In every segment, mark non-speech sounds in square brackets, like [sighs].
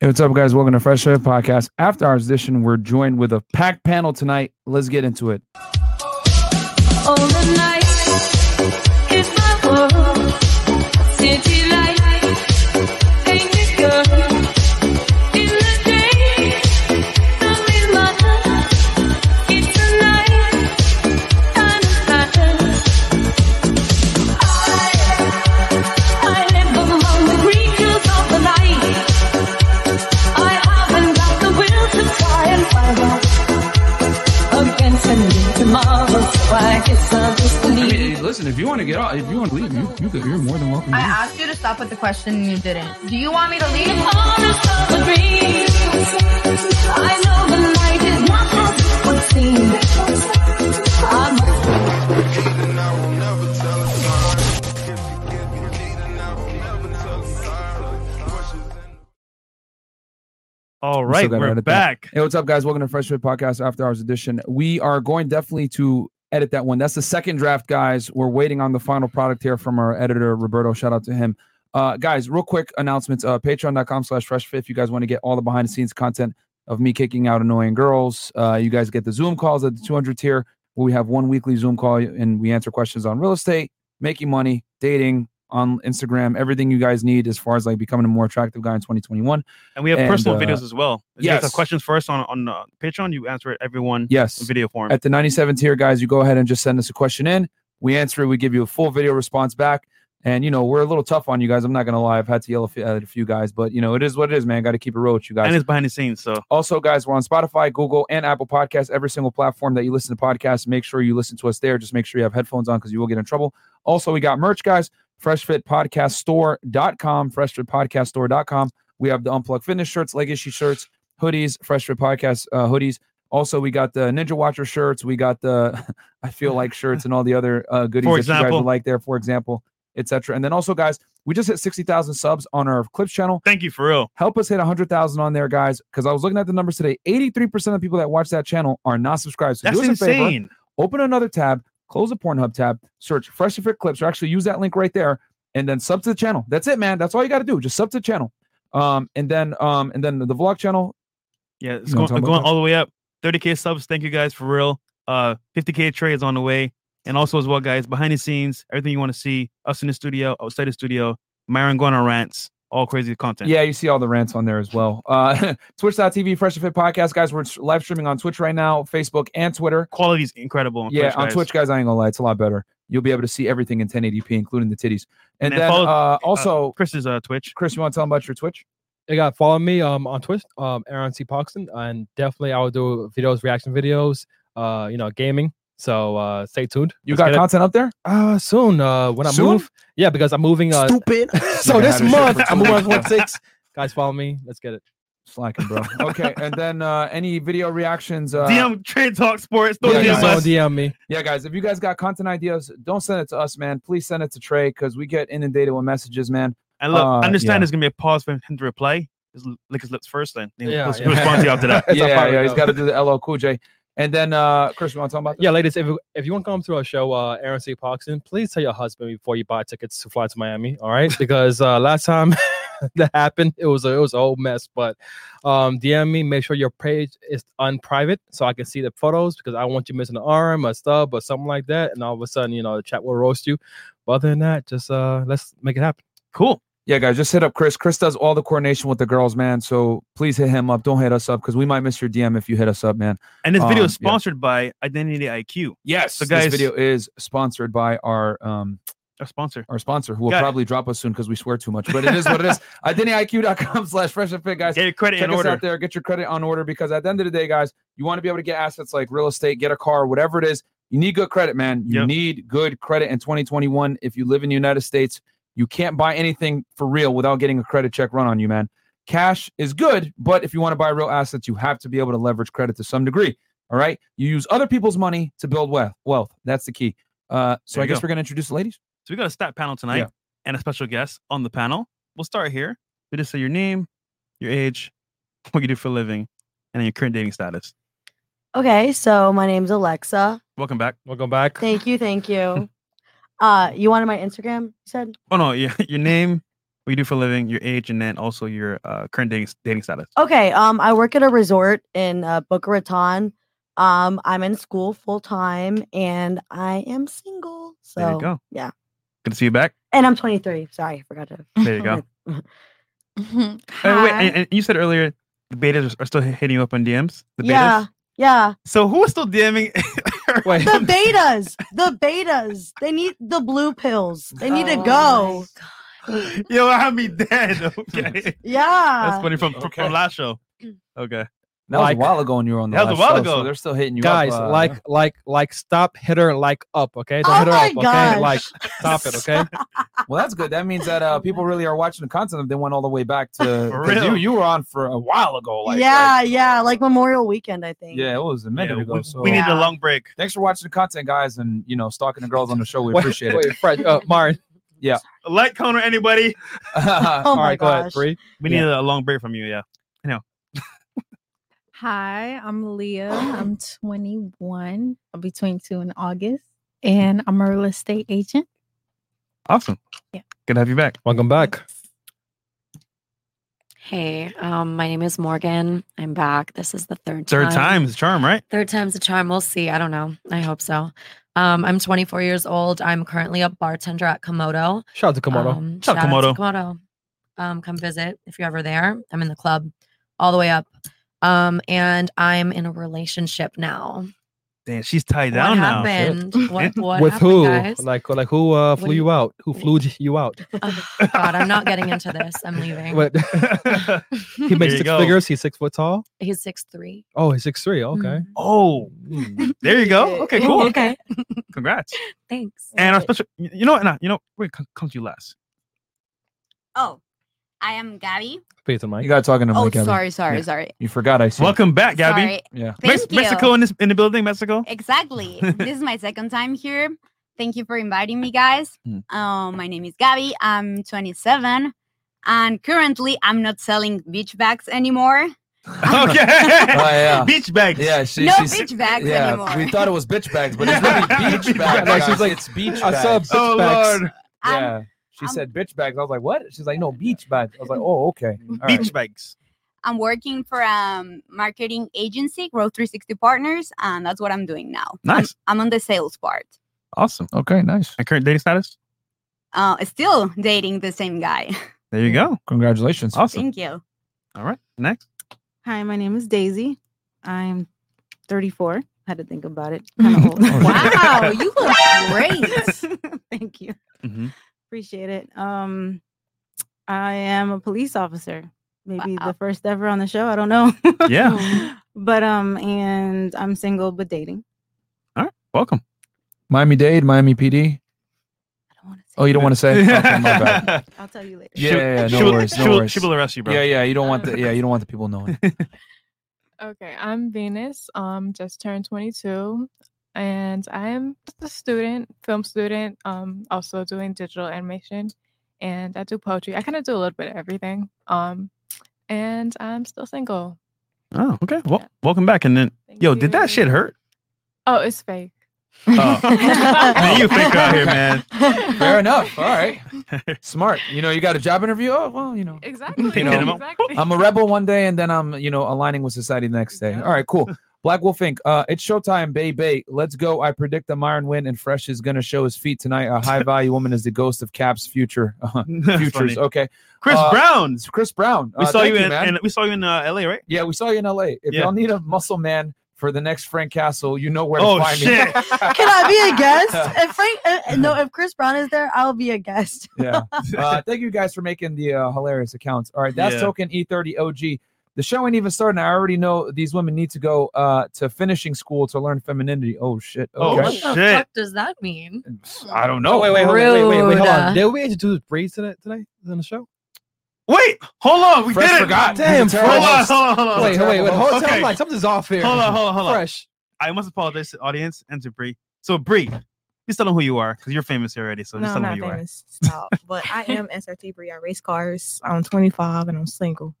Hey, what's up, guys? Welcome to Fresh Air Podcast. After our edition, we're joined with a packed panel tonight. Let's get into it. All the night in my world, city light, painted girl. In the day, I'm in my heart. It's the night, time flies. I, I live among the creatures of the night. I haven't got the will to try and find out against a new tomorrow, so I guess I'll just I leave. mean, listen, if you want to get off, if you want to leave, you, you could, you're more than welcome. To I leave. asked you to stop with the question and you didn't. Do you want me to leave? I know the night is not as it would seem. I'm All still right, gotta we're edit that. back. Hey, what's up, guys? Welcome to Fresh Fit Podcast After Hours Edition. We are going definitely to edit that one. That's the second draft, guys. We're waiting on the final product here from our editor, Roberto. Shout out to him. Uh, guys, real quick announcements. Uh, Patreon.com slash Fresh Fit. If you guys want to get all the behind the scenes content of me kicking out annoying girls, uh, you guys get the Zoom calls at the 200 tier. where We have one weekly Zoom call and we answer questions on real estate, making money, dating, on Instagram, everything you guys need as far as like becoming a more attractive guy in 2021. And we have And, personal uh, videos as well. If you guys yes. have questions for us on on uh, Patreon, you answer it everyone Yes. in video form. at the 97 tier guys you go ahead and just send us a question in we answer it we give you a full video response back and you know we're a little tough on you guys i'm not gonna lie i've had to yell a few- at a few guys but you know it is what it is man gotta keep it real with you guys and it's behind the scenes, so also, guys, we're on Spotify, Google, and Apple Podcasts, every single platform that you listen to podcasts. Make sure you listen to us there. Just make sure you have headphones on because you will get in trouble. Also, we got merch, guys, freshfitpodcaststore.com, freshfitpodcaststore.com. We have the Unplug Fitness shirts, legacy shirts, hoodies, Fresh Fit Podcast uh, hoodies. Also, we got the Ninja Watcher shirts. We got the [laughs] I Feel Like shirts and all the other uh, goodies For that you guys example. would like there, for example, etc. And then also, guys, we just hit 60,000 subs on our Clips channel thank you for real. help us hit 100,000 on there, guys. Because I was looking at the numbers today. 83% of the people that watch that channel are not subscribed. So That's do us a favor. insane. Open another tab, close the Pornhub tab, search Fresh and Fit Clips, or actually use that link right there, and then sub to the channel. That's it, man. That's all you got to do. Just sub to the channel. Um, and then um, and then the vlog channel. Yeah, it's You going, wanna talk about going that? all the way up. 30k subs. Thank you guys for real. Uh, 50k trades on the way, and also as well, guys, behind the scenes, everything you want to see us in the studio, outside the studio, Myron going on rants, all crazy content. Yeah, you see all the rants on there as well. Uh, [laughs] [clears throat] Twitch.tv Fresh and Fit Podcast, guys. We're live streaming on Twitch right now, Facebook and Twitter. quality's incredible. On yeah, Twitch, on guys. Twitch, guys, I ain't gonna lie, it's a lot better. You'll be able to see everything in 1080p, including the titties. And And, then then follow- uh, also, Chris's uh, Twitch. Chris, you want to tell them about your Twitch? They got follow me um on Twitch, um Aaron C. Poxton, and definitely I will do videos, reaction videos, uh, you know, gaming. So uh stay tuned. You Let's got get it. content up there? uh soon. Uh when I Soon? move. Yeah, because I'm moving uh Stupid. [laughs] so You're this gonna have month a shit for I'm two moving on weeks, one six. Guys, follow me. Let's get it. Slacking, [laughs] bro. Okay, and then uh, any video reactions? Uh, DM Trade Talk Sports. Don't Yeah, Please yeah. DM don't us. DM me. Yeah, guys, if you guys got content ideas, don't send it to us, man. Please send it to Trey because we get inundated with messages, man. And look, Uh, yeah. understand there's gonna be a pause for him to reply. Just l- lick his lips first, then then Yeah, res- yeah. respond to you after [laughs] [laughs] that. That's how yeah, far we yeah, he's go. got to do the LL Cool J. And then, uh, Chris, you want to talk about this? Yeah, ladies, if, you- if you want to come to our show, uh, Aaron C. Poxton, please tell your husband before you buy tickets to fly to Miami. All [laughs] right, because uh, last time [laughs] that happened, it was a, it was a whole mess. But um, DM me, make sure your page is unprivate so I can see the photos because I want you missing an arm, a stub, or something like that, and all of a sudden, you know, the chat will roast you. But other than that, just uh, let's make it happen. Cool. Yeah, guys, just hit up Chris. Chris does all the coordination with the girls, man. So please hit him up. Don't hit us up because we might miss your DM if you hit us up, man. And this video Um, is yeah. sponsored by Identity IQ, Yes, So, so guys, guys- this video is sponsored by our um, our sponsor. our sponsor, who will Got it. probably drop us soon because we swear too much. But it is what [laughs] it is. IdentityIQ.com slash fresh and fit, guys. Get your credit Check in us order. out there. Get your credit on order because at the end of the day, guys, you want to be able to get assets like real estate, get a car, whatever it is. You need good credit, man. You Yep. need good credit in 2021. If you live in the United States, you can't buy anything for real without getting a credit check run on you, man. Cash is good, but if you want to buy real assets, you have to be able to leverage credit to some degree. All right. You use other people's money to build wealth. Wealth. That's the key. Uh, so There I you guess go. we're gonna introduce the ladies. So we got a stat panel tonight Yeah. and a special guest on the panel. We'll start here. We just say your name, your age, [laughs] what you do for a living, and then your current dating status. Okay, so my name's Alexa. Welcome back. Welcome back. [laughs] Thank you, thank you. Uh, you wanted my Instagram? You said Oh no, [laughs] your, your name, what you do for a living, your age, and then also your uh, current dating, dating status. Okay. Um, I work at a resort in uh, Boca Raton. Um, I'm in school full time and I am single. So there you go. yeah. Good to see you back. and I'm 23. Sorry, I forgot to. There you [laughs] go. Mm-hmm. Uh, wait, and, and you said earlier the betas are still hitting you up on DMs. The betas. yeah, [laughs] yeah. So who is still [laughs] DMing? Wait. [laughs] The betas, the betas. They need the blue pills. They need to go. [laughs] Yo, I have me dead. [laughs] Okay. Yeah. That's funny from, from, Okay. from last show. Okay. That was Like- a while ago when you were on the That was a last while show, so ago. they're still hitting you Guys, up, uh, [laughs] like, like, like, stop, hit her, like, up, okay? Don't Oh hit her my up, gosh. okay? Like, stop it, okay? [laughs] Well, that's good. That means that uh, people really are watching the content if they went all the way back [laughs] to For 'cause real. you. You were on for a while ago. Like, yeah, like- yeah. Like Memorial Weekend, I think. yeah, it was a minute Yeah, ago. we, so we need a Yeah. long break. thanks for watching the content, guys, and you know stalking the girls on the show. [laughs] We Wait, appreciate Wait, Fred, uh, Martin. Like Connor, [laughs] anybody? it. Oh all my right, go gosh. ahead, Bree. We need a long break from you. Yeah. Hi, I'm Leah. [clears throat] I'm uh, 21. I'll be 22 in August, and I'm a real estate agent. Awesome. Yeah. Good to have you back. Welcome back. Hey, um, my name is Morgan. I'm back. This is the third Third time's the charm, [laughs] right? Third time's a charm. We'll see. I don't know. I hope so. Um, I'm 24 years old. I'm currently a bartender at Komodo. Shout out to Komodo. Um, Shout out to Komodo. Um, come visit if you're ever there. I'm in the club all the way up. Um, and I'm in a relationship now. Damn, she's tied What down now. happened? What, what With happened, who? guys? Like, like who uh, What flew do you, you- out? Who flew you out? Ugh, God, I'm not getting into this. [laughs] I'm leaving. Wait, [laughs] he There you makes six go. figures. He's six foot tall. He's six three. Oh, he's six three. Okay. Mm. oh, hmm. there you go. Okay, cool. [laughs] okay. Congrats. Thanks. And our special, you you know, what? nah, you know, wait, come, come to you last. Oh, I am Gabby. Faith and Mike. you got talking to Oh, Mike. Evan. sorry, sorry, Yeah. sorry. You forgot I said. Welcome back, Gabby. Sorry. Yeah. Thank Mex- you. Mexico in this in the building, Mexico. [laughs] Exactly. this is my second time here. Thank you for inviting me, guys. Mm. Um, my name is Gabby. I'm 27, and currently I'm not selling beach [laughs] bags anymore. [laughs] Oh, okay. yeah. [laughs] Beach bags. Yeah, she, no she's. beach bags yeah, anymore. we thought it was bitch bags, but it's really beach Beach bags. bags. guys. She's like, it's beach I bags. saw bitch Oh bags. lord. I'm- yeah, she I'm- said bitch bags. I was like, what? She's like, no beach bags. I was like, oh, okay. All right. Beach bags. I'm working for a marketing agency, Growth 360 Partners, and that's what I'm doing now. I'm- Nice. I'm, on the sales part. Awesome. Okay, nice. And current dating status? Uh, still dating the same guy. [laughs] There you go. Congratulations. Awesome. Thank you. All right. Next. Hi, my name is Daisy. I'm 34. Had to think [laughs] about it. Kinda Oh, old. Wow, you look great. [laughs] Thank you. Mm-hmm. hmm Appreciate it. Um, I am a police officer. Maybe Wow. the first ever on the show. I don't know. Yeah. [laughs] but um, and I'm single but dating. Welcome. Miami Dade, Miami I PD. don't want to say. Oh, you don't want to say? Okay, my bad. it. I'll tell you later. Yeah, yeah, yeah, no she will, worries, no she will, worries. She will arrest you, bro. Yeah, yeah. You don't want the yeah. You don't want the people knowing. Okay, I'm Venus. Um, just turned 22, and I am just a student, film student. Um, also doing digital animation, and I do poetry. I kind of do a little bit of everything. Um, and I'm still single. Oh, okay. Well, welcome back. And then, Thank yo, did that you. shit [laughs] hurt? Oh, it's fake. [laughs] Man, you fake out here, man. Fair enough. All right. Smart. You know, you got a job interview. Oh well, you know. [laughs] Exactly. You know, exactly. I'm a rebel one day, and then I'm you know aligning with society the next day. All right, cool. Black Wolf Inc. Uh, it's showtime, Bay Bay. Let's go. I predict the Myron win, and Fresh is gonna show his feet tonight. A high value woman is the ghost of Cap's future. Uh, [laughs] That's futures. funny. Okay. Chris Uh, Brown. It's Chris Brown. We Uh, saw thank you in, man. and we saw you in uh, LA, right? yeah, we saw you in L.A. If Yeah. y'all need a muscle man for the next Frank Castle, you know where Oh, to find [laughs] shit. me. Can I be [laughs] a guest? If Frank, uh, no, if Chris Brown is there, I'll be a guest. yeah. [laughs] [laughs] Uh, thank you guys for making the uh, hilarious accounts. All right, that's Yeah. token E30 OG. The show ain't even starting. I already know these women need to go uh, to finishing school to learn femininity. Oh shit. Oh, Okay. what the shit. fuck does that mean? I don't know. No, wait, wait, hold on, wait, wait, wait, hold on. Rude. Did we introduce Bree today, today on the show? Wait, hold on. We Fresh did it. forgot. Damn, He's a Fresh. terrible Hold on, host. hold on, hold on. wait, wait, wait. Hold, Okay. tell me, like, something's off here. Hold on, hold on, hold on. Fresh. I must apologize to the audience and to Bree. So, Bree, just tell them who you are because you're famous here already. So, no, just I'm tell them not who you famous. Stop. But I am SRT Brie. I race cars. I'm 25 and I'm single.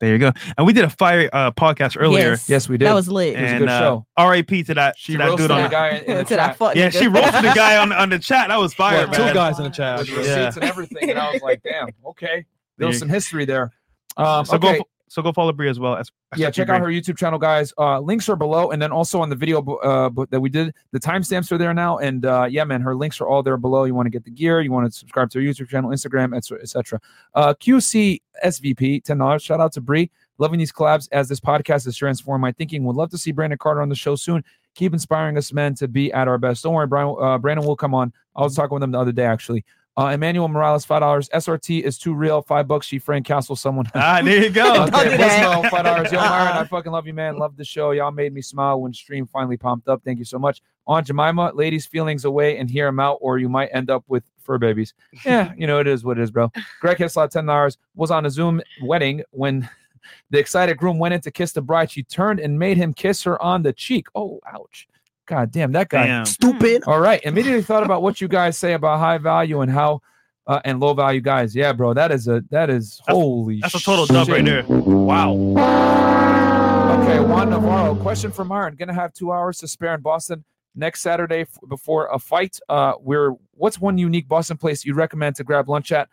There you go. And we did a fire uh, podcast earlier. Yes. Yes, we did. That was lit. It was a good show. Uh, R.A.P. to that. She to that roasted dude on the the guy in the To that chat. fuck Yeah, nigga. she roasted the guy on, on the chat. That was fire. Yeah, two man. guys in the chat. With receipts and everything, and I was like, damn, okay. There was some history there. Um, so okay. go so go follow Brie as well. As, yeah, check [laughs] out her YouTube channel, guys. Uh, links are below, and then also on the video uh, bo- that we did, the timestamps are there now. And uh, yeah, man, her links are all there below. You want to get the gear, you want to subscribe to her YouTube channel, Instagram, etc. Uh, QC SVP ten dollars. Shout out to Bree. Loving these collabs as this podcast has transformed my thinking. Would love to see Brandon Carter on the show soon. Keep inspiring us men to be at our best. Don't worry, Brian. Uh, Brandon will come on. I was talking with him the other day, actually. Uh, Emmanuel Morales, five dollars. SRT is too real, five bucks. She Frank Castle, someone. [laughs] Ah, there you go. Okay, Don't do that. Busmo, five dollars. Yo, Uh-uh. Myron, I fucking love you, man. Love the show. Y'all made me smile when stream finally pumped up. Thank you so much. Aunt Jemima, ladies' feelings away and hear them out, or you might end up with fur babies. [laughs] Yeah, you know it is what it is, bro. Greg Hislop, ten dollars. Was on a Zoom wedding when [laughs] the excited groom went in to kiss the bride. She turned and made him kiss her on the cheek. Oh, ouch. God damn, that guy. Damn. Stupid. All right. Immediately thought about what you guys say about high value and how uh, and low value guys. Yeah, bro. That is a that is holy That's a total dub right there. Wow. Oh, Okay, Juan Navarro. Question for Myron. Gonna have two hours to spare in Boston next Saturday f- before a fight. Uh, we're what's one unique Boston place you recommend to grab lunch at?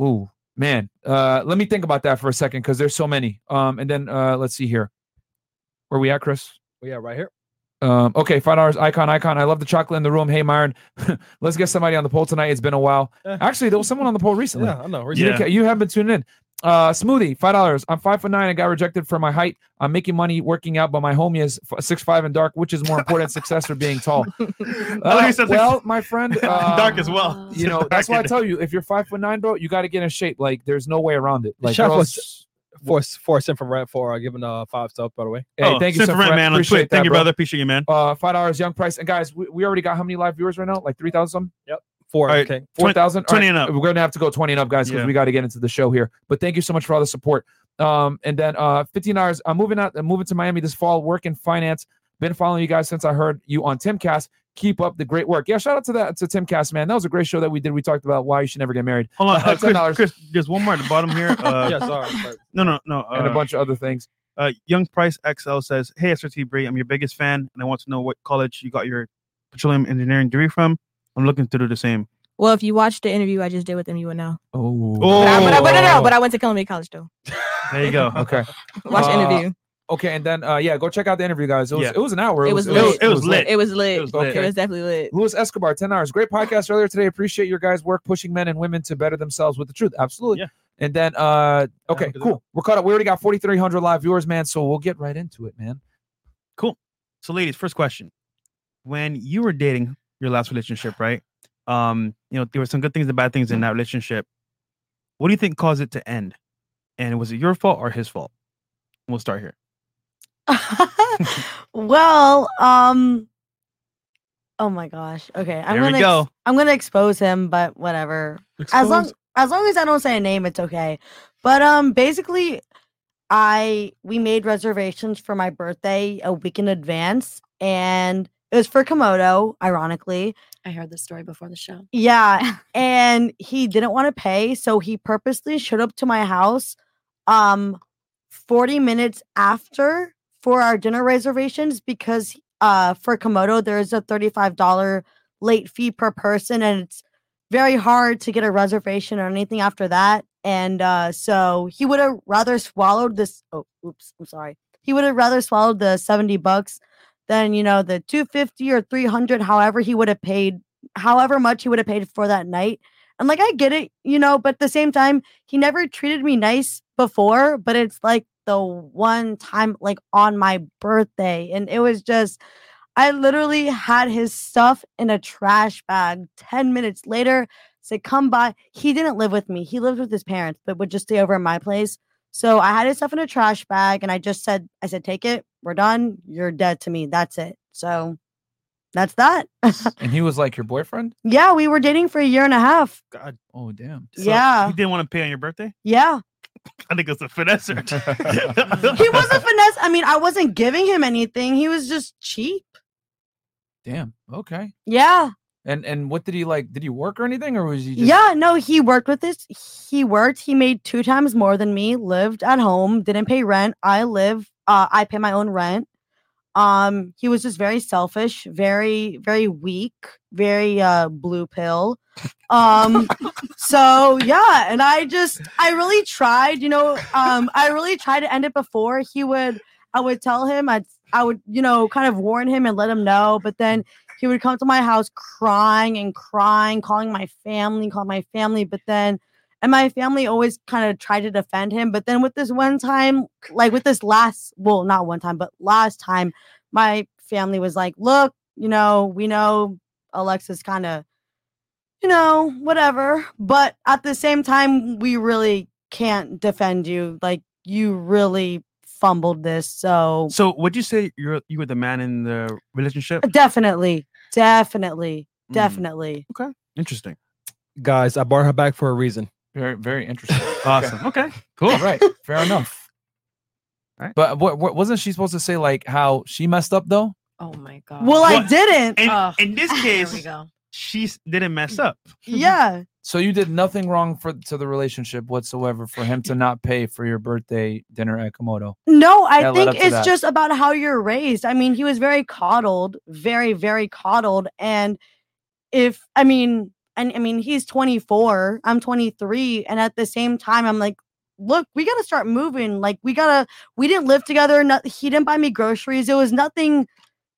Ooh, man. Uh, let me think about that for a second because there's so many. Um, and then uh, let's see here. Where we at, Chris? Well, yeah, right here. Um, okay, five dollars. Icon, icon. I love the chocolate in the room. Hey, Myron, [laughs] let's get somebody on the poll tonight. It's been a while. Actually, there was someone on the poll recently. Eh. Yeah, I know. You, didn't Yeah. ca- you have been tuning in. Uh, smoothie, five dollars. I'm five foot nine. I got rejected for my height. I'm making money working out, but my homie is f- six five and dark. Which is [laughs] more important, success or being tall? Oh, Uh, well, my friend, [laughs] um, dark as well. [laughs] you know that's why I tell you, if you're five foot nine, bro, you got to get in shape. Like, there's no way around it. Like, Shout out or for else- S- for for Sim from Red for uh, giving uh five stuff by the way. Hey, Oh, thank you so much, man, on Appreciate Twitter. Thank that, you, bro. brother. Appreciate you, man. Uh, five dollars, young price. And guys, we, we already got how many live viewers right now? Like three thousand. Yep. Four. All right, Okay. Four thousand. 20 All right, and up. We're gonna have to go twenty and up, guys, because Yeah. we got to get into the show here. But thank you so much for all the support. Um, and then uh, fifteen dollars. I'm moving out. I'm moving to Miami this fall. Work in finance. Been following you guys since I heard you on Timcast. Keep up the great work. Yeah, shout out to that to Timcast, man. That was a great show that we did. We talked about why you should never get married. [laughs] Hold on, Uh, uh, ten dollars Chris, Chris, There's one more at the bottom [laughs] here. Uh, Yeah, sorry, No, no, no. and a bunch of other things. Uh, Young Price XL says, "Hey, SRT Bree, I'm your biggest fan, and I want to know what college you got your petroleum engineering degree from. I'm looking to do the same." Well, if you watched the interview I just did with him, you would know. Oh, But, I, but, I, but no, no, but I went to Columbia College though. [laughs] there you go. [laughs] Okay, Uh, Watch the interview. Okay, and then uh, yeah, go check out the interview, guys. It was Yeah. it was an hour. It was lit. It was lit. It was Okay. definitely lit. Luis Escobar, 10 hours. Great podcast earlier today. Appreciate your guys' work pushing men and women to better themselves with the truth. Absolutely. And then, uh, okay, cool. We're caught up. We already got 4,300 live viewers, man. So we'll get right into it, [laughs] man. Cool. So, ladies, first question: When you were dating your last relationship, right? Um, you know, there were some good things and bad things in that relationship. What do you think caused it to end? And was it your fault or his fault? We'll start here. Well, um, oh my gosh. Okay, I'm There we gonna go. I'm gonna expose him, but whatever. As long Expose? as long as I don't say a name, it's okay. But um, basically, I we made reservations for my birthday a week in advance, and it was for Komodo, ironically. I heard this story before the show. Yeah. And he didn't want to pay. So he purposely showed up to my house um 40 minutes after for our dinner reservations because uh for Komodo there is a $35 late fee per person and it's very hard to get a reservation or anything after that. And uh so he would have rather swallowed this oh oops, I'm sorry. He would have rather swallowed the 70 bucks than, you know, the 250 or 300 however he would have paid however much he would have paid for that night. And like I get it, you know, but at the same time, he never treated me nice before, but it's like the one time like on my birthday and it was just I literally had his stuff in a trash bag 10 minutes later. Said, come by. He didn't live with me. He lived with his parents, but would just stay over at my place. So I had his stuff in a trash bag and I just said, I said, take it. We're done. You're dead to me. That's it. So that's that. [laughs] And he was like, Your boyfriend? Yeah, we were dating for a year and a half. God. Oh, damn. Yeah. You didn't want to pay on your birthday? [laughs] Yeah. I think [laughs] it's a finesser. He wasn't finesse. I mean, I wasn't giving him anything. He was just cheap. Damn. Okay. Yeah. And and what did he like? Did he work or anything, or was he? Just, Yeah, no, he worked with this. He worked. He made two times more than me. Lived at home. Didn't pay rent. I live. Uh, I pay my own rent. Um, he was just very selfish, very, very weak, very uh blue pill. Um, so yeah, and I just, I really tried. You know, um, I really tried to end it before he would. I would tell him. I'd, I would, you know, kind of warn him and let him know. But then he would come to my house crying and crying, calling my family, calling my family. But then, and my family always kind of tried to defend him. But then, with this one time, like with this last, well, not one time, but last time, my family was like, look, you know, we know Alexis kind of, you know, whatever. But at the same time, we really can't defend you. Like, you really fumbled this. So, [laughs] So would you say you're you were the man in the [laughs] relationship? Definitely. Definitely. Definitely. Okay. Interesting. Guys, I brought her back for a reason. Very, very interesting. [laughs] Awesome. Okay. Cool. All right. Fair enough. But what, what wasn't she supposed to say like how she messed up though? Oh my god. Well, I didn't. In, uh, Ugh. in this There we case, go. she s- didn't mess up. [laughs] Yeah. So you did nothing wrong for to the relationship whatsoever for him to not pay for your birthday dinner at Komodo. No, That I led up think to it's that. just about how you're raised. I mean, he was very coddled, very, very coddled. And if, I mean, and I mean, he's 24, I'm 23. And at the same time, I'm like, look, we got to start moving. Like, we got to, we didn't live together. Not, he didn't buy me groceries. It was nothing,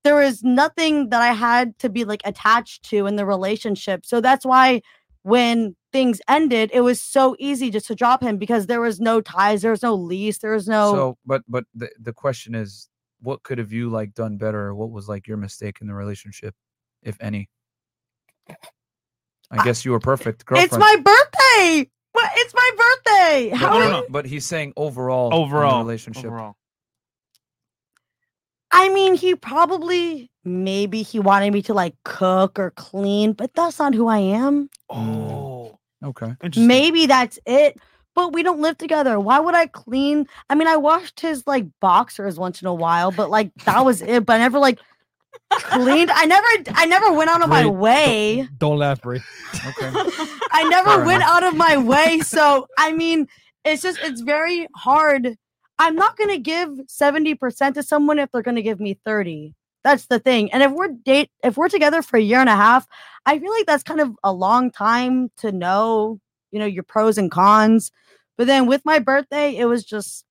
there was nothing that I had to be like attached to in the relationship. So that's why when things ended, it was so easy just to drop him because there was no ties, there was no lease, there was no. So but but the, the question is what could have you like done better or what was like your mistake in the relationship, if any? I guess you were perfect girlfriend. It's my birthday. What? It's my birthday. But, How? no, am- no, but he's saying overall in the Overall, relationship. overall. I mean, he probably, maybe he wanted me to like cook or clean, but that's not who I am. Oh. Mm. Okay. Maybe that's it. But we don't live together. Why would I clean? I mean, I washed his like boxers once in a while, but like that was it. But I never like cleaned. I never, I never went out of my Great. way. Don't laugh, Brie. Okay. I never Fair went enough. out of my way. So I mean, it's just it's very hard. I'm not gonna give 70% to someone if they're gonna give me 30. That's the thing. And if we're date if we're together for a year and a half, I feel like that's kind of a long time to know, you know, your pros and cons. But then with my birthday, it was just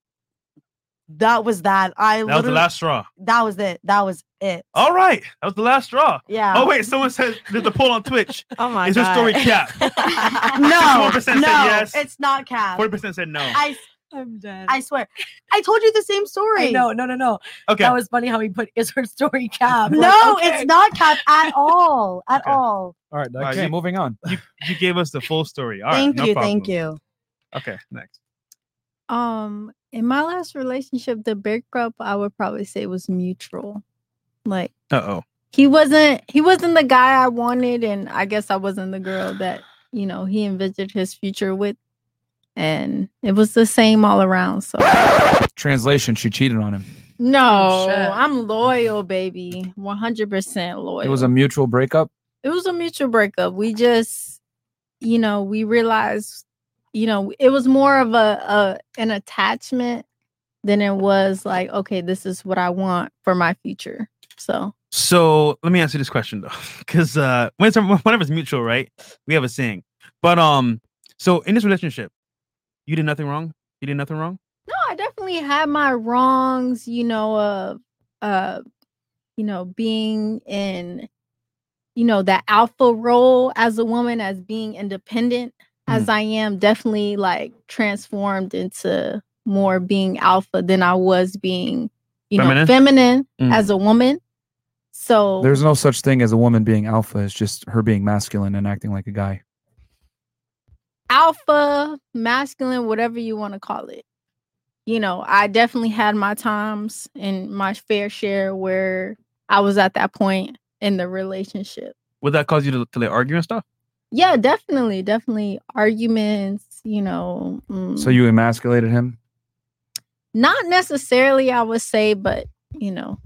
that was that. I That was the literally- last straw. That was it. That was [laughs] it. [laughs] All right. That was the last straw. Yeah. Oh wait, someone says there's a poll on Twitch. Oh my Is your story [laughs] cap? no, 61% said no, yes. it's not cap. Forty percent said no. I I'm dead. I swear. I told you the same story. No, no, no, no. Okay. That was funny how he put is her story [laughs] cap. No, it's not cap at all. At all. All right. Okay, moving on. You, you gave us the [laughs] full story. All right. thank no you. problem. Thank you. Okay. Next. Um, in my last relationship, the breakup I would probably say was mutual. Like Uh oh. he wasn't he wasn't the guy I wanted, and I guess I wasn't the girl that you know he envisioned his future with, and it was the same all around. So Translation, she cheated on him. no, shit. I'm loyal, baby, one hundred percent loyal. It was a mutual breakup. it was a mutual breakup. We just, you know, we realized, you know, it was more of a, a an attachment than it was like, okay, this is what I want for my future. So So let me answer this question though, [laughs] because uh, when it's, whenever it's mutual, right? We have a saying. But um, so in this relationship, you did nothing wrong. You did nothing wrong. no, I definitely had my wrongs, you know, of uh, you know, being in, you know, that alpha role as a woman, as being independent as Mm. I am, definitely like transformed into more being alpha than I was being, you know, Feminine? feminine Mm. as a woman. So There's no such thing as a woman being alpha. It's just her being masculine and acting like a guy. alpha, masculine, whatever you want to call it. You know, I definitely had my times and my fair share where I was at that point in the relationship. Would that cause you to, to like argue and stuff? Yeah, definitely, definitely arguments, you know. mm, So you emasculated him. not necessarily I would say, but you know,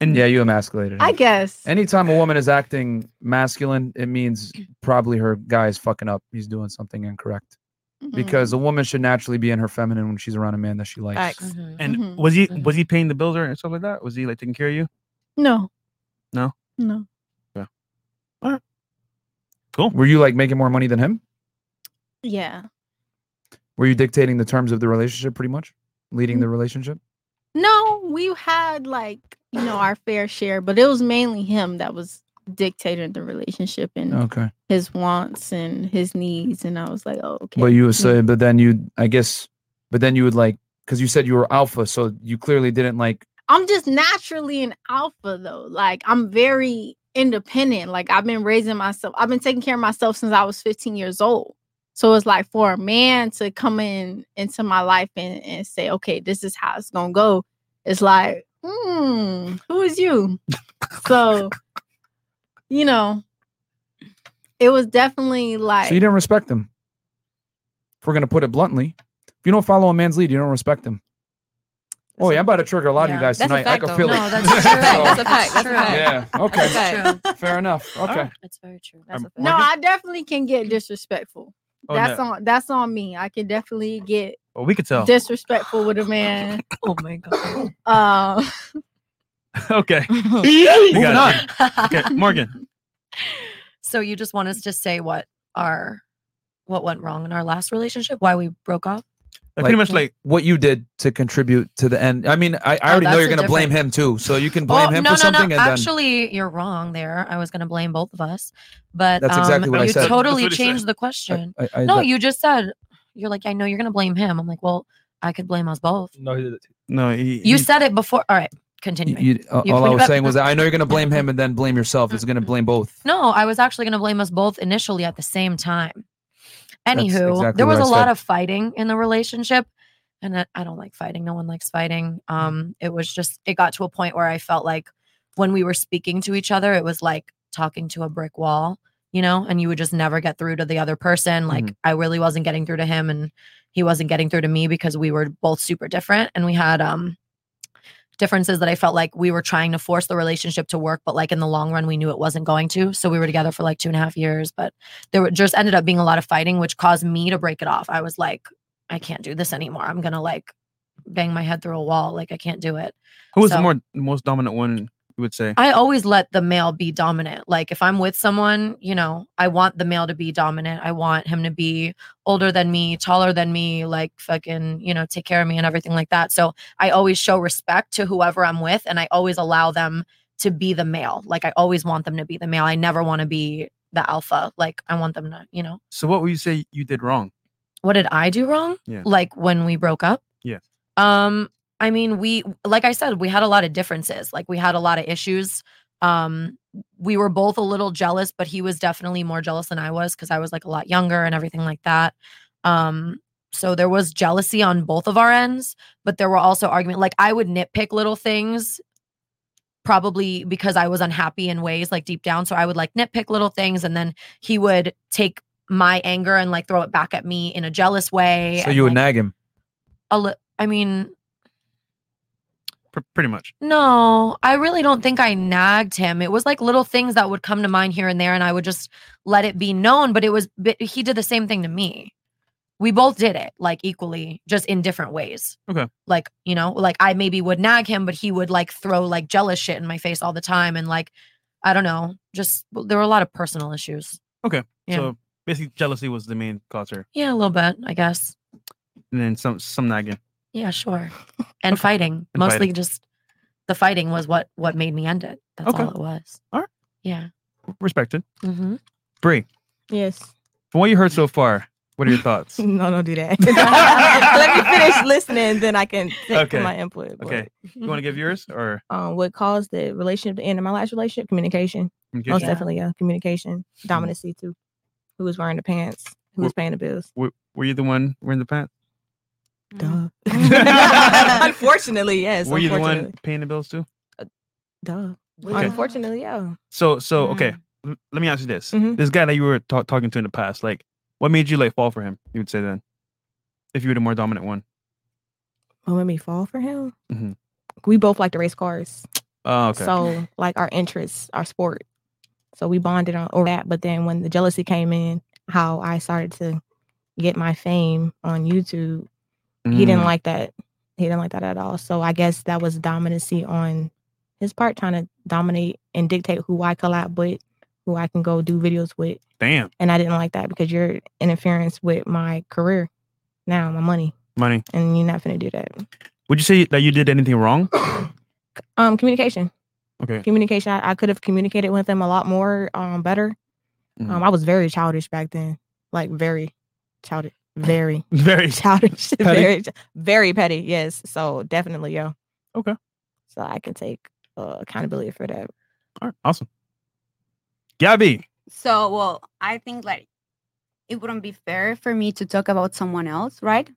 And yeah, you emasculated. I Her. guess. Anytime a woman is acting masculine, it means probably her guy is fucking up. He's doing something incorrect. mm, Mm-hmm. Because a woman should naturally be in her feminine when she's around a man that she likes. Mm-hmm, And was he Mm-hmm. was he paying the bills or and stuff like that? Was he like taking care of you? No, No. no. Cool. Were you like making more money than him? Yeah. Were you dictating the terms of the relationship pretty much? Leading the relationship? No, we had like, you know, our fair share, but it was mainly him that was dictating the relationship and Okay. his wants and his needs. And I was like, oh, okay. But you would Mm. say, but then you, I guess, but then you would like, because you said you were alpha, so you clearly didn't like. I'm just naturally an alpha though. Like I'm very independent. Like I've been raising myself. I've been taking care of myself since I was 15 years old. So it's like for a man to come in into my life and, and say, okay, this is how it's gonna go. It's like, hmm, who is you? so you know, it was definitely like So you didn't respect him. If we're gonna put it bluntly, if you don't follow a man's lead, you don't respect him. Oh yeah, I'm about to trigger a lot of you Yeah. guys That's a tonight. fact, I can though. feel No, it. that's [laughs] a fact. That's a fact. That's a true. fact. Yeah. Okay. That's true. Fair enough. Okay. That's very true. No, I definitely can get disrespectful. Oh, that's no. on that's on me. I can definitely get Well, we could tell. disrespectful with a man. oh my god. Um [laughs] [laughs] okay. [laughs] Moving [laughs] Okay, Morgan. So you just want us to say what our what went wrong in our last relationship, why we broke off? Like, much like what you did to contribute to the end. I mean, I, I Oh, already know that's you're a gonna blame him different- too, so you can blame Oh, him no, for no, something no. and then. Actually, you're wrong there. I was going to blame both of us, but That's um, exactly what I you said. totally That's what he changed said. the question. I- I- no, that- you just said you're like, I know you're going to blame him. I'm like, well, I could blame us both. No, he did. No, he, You said it before. All right, continue. You, all all I was saying was that I know you're gonna blame him and then blame yourself. It's gonna blame both. No, I was actually going to blame us both initially at the same time. Anywho, exactly there was what a I lot said. of fighting in the relationship, and I, I don't like fighting. No one likes fighting. Um, it was just it got to a point where I felt like when we were speaking to each other, it was like talking to a brick wall, you know, and you would just never get through to the other person. Like Mhm. Mm-hmm. I really wasn't getting through to him, and he wasn't getting through to me because we were both super different, and we had um differences that I felt like we were trying to force the relationship to work, but like in the long run, we knew it wasn't going to. So we were together for like two and a half years, but there were, just ended up being a lot of fighting, which caused me to break it off. I was like, I can't do this anymore. I'm gonna like bang my head through a wall. Like I can't do it. Who was the So- more most dominant one? You would say. I always let the male be dominant. Like if I'm with someone, you know, I want the male to be dominant. I want him to be older than me, taller than me, like fucking, you know, take care of me and everything like that. So I always show respect to whoever I'm with and I always allow them to be the male. Like I always want them to be the male. I never want to be the alpha. Like I want them to, you know. So what would you say you did wrong? What did I do wrong? Yeah. Like when we broke up? Yeah. Um, I mean, we like I said, we had a lot of differences. Like we had a lot of issues. Um, we were both a little jealous, but he was definitely more jealous than I was because I was like a lot younger and everything like that. Um, so there was jealousy on both of our ends, but there were also argument. Like I would nitpick little things probably because I was unhappy in ways like deep down. So I would like nitpick little things and then he would take my anger and like throw it back at me in a jealous way. So you would nag him. a li- I mean, Pr- pretty much. no, I really don't think I nagged him. It was like little things that would come to mind here and there, and I would just let it be known. But it was, but he did the same thing to me. We both did it like equally, just in different ways. Okay. Like, you know, like I maybe would nag him, but he would like throw like jealous shit in my face all the time. And like, I don't know, just there were a lot of personal issues. Okay. Yeah. So basically, jealousy was the main cause here, Yeah, a little bit, I guess. and then some some nagging. [laughs] Yeah, sure. And fighting. And Mostly fighting. just the fighting was what what made me end it. That's Okay. all it was. All right. Yeah. Respected. Mm-hmm. Bree, Yes. from what you heard so far, what are your [laughs] [laughs] thoughts? No, don't do that. [laughs] Let me finish listening, then I can take Okay. my input. but, Okay. You want to give yours or [laughs] Um, what caused the relationship to end in my last relationship? Communication. Most Communication. Yeah. definitely, yeah. Communication. Dominacy too. Who was wearing the pants? Who was Wh- paying the [laughs] bills? [laughs] were, were you the one wearing the pants? Duh. Mm. [laughs] unfortunately, yes. were you the unfortunately. one paying the bills too? Duh. Okay. Unfortunately, yeah. So so Mm-hmm. okay. l- Let me ask you this: Mhm. This guy that you were ta- talking to in the past, like, what made you like fall for him? You would say then, if you were the more dominant one. Mm-hmm. What made me fall for him? Mhm. We both like to race cars. Oh, okay. So like our interests, our sport. So we bonded on over that. But then when the jealousy came in, how I started to get my fame on YouTube, he Mm. didn't like that. He didn't like that at all. So I guess that was dominancy on his part, trying to dominate and dictate who I collab with, who I can go do videos with. Damn. And I didn't like that because you're interference with my career now, my money. Money. And you're not finna do that. Would you say that you did anything wrong? Um, communication. Okay. Communication. I, I could have communicated with him a lot more, um, better. Mm-hmm. Um, I was very childish back then. [laughs] Like very [laughs] childish. Very very childish. Petty? Very ch- very petty, yes. So definitely, yo. Okay. So I can take uh, accountability for that. All right. Awesome. Gabby. So, well, I think like it wouldn't be fair for me to talk about someone else, right?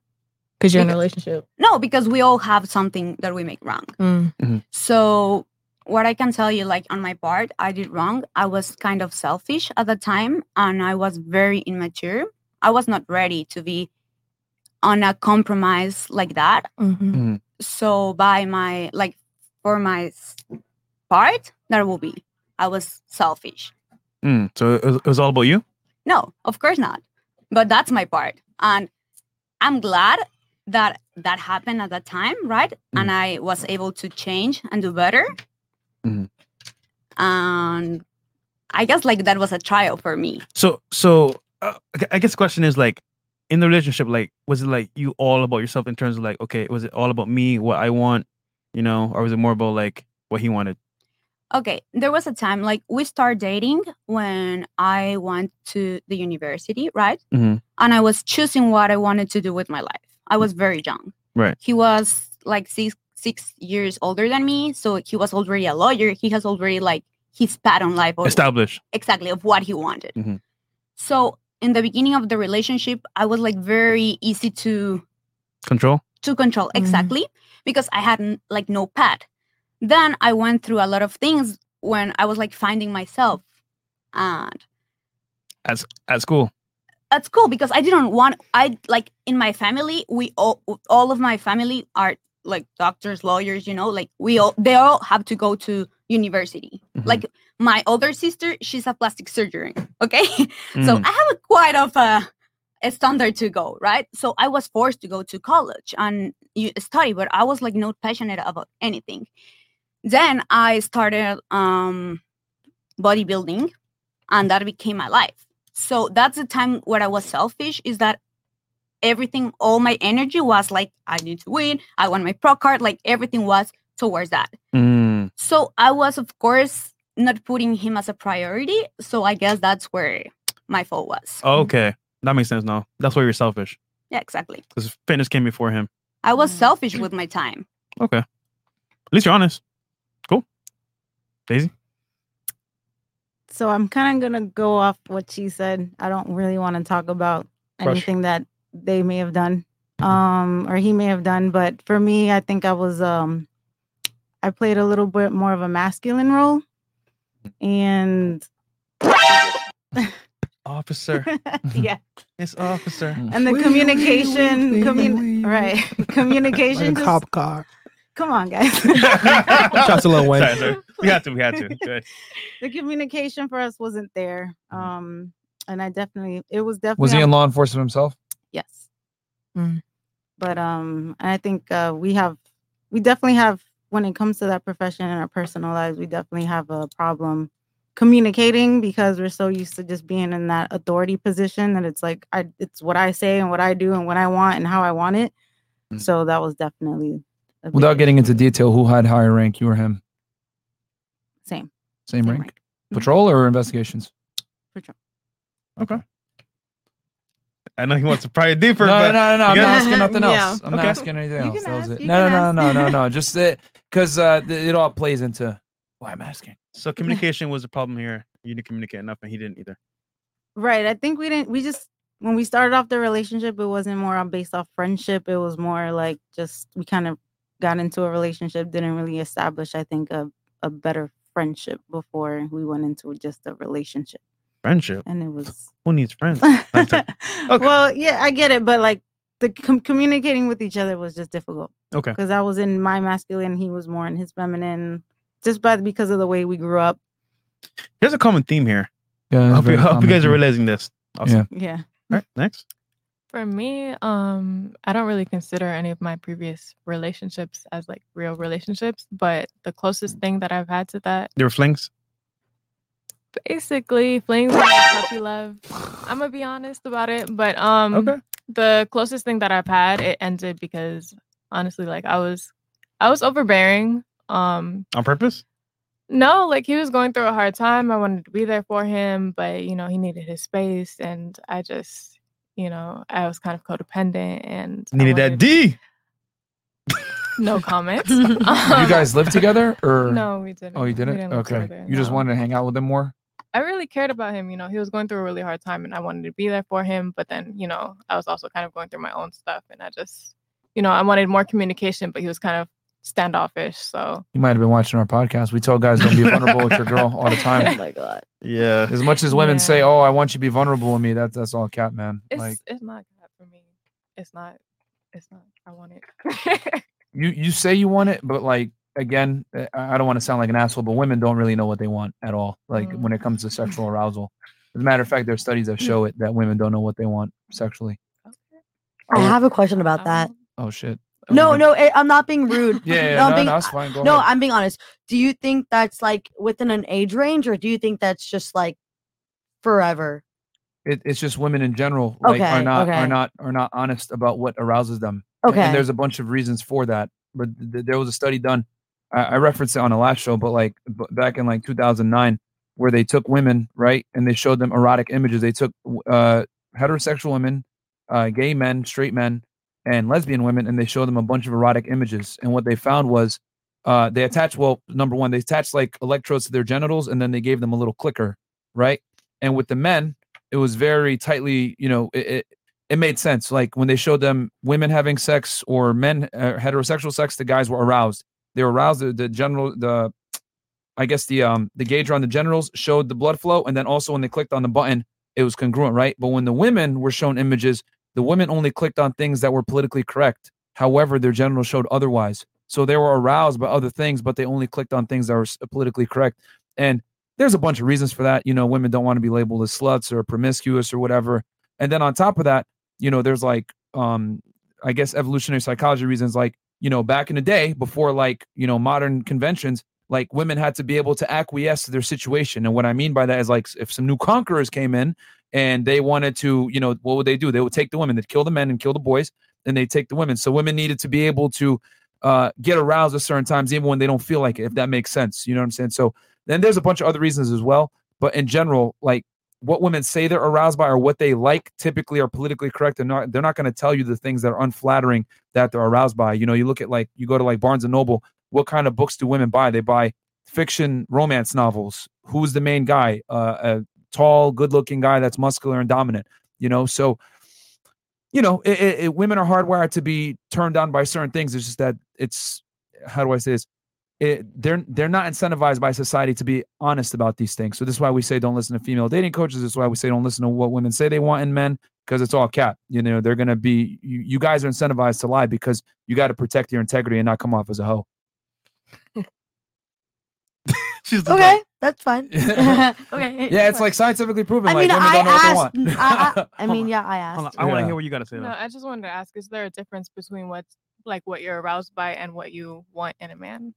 Because you're in a Beca- relationship. Mm. No, because we all have something that we make wrong. Mm-hmm. So, what I can tell you, like on my part, I did wrong. I was kind of selfish at the time and I was very immature. I was not ready to be on a compromise like that. Mm-hmm. So, by my, like, for my s- part, that will be, I was selfish. Mm, so it was, it was all about you? No, of course not. But that's my part. And I'm glad that that happened at that time, right? And I was able to change and do better. Mhm. And I guess like that was a trial for me. So, so uh, I gu- I guess the question is like, in the relationship, like, was it like you all about yourself in terms of like, okay, was it all about me, what I want, you know, or was it more about like what he wanted? Okay, there was a time like we started dating when I went to the university, right? Mm-hmm. And I was choosing what I wanted to do with my life. I was very young. Right. He was like six six years older than me, so he was already a lawyer. He has already like his path on life. or- Established. exactly of what he wanted. Mhm. So in the beginning of the relationship, I was like very easy to Control. to control exactly because I had n- like no pad. Then I went through a lot of things when I was like finding myself, and At, at school. that's cool because I didn't want I like in my family we all all of my family are like doctors, lawyers, you know, like we all they all have to go to university. Like my older sister, she's a plastic surgeon, [laughs] okay? so Mm. I have a quite of a, a standard to go, right? So I was forced to go to college and you study, but I was like not passionate about anything. Then I started um bodybuilding and that became my life. So that's the time where I was selfish is that everything, all my energy was like, I need to win. I want my pro card. Like everything was towards that. Hmm. Mm. So I was, of course, not putting him as a priority. So I guess that's where my fault Mm-hmm. was. Okay. That makes sense now. That's why you're selfish. Yeah, exactly. Because fitness came before him. I was selfish with my time. Okay. At least you're honest. Cool. Daisy? So I'm kind of gonna go off what she said. I don't really want to talk about Crush. anything that they may have done, um, or he may have done. But for me, I think I was, um, I played a little bit more of a masculine role, and Officer. [laughs] yeah, It's officer. and the communication, commun- right? [laughs] communication. just- car. Come on, guys. [laughs] Shots to Lil Wayne. Sorry, sorry. We had to. We had to. Go ahead. the communication for us wasn't there, um, and I definitely it was definitely Was he on- in law enforcement himself? Yes. But um, I think uh, we have, we definitely have, when it comes to that profession and our personal lives, we definitely have a problem communicating because we're so used to just being in that authority position that it's like I, it's what I say and what I do and what I want and how I want it. So that was definitely a big Without getting into detail, who had higher rank, you or him? same Same, rank. Patrol or investigations? Okay. I know he wants to pry deeper. No, but no, no, no. I'm You not guys- [laughs] asking nothing else. I'm not Okay. asking anything You else. can That was ask, it. you No, can no, no, no, ask. no, no. Just it, because uh, th- it all plays into why I'm asking. So communication was the problem here. You didn't communicate enough, and he didn't either. Right. I think we didn't, we just, when we started off the relationship, it wasn't more on based off friendship. It was more like just, we kind of got into a relationship, didn't really establish, I think, a, a better friendship before we went into just a relationship. Friendship. And it was, Who needs friends? well, yeah, I get it. But like the com- communicating with each other was just difficult. Okay. Because I was in my masculine, he was more in his feminine. just by because of the way we grew up. There's a common theme here. Yeah, I hope, you, very I hope you common guys are theme. realizing this. Awesome. Yeah. All right, next. For me, um, I don't really consider any of my previous relationships as like real relationships, but the closest thing that I've had to that There were flings. basically flings and puppy love. I'm gonna be honest about it, but um, the closest thing that I've had it ended because honestly, like I was, I was overbearing. Um, On purpose? no, like he was going through a hard time. I wanted to be there for him, but you know, he needed his space, and I just, you know, I was kind of codependent and I Needed that D. no comments. [laughs] Um, you [laughs] guys live together or No, we didn't. Oh, you We didn't. didn't live okay, together, you just no. wanted to hang out with them more. I really cared about him. You know, he was going through a really hard time and I wanted to be there for him. But then, you know, I was also kind of going through my own stuff and I just, you know, I wanted more communication, but he was kind of standoffish. So You might have been watching our podcast. We tell guys don't [laughs] be vulnerable with your girl all the time. Oh my God. Yeah. As much as women say, "Oh, I want you to be vulnerable with me," that's that's all cat man. it's, like it's not that for me. It's not, it's not. I want it. you you say you want it, but like again, I I don't want to sound like an asshole, but women don't really know what they want at all. Like when it comes to sexual arousal. As a matter of fact, there are studies that show it that women don't know what they want sexually. I have a question about that. Oh shit. No, no, I- I'm not being rude. Yeah, yeah, I'm no, being- no, it's fine. Go no, ahead. I'm being honest. Do you think that's like within an age range, or do you think that's just like forever? It, it's just women in general like are Okay, not okay. are not are not honest about what arouses them. And- And, Okay. there's a bunch of reasons for that. But th- th- there was a study done. I, I referenced it on the last show, but like b- back in like 2009, where they took women right and they showed them erotic images. They took w- uh, heterosexual women, uh, gay men, straight men, and lesbian women, and they showed them a bunch of erotic images. And what they found was uh, they attached well number one they attached like electrodes to their genitals and then they gave them a little clicker right and with the men it was very tightly you know it, it, it made sense like when they showed them women having sex or men uh, heterosexual sex the guys were aroused they were aroused the, the general the i guess the um the gauge on the generals showed the blood flow and then also when they clicked on the button it was congruent right but when the women were shown images the women only clicked on things that were politically correct however their genitals showed otherwise so they were aroused by other things but they only clicked on things that were s- politically correct and there's a bunch of reasons for that. You know, women don't want to be labeled as sluts or promiscuous or whatever. And then on top of that, you know, there's like um I guess evolutionary psychology reasons like, you know, back in the day before like, you know, modern conventions, like women had to be able to acquiesce to their situation. And what I mean by that is like s- if some new conquerors came in and they wanted to, you know, what would they do? They would take the women, they'd kill the men and kill the boys, and they take the women. So women needed to be able to uh, get aroused at certain times, even when they don't feel like it, if that makes sense. You know what I'm saying? So then there's a bunch of other reasons as well. But in general, like what women say they're aroused by or what they like typically are politically correct and not they're not going to tell you the things that are unflattering that they're aroused by. You know, you look at like you go to like Barnes and Noble, what kind of books do women buy? They buy fiction romance novels. Who's the main guy? Uh, a tall, good-looking guy that's muscular and dominant, you know? So you know, it, it, it- women are hardwired to be turned on by certain things. It's just that it's how do I say this? It, they're they're not incentivized by society to be honest about these things. So this is why we say don't listen to female dating coaches. This is why we say don't listen to what women say they want in men because it's all cap. You know, they're gonna be you, you guys are incentivized to lie because you got to protect your integrity and not come off as [laughs] a hoe. [laughs] Okay, that's fine. [laughs] okay. Yeah, it's like scientifically proven. I like mean, women I don't know asked. what they want. [laughs] I, I, I Hold mean, on, yeah, I asked. Hold on, I want to hear what you got to say. no, I just wanted to ask, is there a difference between what's like what you're aroused by and what you want in a man?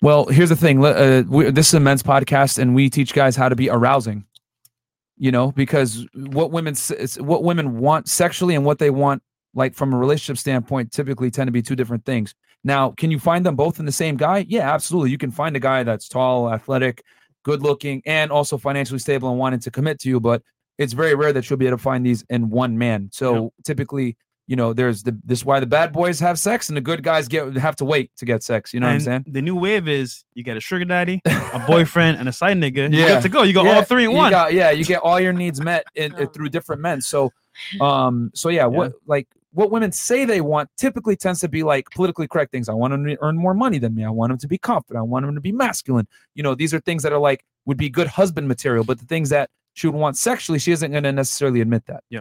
Well, here's the thing. Let- Uh, we, this is a men's podcast, and we teach guys how to be arousing. You know, because what women s- it's- what women want sexually and what they want like from a relationship standpoint typically tend to be two different things. Now, can you find them both in the same guy? Yeah, absolutely. You can find a guy that's tall, athletic, good looking, and also financially stable and wanting to commit to you. But it's very rare that you'll be able to find these in one man. So typically, you know, there's the this is why the bad boys have sex and the good guys get have to wait to get sex. You know what I'm And saying? The new wave is you got a sugar daddy, [laughs] a boyfriend, and a side nigga. You Yeah. got to go. You got Yeah, all three in you one. got- yeah, you get all your needs met in, Oh. uh, through different men. So, um, so yeah, what like what women say they want typically tends to be like politically correct things. I want them to earn more money than me. I want them to be confident. I want them to be masculine. You know, these are things that are like would be good husband material. But the things that she would want sexually, she isn't going to necessarily admit that. Yeah.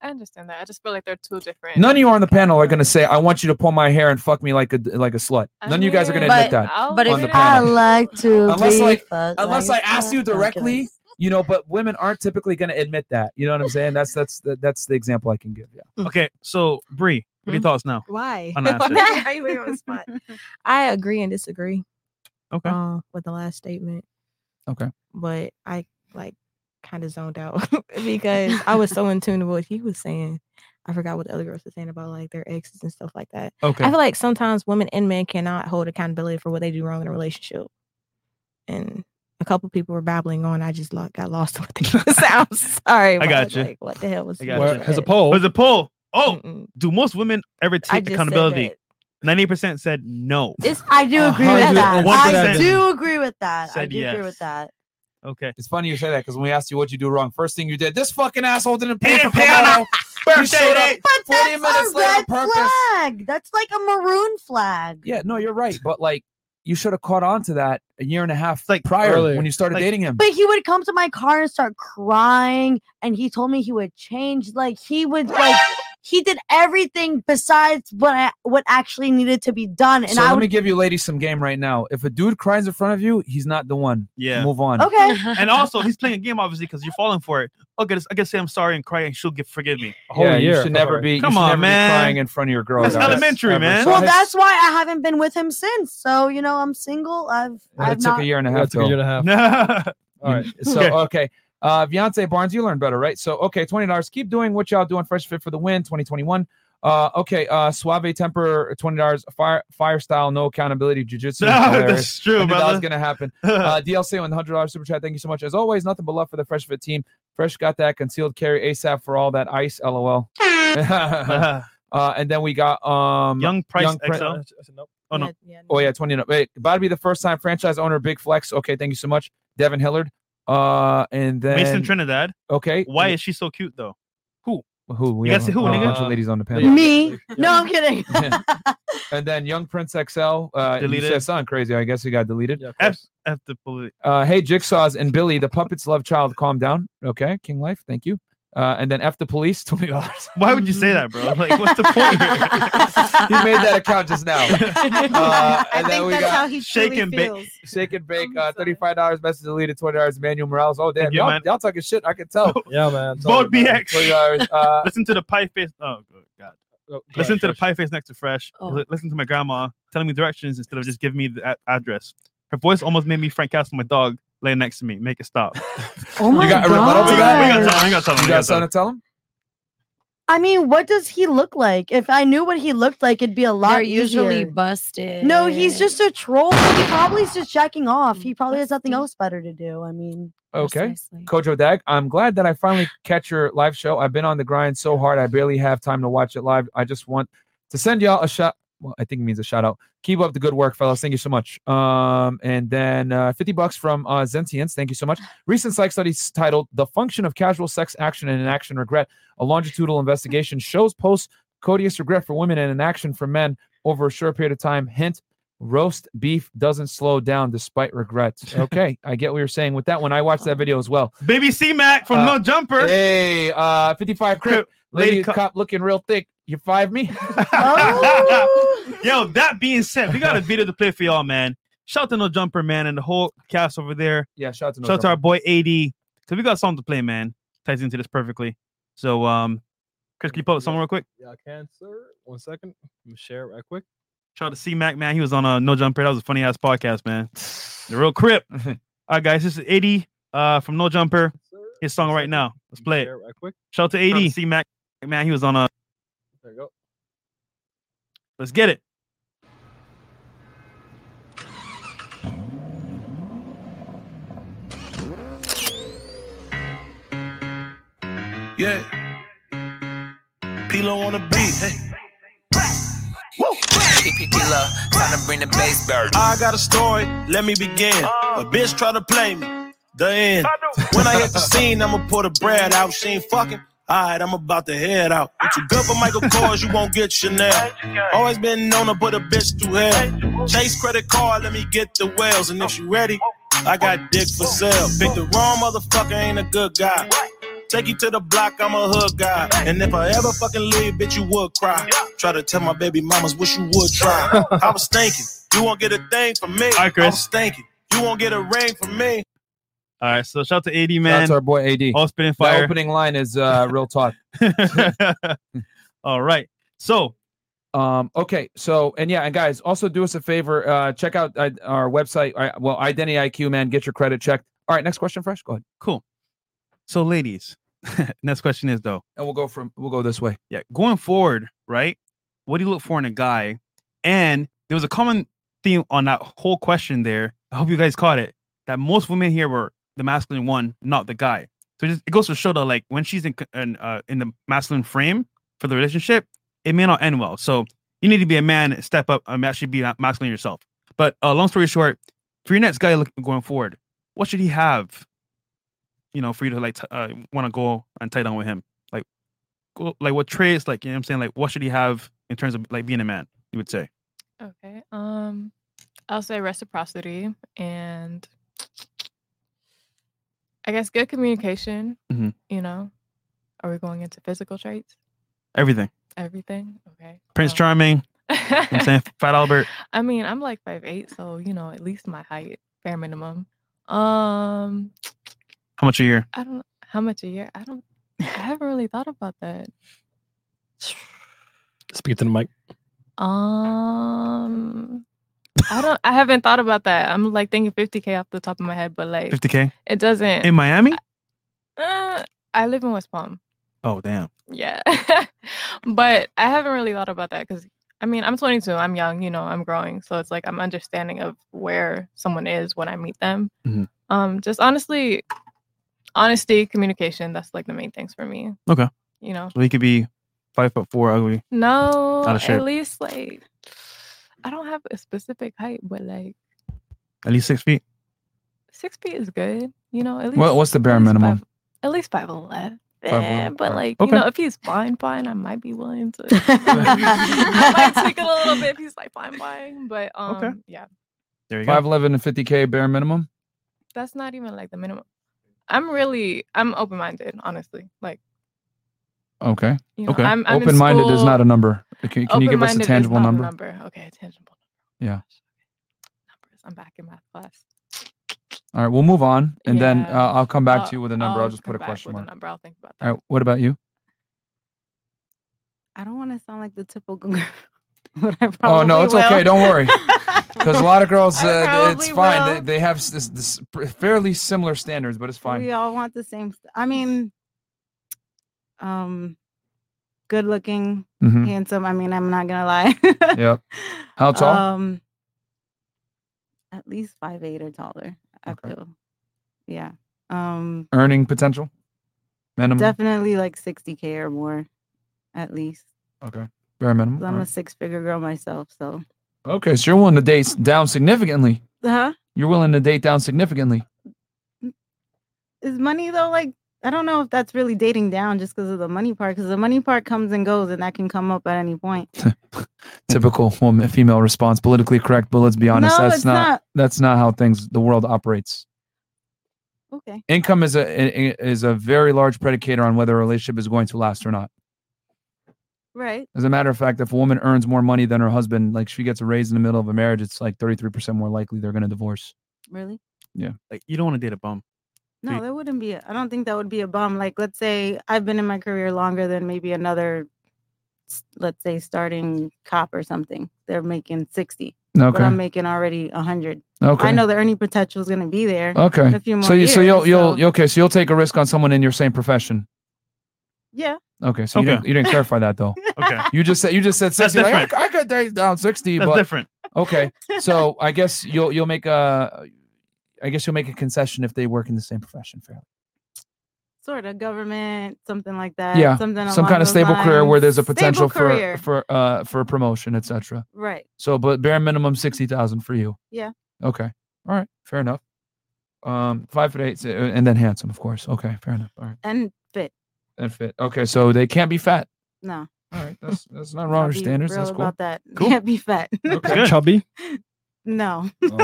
I understand that. I just feel like they're two different. None of you on the panel are gonna say, "I want you to pull my hair and fuck me like a like a slut." None of you guys are gonna admit that. But on if the I panel. like to unless be like fucked unless I like ask you directly, you know. But women aren't typically gonna admit that. You know what I'm saying? That's that's that's the example I can give. Yeah. Mm. Okay, so Bree, what are Mm. your thoughts now? Hmm? [laughs] Why? On that [laughs] shit. Why you put me on the spot? [laughs] I agree and disagree. Okay. uh, with the last statement, Okay. but I like kind of zoned out [laughs] because I was so [laughs] in tune with what he was saying. I forgot what the other girls were saying about like their exes and stuff like that. Okay. I feel like sometimes women and men cannot hold accountability for what they do wrong in a relationship. And a couple people were babbling on. I just lo- got lost [laughs] in what they [laughs] was. I'm sorry. I but got you. Like, what the hell was I got what you. was that? poll. There's a poll. Oh, do most women ever I take just said accountability? that. Ninety percent said no. It's, I do agree with that. 100% I do agree with that. I said do yes. agree with that. Okay. It's funny you say that because when we asked you what you do wrong, first thing you did, this fucking asshole didn't pay for pay Camaro. You [laughs] Birthday showed up day. 40 minutes a late on red purpose. flag. That's like a maroon flag. Yeah, no, you're right. But like, you should have caught on to that a year and a half like prior earlier. when you started Like- dating him. But he would come to my car and start crying, and he told me he would change. Like he would like he did everything besides what I, what actually needed to be done, and so I let would me give you ladies some game right now. If a dude cries in front of you, he's not the one. Yeah. Move on. Okay. [laughs] and also, he's playing a game, obviously, because you're falling for it. Okay, I guess say I'm sorry and cry, and she'll give, forgive me. A whole Yeah, you year. should never be- you Come should on, never be man. crying in front of your girl That's about it. elementary, Ever. man. Well, that's why I haven't been with him since. So you know, I'm single. I've But I've it took not. a year and a Yeah, half. it took a though. year and a half. All right. So Okay. okay. Uh Beyonce Barnes, you learned better, right? So okay, twenty dollars. Keep doing what y'all doing. Fresh fit for the win, twenty twenty one. Uh okay, uh Suave Temper, twenty dollars. Fire fire style, no accountability, jujitsu. That's Hilarious. true, I knew That brother. was gonna happen. Uh DLC one hundred dollars super chat. Thank you so much. As always, nothing but love for the Fresh Fit team. Fresh got that concealed carry ASAP for all that ice. LOL. [laughs] uh, and then we got [laughs] um Young Price Pri- XL. Oh no. Oh yeah, twenty. and up. Wait, about to be the first time franchise owner. Big flex. Okay, thank you so much, Devin Hillard. Uh, and then Mason Trinidad. Okay. Why is she so cute though? Who? Who? We You have guys say who, a nigga? bunch of ladies on the panel. Me? No, [laughs] I'm kidding. And then Young Prince XL. Uh, deleted. Deleted. said something crazy. I guess he got deleted. F, F the bullet. Uh, hey, Jigsaws and Billy, the puppets love child. Calm down. Okay, King Life. Thank you. Uh, and then F the police, [laughs] twenty dollars. Why would you say that, bro? Like, what's the point? [laughs] [laughs] he made that account just now. Uh, and then we got shake and bake. Shake and bake. Uh, Thirty-five dollars. Message deleted. Twenty dollars. Manuel Morales. Oh damn, you, y'all, man. y'all talking shit. I can tell. [laughs] Yeah, man. [laughs] Vote BX. Twenty dollars. Uh, Listen to the pie face. Oh good god. [laughs] Listen to the pie face next to Fresh. Li- Listen to my grandma telling me directions instead of just giving me the a- address. Her voice almost made me Frank Castle, my dog, laying next to me. Make it stop. [laughs] Oh my you got god. a rebuttal to that? We got something. We got something. You we got got something something. to tell him? I mean, what does he look like? If I knew what he looked like, it'd be a lot They're usually easier. busted. No, he's just a troll. He probably is just jacking off. He probably has Mm-hmm. nothing else better to do. I mean, Okay. Kojo Dag, I'm glad that I finally catch your live show. I've been on the grind so hard, I barely have time to watch it live. I just want to send y'all a shot. Well, I think it means a shout out. Keep up the good work, fellas. Thank you so much. Um, and then uh, 50 bucks from uh, Zentience. Thank you so much. Recent psych studies titled The Function of Casual Sex Action and Inaction Regret, a longitudinal investigation shows post coitus regret for women and inaction for men over a short period of time. Hint, roast beef doesn't slow down despite regret. [laughs] Okay, I get what you're saying with that one. I watched that video as well. Baby C Mac from Uh, No Jumper. Hey, uh, [laughs] 55 Crip, lady, Lady cop. looking real thick. You five me? Oh. [laughs] Yo, that being said, we got a video to play for y'all, man. Shout out to No Jumper, man, and the whole cast over there. Yeah, shout out to No Shout out to our Jumper. boy AD. Because we got something to play, man. Ties into this perfectly. So, um, Chris, can you pull up something real quick? Yeah, I can, sir. One second. Let me share it right quick. Shout out to C Mac, man. He was on a No Jumper. That was a funny ass podcast, man. The [laughs] real crip. All right, guys, this is AD uh, from No Jumper. His song right now. Let's play it. Share it right quick. Shout out to AD. C Mac, man. He was on a. There you go. Let's get it. Yeah. Pilo on the beat. Hey. Woo. Pilo, time to bring the bass bird. I got a story, let me begin. A bitch try to play me. The end. When I hit the scene, I'ma put a bread out. She ain't fucking. Alright, I'm about to head out. You too good for Michael Kors, you won't get Chanel. Always been known to put a bitch through hell. Chase credit card, let me get the wells. And if she ready, I got dick for sale. Pick the wrong motherfucker, ain't a good guy. Take you to the block, I'm a hood guy. And if I ever fucking leave, bitch, you would cry. Try to tell my baby mamas, wish you would try. I was thinking, you won't get a thing from me. All right, Chris. I was thinking, you won't get a ring from me. All right, so shout out to AD man. That's our boy AD. All spinning The fire. opening line is uh, real talk. [laughs] All right. So, um, okay. So, and yeah, and guys, also do us a favor. Uh, check out uh, our website. I, well, Identity IQ, man. Get your credit checked. All right. Next question, Fresh. Go ahead. Cool. So, ladies, [laughs] next question is though. And we'll go from we'll go this way. Yeah, going forward, right? What do you look for in a guy? And there was a common theme on that whole question there. I hope you guys caught it. That most women here were the masculine one, not the guy. So it, just, it goes to show that like when she's in c- in, uh, in the masculine frame for the relationship, it may not end well. So you need to be a man, step up, and actually be ma- masculine yourself. But uh, long story short, for your next guy look, going forward, what should he have? You know, for you to like t- uh, want to go and tie down with him, like go- like what traits like you know what i'm saying like what should he have in terms of like being a man you would say Okay. Um, I'll say reciprocity and I guess good communication. Mhm. You know, are we going into physical traits? everything Everything. Okay. prince [laughs] charming you know what i'm saying fat albert I mean, I'm like five eight, so you know, at least my height, bare minimum. Um, how much a year I don't how much a year. I don't. I haven't really thought about that. Speak to the mic. Um, I don't. I haven't thought about that. I'm like thinking 50k off the top of my head, but like 50k It doesn't. in miami Uh, I live in West Palm. oh damn Yeah, [laughs] but I haven't really thought about that because I mean I'm 22. I'm young. You know, I'm growing. So it's like I'm understanding of where someone is when I meet them. Mhm. Um, just honestly, honesty, communication. That's like the main things for me. okay You know. so he could be five foot four ugly No, Out of shape. at least like I don't have a specific height, but like at least six feet six feet is good. You know, at least What, what's the bare minimum? at least five eleven. 5'11", But right. like Okay. you know, if he's fine, fine, I might be willing [laughs] to. [laughs] I might tweak it a little bit if he's like fine, fine. But um, yeah, There you go. Five eleven to fifty k bare minimum. that's not even like the minimum. I'm really, I'm open minded, honestly. Like Okay. You know, okay. I'm- I'm in Open minded is school. not a number. Can, can you give us a open-minded is tangible not a number? number. Okay, a tangible. Yeah. Numbers. I'm back in math class. All right. We'll move on, and then Yeah. uh, I'll come back I'll- to you with a number. I'll, just put a come back question with mark. A number. I'll think about that. All right. What [laughs] about you? I don't want to sound like the typical [laughs] girl. but I Oh probably no, it's okay. will. [laughs] Don't worry, [laughs] because a lot of girls, uh, th- it's probably fine. They, will. they have s- this, this pr- fairly similar standards, but it's fine. We all want the same. St- I mean, um, good looking, Mhm. handsome. I mean, I'm not gonna lie. [laughs] [laughs] Yep. How tall? Um, at least five eight or taller. I feel. Yeah. Um, Earning potential, minimum. definitely like 60k or more, at least. okay, bare minimum. 'Cause all I'm a right. six figure girl myself, so. Okay, so you're willing to date s- down significantly. Huh? You're willing to date down significantly. [laughs] is money though like i don't know if that's really dating down just because of the money part because the money part comes and goes and that can come up at any point Typical woman, female response, politically correct, but let's be honest, No, that's it's not, not. that's not how things the world operates. okay Income is a i- i- is a very large predicator on whether a relationship is going to last or not. right As a matter of fact, if a woman earns more money than her husband, like she gets a raise in the middle of a marriage, it's like 33% more likely they're going to divorce. really Yeah. Like you don't want to date a bum. no that wouldn't be I i don't think that would be a bum like let's say i've been in my career longer than maybe another s- let's say starting cop or something they're making 60 but Okay. i'm making already 100 Okay. i know the earning potential is going to be there Okay. in a few more so you so years, you'll you'll okay, so you'll take a risk on someone in your same profession. yeah Okay, so You, Okay. didn't, you didn't clarify that though. [laughs] Okay. You just said you just said That's sixty. like, I, different. I could date down sixty, That's but different. Okay, so I guess you'll you'll make a, I guess you'll make a concession if they work in the same profession. Fairly. sort of government something like that yeah. something Some along kind of those stable career where lines. there's a Stable potential for career. for uh for promotion, etc. right Mm-hmm. So, but bare minimum sixty thousand for you. yeah Okay. All right. Fair enough. Um, five foot eight, uh, and then handsome, of course. Okay. Fair enough. All right. and fit And fit. Okay. So they can't be fat. No. All [laughs] right. That's that's not wrong I'll with be standards. real That's cool. Oh, About that. [laughs] Can't be fat. Okay. Chubby. [laughs] no. [laughs]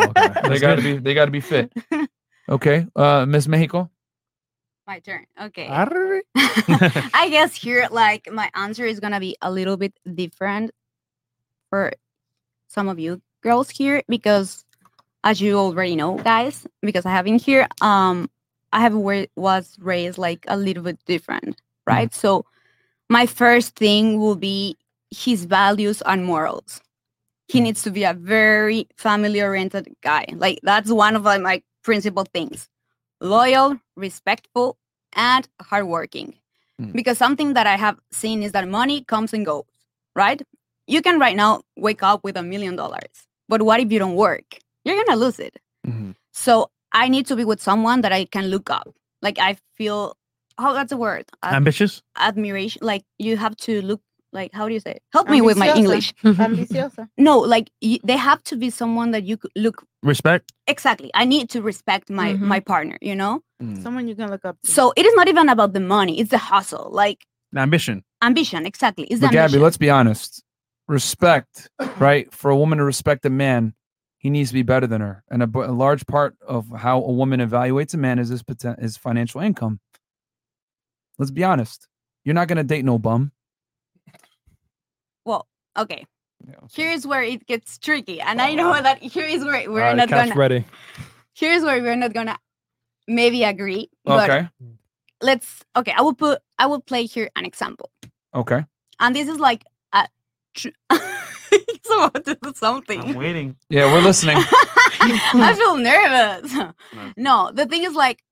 [laughs] They gotta be. They gotta be fit. Okay. Uh, Miss Mexico. My turn. [laughs] Okay. [laughs] Arre. I guess here, like, my answer is gonna be a little bit different for some of you girls here because, as you already know, guys, because I have been here, um, I have wa- was raised like a little bit different, right? So, my first thing will be his values and morals. He needs to be a very family-oriented guy. Like, that's one of like, my principal things loyal, respectful, and hardworking. Hmm. Because something that I have seen is that money comes and goes, right? You can right now wake up with a million dollars, but what if you don't work? You're gonna lose it. So I need to be with someone that I can look up. Like I feel, oh, that's a word. Ad- Ambitious? Admiration. Like you have to look. Like how do you say? It? Help me with my Ambiciosa. English. Ambiciosa. No, like y- they have to be someone that you could look Respect. exactly i need to respect my Mhm. my partner you know Someone you can look up. so it is not even about the money it's the hustle like The ambition. ambition exactly it's the But Gabby, ambition. let's be honest. Respect, right? For a woman to respect a man, he needs to be better than her. And a, bu- a large part of how a woman evaluates a man is his poten- is financial income. Let's be honest. You're not gonna date no bum. well okay here's where it gets tricky and i know that here is where we're All right, not cat's gonna ready. here's where we're not gonna maybe agree but let's okay i will put i will play here an example Okay. and this is like a tr- [laughs] it's about to do something I'm waiting. Yeah, we're listening. [laughs] I feel nervous. No, the thing is like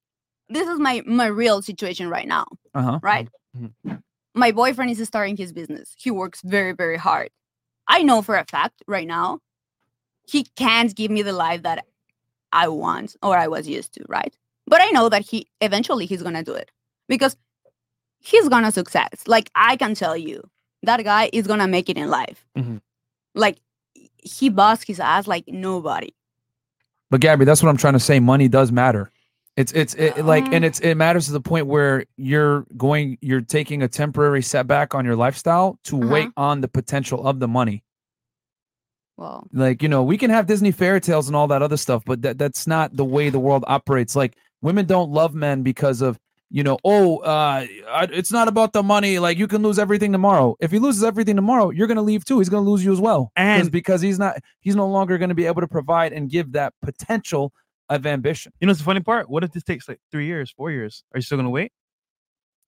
this is my my real situation right now, Uh huh. right? My boyfriend is starting his business. He works very very hard. I know for a fact right now he can't give me the life that I want or I was used to, right? But I know that he eventually he's going to do it because he's going to success. Like I can tell you, that guy is going to make it in life. Mm-hmm. Like he busts his ass like nobody. But Gabby, that's what I'm trying to say. Money does matter. It's it's it, it, like and it's it matters to the point where you're going you're taking a temporary setback on your lifestyle to wait on the potential of the money. Well, Like you know we can have Disney fairy tales and all that other stuff, but that that's not the way the world operates. Like women don't love men because of you know oh uh I, it's not about the money. Like you can lose everything tomorrow. If he loses everything tomorrow, you're gonna leave too. He's gonna lose you as well. And because he's not he's no longer gonna be able to provide and give that potential of ambition. You know, it's the funny part. What if this takes like three years, four years? Are you still gonna wait?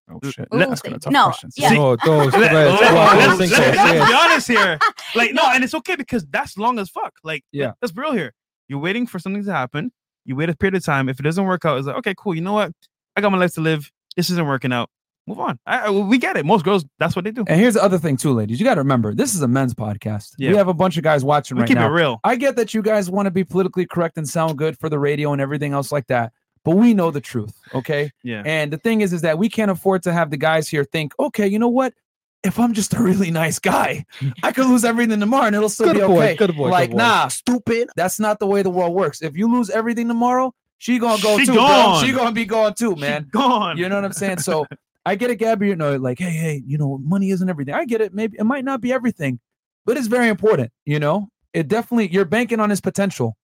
Oh shit! Ooh, That's gonna tough no, questions. yeah. No, [laughs] those Let- threads, let- wow, let's- those things are let's- let's be serious. [laughs] honest here. Like, no, and it's okay because that's long as fuck. Like, Yeah. let's be real here. You're waiting for something to happen. You wait a period of time. If it doesn't work out, it's like, okay, cool. You know what? I got my life to live. This isn't working out. Move on. I, I- we get it. Most girls, that's what they do. And here's the other thing too, ladies. You got to remember, this is a men's podcast. Yeah. We have a bunch of guys watching We right keep it now. real. I get that you guys want to be politically correct and sound good for the radio and everything else like that, but we know the truth, okay? Yeah. And the thing is, is that we can't afford to have the guys here think, okay, you know what? If I'm just a really nice guy, I could lose everything tomorrow and it'll still Good be boy, okay. good boy, good like, boy. nah, stupid. That's not the way the world works. If you lose everything tomorrow, she gonna go She too. gone. Bro. She gonna be gone too, man. gone. You know what I'm saying? So I get it, Gabby. You know, like, hey, hey, you know, money isn't everything. I get it. Maybe it might not be everything, but it's very important. You know, it definitely you're banking on his potential.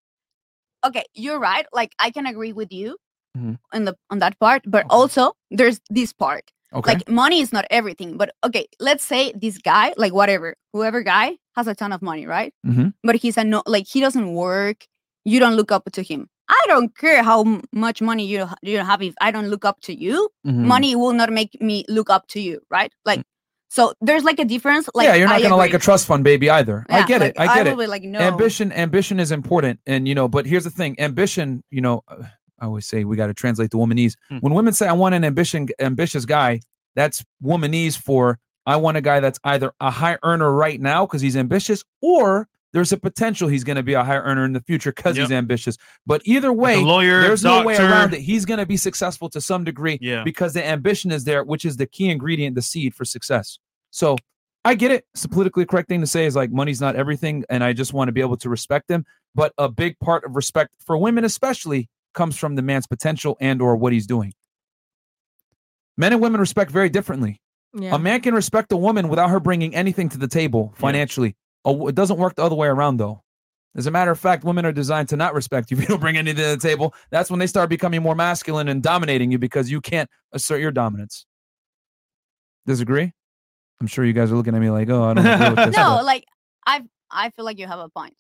okay you're right like i can agree with you Mhm. on the on that part but also there's this part Okay. like money is not everything but okay let's say this guy like whatever whoever guy has a ton of money right Mhm. but he's a no like he doesn't work you don't look up to him i don't care how m- much money you ha- you have if i don't look up to you Mhm. money will not make me look up to you right like so there's like a difference like Mm. yeah, you're not I gonna like agree. a trust fund baby either. I Yeah, get it. like, I I get will it. be like, no. Ambition, ambition is important, and you know. But here's the thing: ambition. You know, uh, I always say we got to translate the womanese. When women say, "I want an ambition, ambitious guy," that's womanese for I want a guy that's either a high earner right now because he's ambitious, or there's a potential he's going to be a high earner in the future because he's ambitious. But either way, lawyer, there's no way doctor. around it. He's going to be successful to some degree Yeah. because the ambition is there, which is the key ingredient, the seed for success. So I get it. It's a politically correct thing to say is like money's not everything, and I just want to be able to respect them. But a big part of respect for women, especially, comes from the man's potential and or what he's doing. Men and women respect very differently. Yeah. A man can respect a woman without her bringing anything to the table financially. A w- it doesn't work the other way around though. As a matter of fact, women are designed to not respect you if you don't bring anything to the table. That's when they start becoming more masculine and dominating you because you can't assert your dominance. Disagree? I'm sure you guys are looking at me like, oh, I don't agree [laughs] [laughs] with this. no, but- like I I feel like you have a point.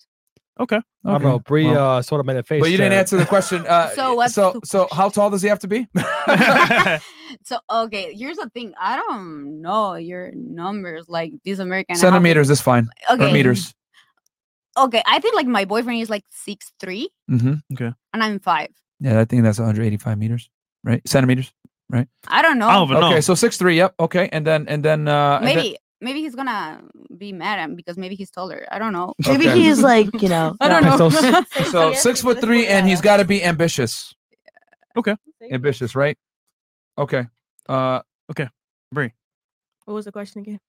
Okay. I don't Okay. know. Bree Well, uh, sort of made a face. but you didn't there. answer the question. Uh, [laughs] So what's so, so how tall does he have to be? [laughs] So okay, here's the thing. I don't know your numbers like this American. athlete- Centimeters is fine. Or Okay. meters. Okay, I think like my boyfriend is like six three hmm Okay. and I'm five. Yeah, I think that's 185 meters, right? Centimeters, right? I don't know. I don't even know. Okay, so six three. Yep. Okay, and then and then uh, and then- maybe maybe he's gonna be mad at him because maybe he's taller. I don't know. Maybe Okay. he's, like, you know, I don't know. [laughs] so six foot three, and he's got to be ambitious. Okay. Ambitious, right? Okay. Uh. Okay. Bree. What was the question again?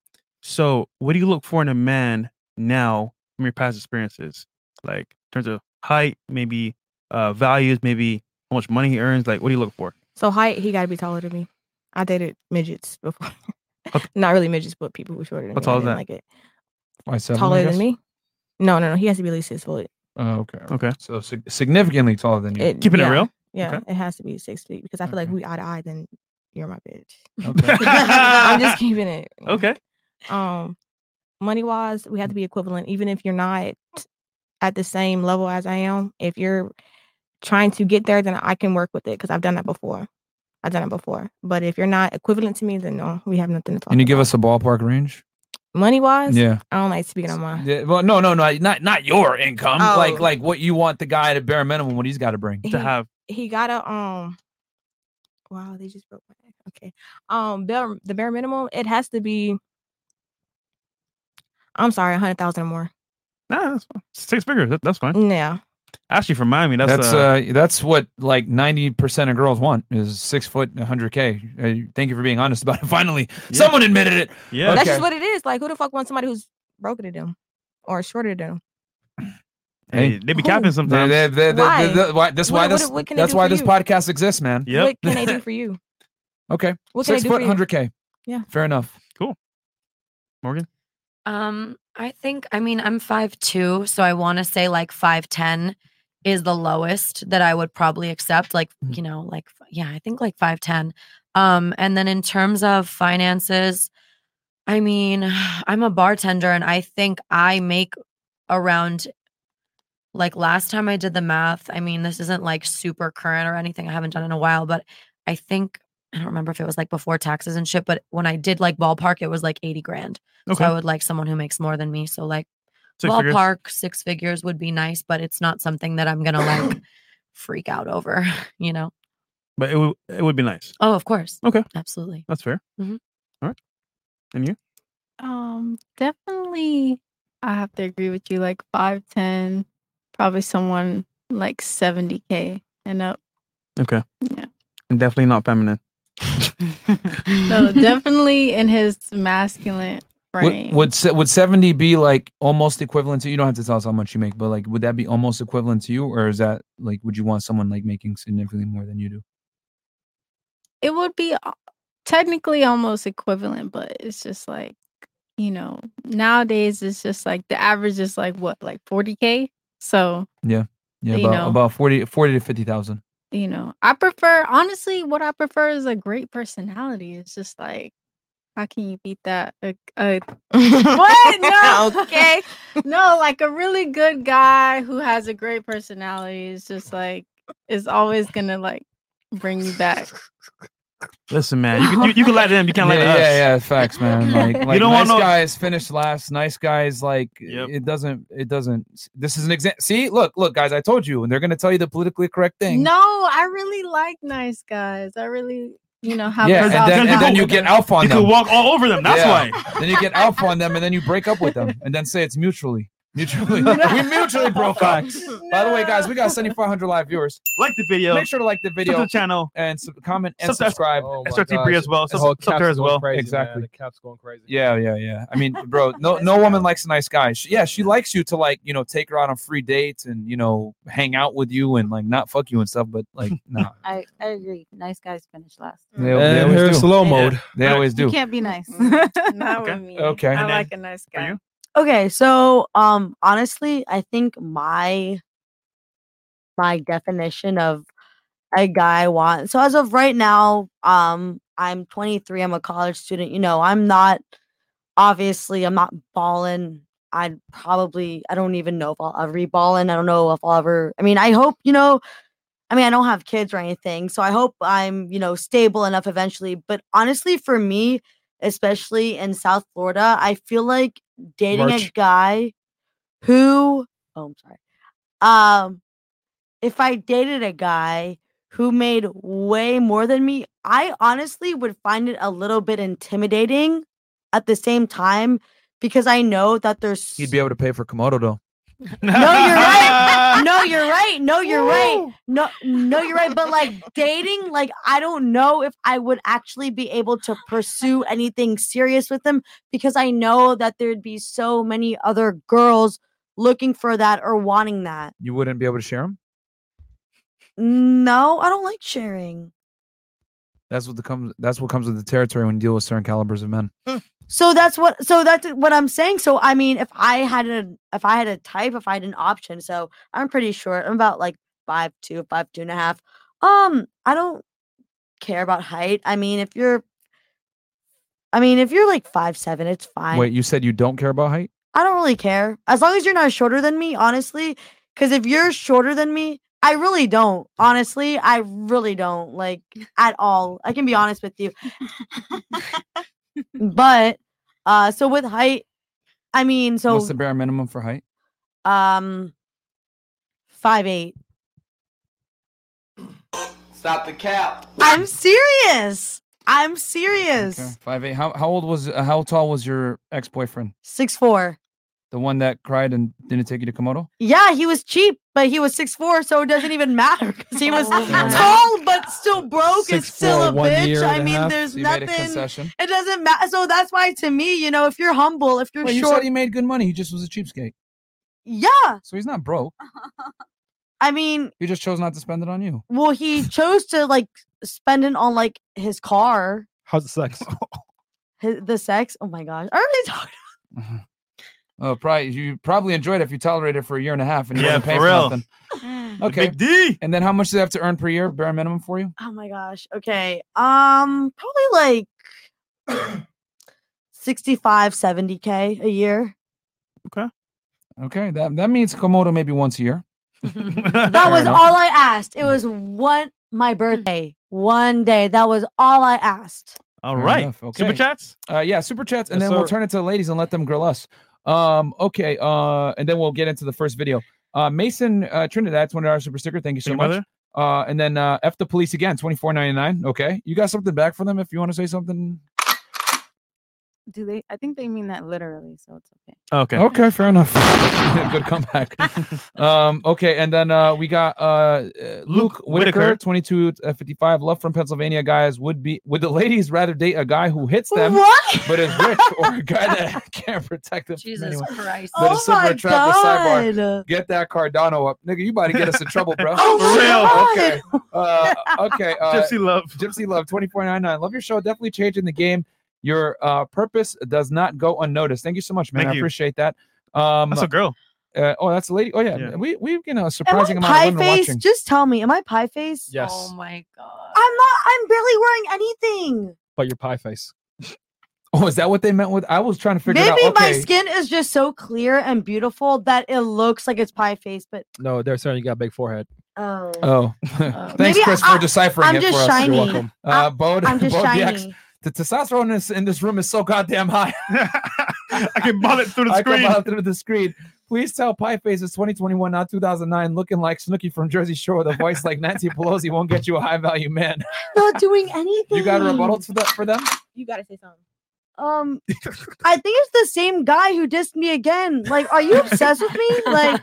So, what do you look for in a man now from your past experiences? Like in terms of height, maybe uh values, maybe how much money he earns. Like, what do you look for? So height, he got to be taller than me. I dated midgets before. [laughs] Not really midgets, but people who were shorter than How me. tall I is didn't Like that? it. Why seven? I Taller than guess? me? No, no, no. He has to be at least six foot. Oh, okay. Okay. So sig- significantly taller than you. It- yeah, Yeah, it has to be six feet because I feel like we eye to eye. Then you're my bitch. [laughs] I'm just keeping it. Okay. Um, money wise, we have to be equivalent, even if you're not at the same level as I am. If you're trying to get there, then I can work with it because I've done that before. I've done it before. But if you're not equivalent to me, then no, we have nothing to talk. Can you give us a ballpark range? Money wise, Yeah. I don't like speaking on my. Yeah, well, no, no, no, not not your income. Oh. Like like what you want the guy at a bare minimum, what he's got to bring He- He got a um. Wow, they just broke my neck. Okay. Um, bare, the bare minimum it has to be. I'm sorry, a hundred thousand or more. Nah, that's fine. Six figures. That, that's fine. Yeah. Actually, from Miami, that's, That's uh, uh, that's what like ninety percent of girls want is six foot, hundred k. Uh, Thank you for being honest about it. [laughs] Finally, someone admitted it. That's Okay. just what it is. Like, who the fuck wants somebody who's broken to them or shorter than them? hey, they be capping sometimes. They- they- they- they- Why? they- why- That's What- why what- this. what can they That's do why for this you? podcast exists, man. What can [laughs] [laughs] they do for you? okay. what can they six do for foot, you? hundred k. Yeah. Fair enough. Cool. Morgan. Um, I think I mean I'm five two, so I want to say like five ten is the lowest that I would probably accept. Like you know, like yeah, I think like five ten. Um, and then in terms of finances, I mean, [sighs] I'm a bartender, and I think I make around like last time I did the math. I mean, this isn't like super current or anything. I haven't done in a while, but I think I don't remember if it was like before taxes and shit. But when I did like ballpark, it was like eighty grand. So I Okay. would like someone who makes more than me. So like Six figures. ballpark six figures would be nice, but it's not something that I'm [coughs] gonna like freak out over. [laughs] You know? But it would it would be nice. Oh, of course. Okay. Absolutely. That's fair. Mhm. All right. And you? Um, definitely, I have to agree with you. Like five ten, probably someone like seventy k and up. Okay. Yeah. And definitely not feminine. So definitely in his masculine frame. Would would, se- would seventy be like almost equivalent to? You don't have to tell us how much you make, but like, would that be almost equivalent to you, or is that like, would you want someone like making significantly more than you do? It would be a- technically almost equivalent, but it's just like you know nowadays it's just like the average is like what like forty k. So Yeah. Yeah. You About know. about 40, 40 to fifty thousand. you know, I prefer honestly what I prefer is a great personality. It's just like how can you beat that? A, a [laughs] what? No, [laughs] okay, no, like a really good guy who has a great personality is just like is always gonna like bring you back. Listen, man, you, can- you, you can lie to them. You can't yeah, lie to yeah, us. yeah, facts, man. [laughs] Like, You like don't nice want no- guys finish last. Nice guys, like it doesn't, it doesn't. This is an example. See, look, look, guys, I told you, and they're gonna tell you the politically correct thing. No, I really like nice guys. I really, you know, have yeah, a and soft then, and spot. then you get alpha on You them. could walk all over them. That's why. Then you get alpha on them, and then you break up with them, and then say it's mutually, [laughs] mutually. we mutually broke up. By the way, guys, we got seventy five hundred live viewers. Like the video. Make sure to like the video, to the channel, and sub- [laughs] comment and Sub to S- subscribe. Oh my SRT Bree as well. Sub- Oh, sub to her Cap's as going well. crazy, man. Exactly. The Cap's going crazy. Yeah, yeah, yeah. I mean, bro, no, no woman likes a nice guy. She, yeah, she likes you to like, you know, take her out on free dates and you know, hang out with you and like not fuck you and stuff. But like, [laughs] nah, I, I agree. Nice guys finish last. they, they always here's do. slow mode. They always You do. can't be nice. Not with me. Okay. I And like a nice guy. Okay, so um honestly, I think my my definition of a guy want so as of right now, um I'm 23, I'm a college student, you know, I'm not obviously I'm not balling. I'd probably I don't even know if I'll ever be balling. I don't know if I'll ever I mean, I hope, you know, I mean, I don't have kids or anything, so I hope I'm, you know, stable enough eventually. But honestly, for me, especially in South Florida, I feel like dating a March. guy who, oh, I'm sorry. Um, if I dated a guy who made way more than me, I honestly would find it a little bit intimidating at the same time because I know that there's He'd be able to pay for Komodo though. no, [laughs] you're right. No, you're right. No, you're right. No, no, you're right. But like dating, like I don't know if I would actually be able to pursue anything serious with them because I know that there'd be so many other girls looking for that or wanting that. You wouldn't be able to share him. No, I don't like sharing. That's what the comes. That's what comes with the territory when you deal with certain calibers of men. So that's what so that's what I'm saying. So I mean if I had a if I had a type, if I had an option, so I'm pretty sure I'm about like five two, five two and a half. Um, I don't care about height. I mean if you're I mean if you're like five seven, it's fine. Wait, you said you don't care about height? I don't really care. As long as you're not shorter than me, honestly. Cause if you're shorter than me, I really don't. Honestly, I really don't like at all. I can be honest with you. but uh so with height, I mean so What's the bare minimum for height? um five eight. Stop the cap. I'm serious. I'm serious. Okay, five eight. How how old was uh, how tall was your ex boyfriend? Six four. The one that cried and didn't take you to Komodo? Yeah, he was cheap, but he was six four, so it doesn't even matter because he was Oh, tall but still broke and still a bitch. I mean, there's nothing. It doesn't matter. So that's why, to me, you know, if you're humble, if you're Wait, you short, said he made good money. He just was a cheapskate. yeah. So he's not broke. I mean, He just chose not to spend it on you. well, he chose to like spend it on like his car, How's the sex? his, the sex. Oh my gosh, I already [laughs] talked [laughs] Oh, probably you probably enjoyed it if you tolerated it for a year and a half and you Yeah, wasn't paying for for, real. nothing. Okay. Big D. And then how much do they have to earn per year, bare minimum for you? Oh my gosh. Okay. Um probably like 65 70k a year. Okay. Okay. That that means Komodo maybe once [laughs] a year. That was all I asked. It was one my birthday. One day. That was all I asked. All Fair right. enough, Super chats? Uh, yeah, super chats, and Yes, then we'll sir. turn it to the ladies and let them grill us. Um, okay. Uh, and then we'll get into the first video. Uh, Mason uh, Trinidad, twenty dollars super sticker. Thank you so Thank you, much. brother. Uh, and then uh, F the police again, twenty four ninety nine. Okay, you got something back for them if you want to say something. [laughs] Do they? I think they mean that literally, so it's okay. Okay. Okay, [laughs] fair enough. Good comeback. um, okay, and then uh, we got uh, uh, Luke Whitaker, Whitaker. twenty two fifty five. Love from Pennsylvania guys would be would the ladies rather date a guy who hits them, What? but is rich, or a guy that [laughs] can't protect them? Jesus Christ. But Oh a silver my trap with [laughs] sidebar. God. Get that Cardano up, nigga. You about to get us in trouble, bro. Oh For my real. Okay. Uh, [laughs] okay. Uh, Gypsy love. Gypsy love. Twenty four ninety nine. Love your show. Definitely changing the game. Your uh, purpose does not go unnoticed. Thank you so much, man. Thank I you. appreciate that. Um, That's a girl. Uh, oh, that's a lady. Oh yeah, Yeah. we we you know a Am surprising I amount of pie women face? watching. Just tell me. Am I pie face? Yes. Oh my god. I'm not I'm barely wearing anything. But your pie face. [laughs] Oh, is that what they meant with? I was trying to figure Maybe it out. my Okay. skin is just so clear and beautiful that it looks like it's pie face, but No, they're saying you got a big forehead. oh. Oh, thanks, Uh, [laughs] Maybe Chris, I- for deciphering I'm it just for us. shiny. You're welcome. Uh, Bo, I'm just Bo DX, shiny. The testosterone in this, in this room is so goddamn [laughs] high. I can ball it through the [laughs] I can screen. ball it through the screen. Please tell Pie Face it's 2021, not 2009, looking like Snooki from Jersey Shore with a voice like [laughs] Nancy Pelosi won't get you a high value man. not doing anything. You got a rebuttal to that for them? You gotta say something. Um, I think it's the same guy who dissed me again. Like, are you obsessed with me? Like,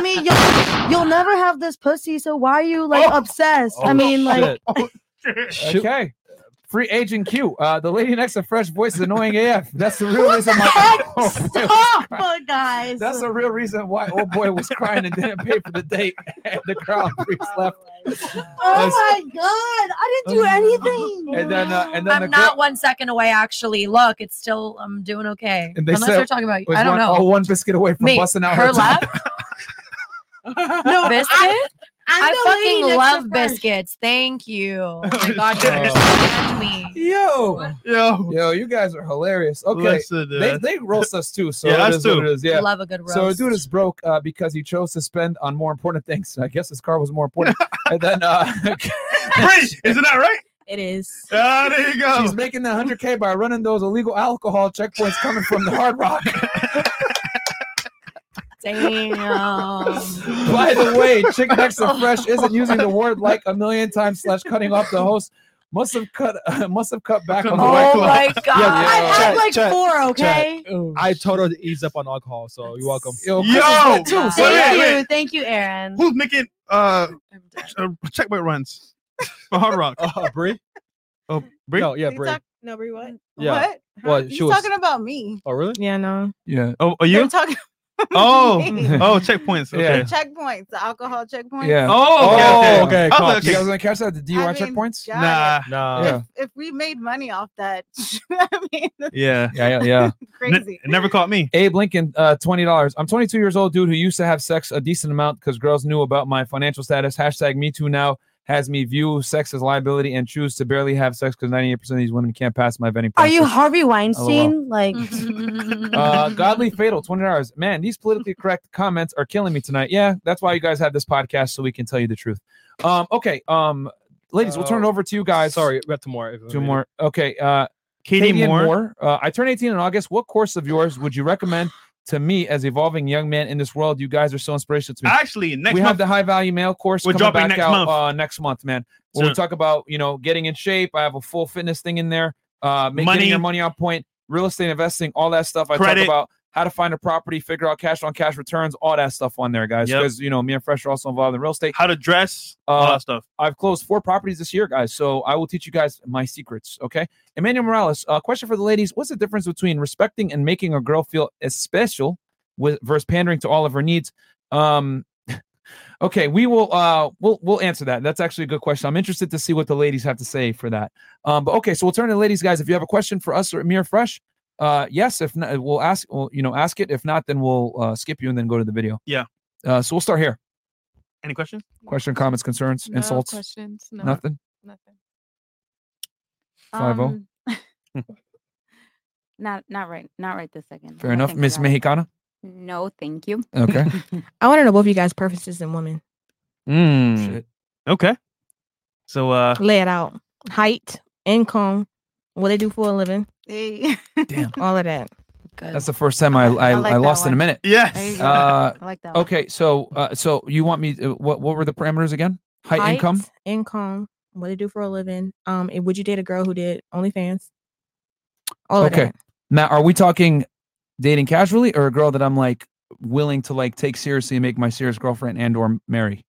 [laughs] mean, you'll, you'll never have this pussy, so why are you Oh, like obsessed? I mean, like, [laughs] Okay. Free agent Q. Uh, the lady next to Fresh Voice is annoying AF. That's [laughs] the real reason why. [laughs] Oh, Oh stop, [laughs] [laughs] guys. That's the real reason why old boy was crying and didn't pay for the date. And the crowd freaks left. Oh my god! I [laughs] didn't do anything. And then, uh, and then I'm the not girl- one second away. Actually, look, it's still I'm doing okay. And they Unless said- you're talking about, was I don't one- know. Oh, one biscuit away from Me, busting out her her, lap? top. No, biscuit. I, I'm the lady fucking next love to first. biscuits. [laughs] Thank you. Oh my god, you Oh. understand me. [laughs] Yo, yo, yo, you guys are hilarious. Okay, Listen, they, dude. they roast us too. So Yeah, it us is what too. it is, Yeah, Love a good So a roast. dude is broke uh, because he chose to spend on more important [laughs] things. I guess his car was [laughs] more important. and then, uh, isn't that right? It is. Ah, there you go. She's making that 100k by running those illegal alcohol checkpoints coming from the Hard Rock. [laughs] [laughs] Damn. By the way, Chick Nexa Fresh isn't using the word like a million times slash cutting off the host. Must have cut [laughs] must have cut back on the Oh white claw. my God. I had like four, okay? I told her to ease up on alcohol, so you're welcome. Yo, Chris is Yo! good, too. So- Thank Wait, you, wait. thank you, Aaron. Who's making uh, uh checkmate runs for Hard [laughs] Rock? Uh, Brie. Oh, Brie. No, yeah, You Brie. talk- no, Brie, what? Yeah. Mm, What? Well, she She's was- talking about me. oh, really? Yeah, no. Yeah. Oh, are They're you? talking. [laughs] Oh, me. [laughs] oh, checkpoints. Okay. The checkpoints, the alcohol checkpoints. Yeah. Oh, okay, okay. I was like, You okay. guys want to catch that? The DUI I mean, checkpoints? God, Nah. Yeah. If, if we made money off that, [laughs] I mean, that's Yeah. Yeah. [laughs] Yeah. yeah. crazy. never caught me. Abe Lincoln, uh, twenty dollars. I'm 22 years old, dude, who used to have sex a decent amount because girls knew about my financial status. Hashtag Me Too now has me view sex as liability and choose to barely have sex because 98 percent of these women can't pass my vetting. Are you process. Harvey Oh, [laughs] Weinstein? Like, uh, Godly Fatal, twenty dollars. Man, these politically correct comments are killing me tonight. Yeah, that's why you guys have this podcast so we can tell you the truth. Um, okay, um, ladies, we'll Oh, turn it over to you guys. Sorry, we have two more. Two more. Okay. Uh, Katie Katie, Moore. Moore. uh, I turn 18 in August. What course of yours would you recommend to me as evolving young man in this world? You guys are so inspirational to me. Actually, next we have month the high value male course We're coming dropping back next out month. Uh, next month, man. Where we So- talk about you know getting in shape. I have a full fitness thing in there. Uh, make, Money. getting your money on point, real estate investing, all that stuff. I Credit. talk about how to find a property, figure out cash on cash returns, all that stuff on there, guys. Yep. Because you know me and Fresh are also involved in real estate. how to dress, all Uh, that stuff. I've closed four properties this year, guys. So I will teach you guys my secrets. Okay. Emmanuel Morales, uh, question for the ladies What's the difference between respecting and making a girl feel as special with, versus pandering to all of her needs? Um, okay. We will, uh, we'll, we'll answer that. That's actually a good question. I'm interested to see what the ladies have to say for that. Um, but okay. So we'll turn to the ladies, guys. If you have a question for us or Amir Fresh, uh, yes. If not, we'll ask, we'll, you know, ask it. If not, then we'll uh, skip you and then go to the video. Yeah. Uh, so we'll start here. Any questions? Question, comments, concerns, No insults? questions, no. Nothing. Nothing. Five oh. Um, [laughs] [laughs] Not, not right, not right this second. Fair I enough, think Miss about it. Mexicana. No, thank you. [laughs] Okay. I want to know both of you guys' preferences in women. Shit. Okay. So uh Lay it out. Height, income, what they do for a living, [laughs] Hey. all of that. That's the first time I I, I, like that lost in a one. minute. Yes. There you go. Uh, I like that one. Okay, so uh, so you want me? uh, What what were the parameters again? High income. income, what they do for a living. Um, and would you date a girl who did OnlyFans? All of Okay, that. Matt, are we talking dating casually or a girl that I'm like willing to like take seriously and make my serious girlfriend and or marry?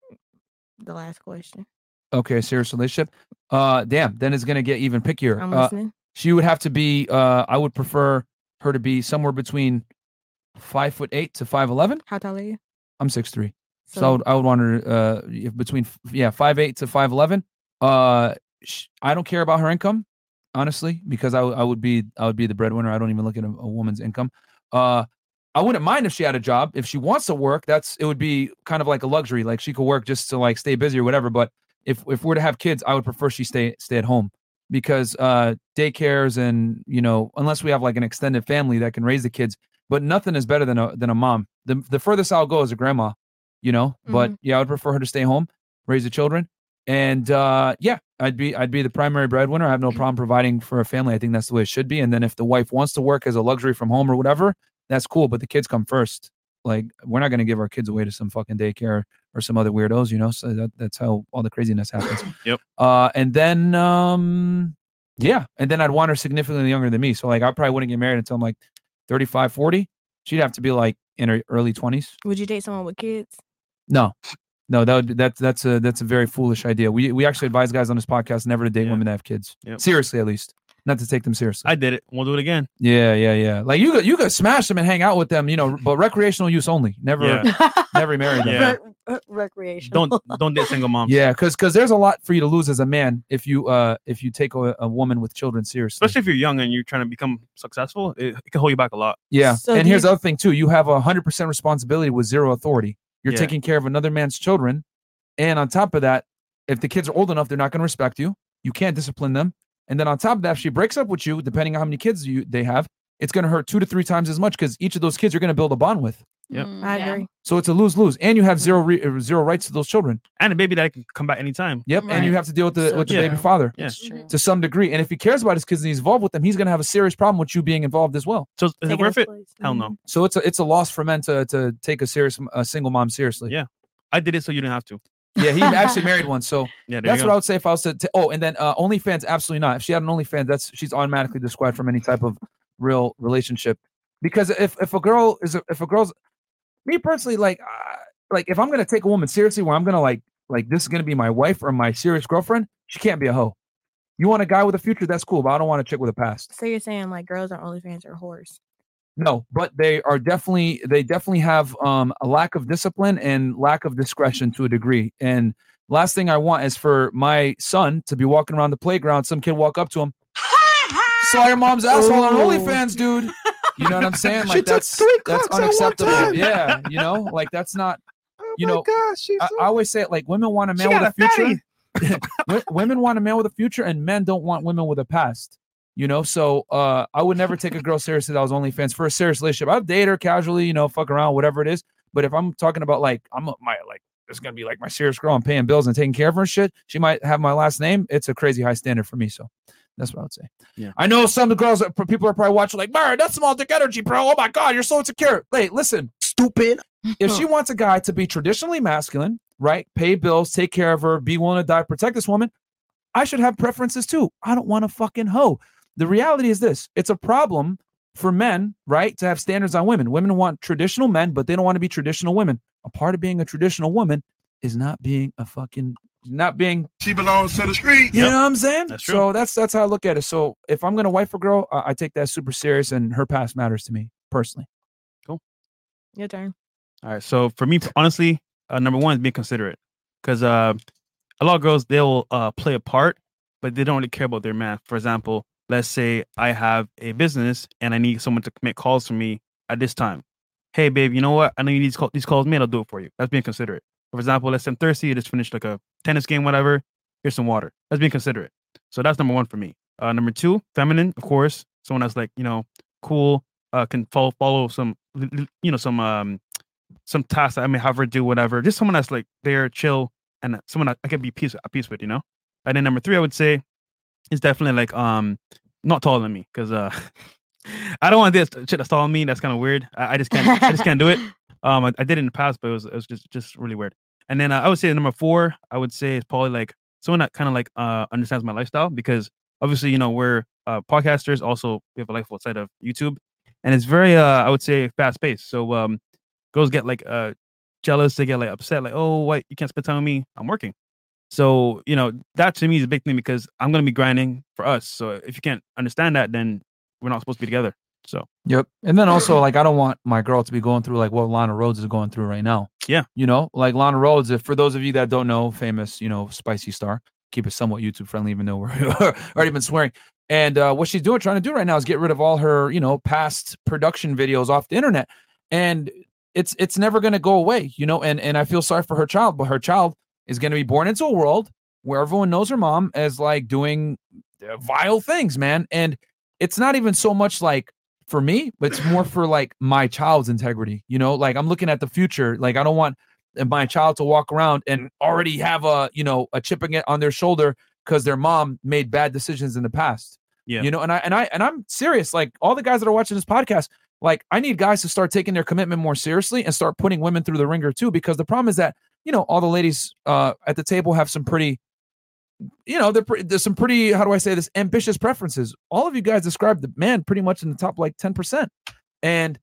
The last question. Okay, a serious relationship. Uh, damn, then it's gonna get even pickier. I'm Uh, listening. she would have to be. Uh, I would prefer her to be somewhere between five foot eight to five eleven. How tall are you? I'm six three. So, So- I, would, I would want her uh if between f- yeah five eight to five eleven. Uh, sh- I don't care about her income, honestly, because I w- I would be I would be the breadwinner. I don't even look at a, a woman's income. Uh, I wouldn't mind if she had a job. If she wants to work, that's it would be kind of like a luxury. Like she could work just to like stay busy or whatever. But if if we're to have kids, I would prefer she stay stay at home because uh daycares and you know unless we have like an extended family that can raise the kids. But nothing is better than a than a mom. The the furthest I'll go is a grandma you know. But Mhm. yeah, I would prefer her to stay home, raise the children, and uh, yeah, I'd be I'd be the primary breadwinner. I have no problem providing for a family. I think that's the way it should be. And then if the wife wants to work as a luxury from home or whatever, that's cool. But the kids come first. Like we're not gonna give our kids away to some fucking daycare or some other weirdos, you know. So that, that's how all the craziness happens. Yep. Uh, and then um, yeah, and then I'd want her significantly younger than me. So like I probably wouldn't get married until I'm like 35, 40. She'd have to be like in her early 20s. Would you date someone with kids? No, no, that would, be- that's that's a that's a very foolish idea. We we actually advise guys on this podcast never to date women that have kids. Yep. Seriously, at least not to take them seriously. I did it. We'll do it again. yeah, yeah, yeah. Like you could you could smash them and hang out with them, you know, but recreational use only. Never, Yeah. never marry them. Yeah. recreational. Don't don't date single moms. Yeah, because there's a lot for you to lose as a man if you uh if you take a, a woman with children seriously. especially if you're young and you're trying to become successful, it, it can hold you back a lot. Yeah, and here's the other thing too: you have a hundred percent responsibility with zero authority. You're Yeah. taking care of another man's children, and on top of that, if the kids are old enough, they're not going to respect you. You can't discipline them, and then on top of that, if she breaks up with you, depending on how many kids you they have, it's going to hurt two to three times as much because each of those kids you're going to build a bond with. Yep. Mm, I agree. So it's a lose lose, and you have zero re- uh, zero rights to those children, Mm. and a baby that can come back anytime. Yep, and you Right. have to deal with the So with the true. baby father, Yeah. That's true. to some degree. And if he cares about his kids and he's involved with them, he's going to have a serious problem with you being involved as well. So is Mm-hmm. it worth it? Hell no. So it's a it's a loss for men to to take a serious a single mom seriously. Yeah, I did it so you didn't have to. yeah. [laughs] [laughs] He actually married one, so Yeah, there you that's what go. I would say if I was to. to- oh, and then uh, OnlyFans, absolutely not. If she had an OnlyFans, that's she's automatically disqualified from any type of real relationship. Because if if a girl is a, if a girl's me personally, like uh, like if I'm gonna take a woman seriously, where I'm gonna like like this is gonna be my wife or my serious girlfriend, she can't be a hoe. You want a guy with a future, that's cool, but I don't want a chick with a past. So you're saying like girls are only fans or whores? No, but they are definitely they definitely have um, a lack of discipline and lack of discretion to a degree. And last thing I want is for my son to be walking around the playground, some kid walk up to him, saw your mom's asshole on Ooh. OnlyFans, dude. You know what I'm [laughs] saying? She Like took that's three cocks that's at one unacceptable. time. [laughs] Oh Yeah, you know, like that's not. you know, I, I always say it like women want a She man got with a a future. fatty. [laughs] Wo- women want a man with a future and men don't want women with a past you know so uh i would never take a girl seriously that was only fans for a serious relationship i'll date her casually you know fuck around whatever it is but if i'm talking about like i'm a, my like it's gonna be like my serious girl i'm paying bills and taking care of her and shit she might have my last name it's a crazy high standard for me so that's what i would say Yeah. i know some of the girls are- people are probably watching like Bird, that's small dick energy bro oh my god you're so insecure wait listen stupid if she wants a guy to be traditionally masculine right pay bills take care of her be willing to die protect this woman I should have preferences too. I don't want a fucking hoe. The reality is this it's a problem for men, right, to have standards on women. Women want traditional men, but they don't want to be traditional women. A part of being a traditional woman is not being a fucking not being she belongs to the street. You Yep. know what I'm saying? That's true. so that's that's how I look at it. So if I'm gonna wife a girl, I, I take that super serious and her past matters to me personally. Your turn. All right. So for me, honestly, uh, number one is being considerate because uh, a lot of girls they'll uh, play a part, but they don't really care about their man. For example, let's say I have a business and I need someone to make calls for me at this time. Hey, babe, you know what? I know you need these, call- these calls made. I'll do it for you. That's being considerate. For example, let's say I'm thirsty. I just finished like a tennis game, whatever. Here's some water. That's being considerate. So that's number one for me. Uh, number two, feminine, of course. Someone that's like you know cool, uh, can follow follow some l- l- you know some um some tasks that I may have her do, whatever. Just someone that's like there, chill, and someone that I can be peace at peace with, you know. And then number three, I would say, is definitely like um not taller than me because uh [laughs] I don't want this shit that's taller than me. That's kind of weird. I, I just can't. I just can't do it. Um, I, I did it in the past, but it was it was just just really weird. And then uh, I would say number four, I would say is probably like someone that kind of like uh understands my lifestyle because obviously you know we're uh podcasters also we have a life outside of YouTube, and it's very uh I would say fast paced. So um girls get like uh jealous they get like upset like oh why you can't spend time with me i'm working so you know that to me is a big thing because i'm going to be grinding for us so if you can't understand that then we're not supposed to be together so Yep. And then also, like, I don't want my girl to be going through like what Lana Rhodes is going through right now. Yeah. You know, like Lana Rhodes, if for those of you that don't know, famous, you know, spicy star, keep it somewhat YouTube friendly, even though we're [laughs] already been swearing. And uh, what she's doing, trying to do right now is get rid of all her, you know, past production videos off the internet. And it's it's never gonna go away, you know, and and I feel sorry for her child, but her child is gonna be born into a world where everyone knows her mom as like doing uh, vile things, man. And it's not even so much like for me, but it's more for like my child's integrity. You know, like I'm looking at the future. Like I don't want uh, my child to walk around and already have a you know a chip ag- on their shoulder because their mom made bad decisions in the past. Yeah. You know, and I and I and I'm serious. Like all the guys that are watching this podcast, like I need guys to start taking their commitment more seriously and start putting women through the ringer too. Because the problem is that you know all the ladies uh, at the table have some pretty you know, they're pre- there's some pretty, how do I say this, ambitious preferences. All of you guys described the man pretty much in the top like 10%. And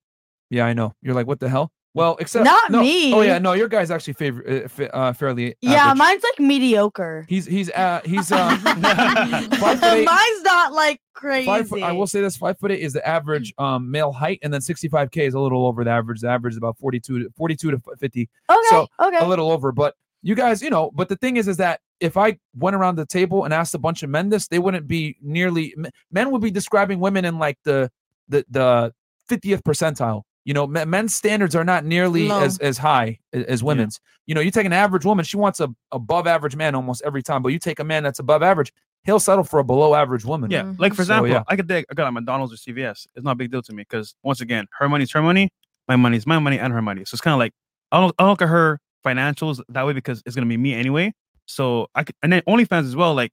yeah, I know. You're like, what the hell? Well, except Not no. me. Oh yeah, no, your guy's actually favor- uh, fa- uh, fairly. [laughs] Yeah, average. mine's like mediocre. He's he's uh, he's uh, [laughs] [laughs] five foot eight- mine's not like Five foot, crazy. I will say this: five foot eight is the average um, male height, and then sixty-five k is a little over the average. The average is about 42 to 42 to fifty. Okay, so okay. a little over. But you guys, you know. But the thing is, is that if I went around the table and asked a bunch of men this, they wouldn't be nearly. m- Men would be describing women in like the the the fiftieth percentile. You know, men, men's standards are not nearly Low. as as high a- as women's. You know, you take an average woman, she wants a above average man almost every time. But you take a man that's above average, he'll settle for a below average woman. Yeah, Mm-hmm. like for Mm-hmm. So, example, yeah. I could take I got at McDonald's or CVS. It's not a big deal to me because once again, her money's her money, my money's my money, and her money. So it's kind of like I don't I don't look at her financials that way because it's gonna be me anyway. So I could, and then OnlyFans as well. Like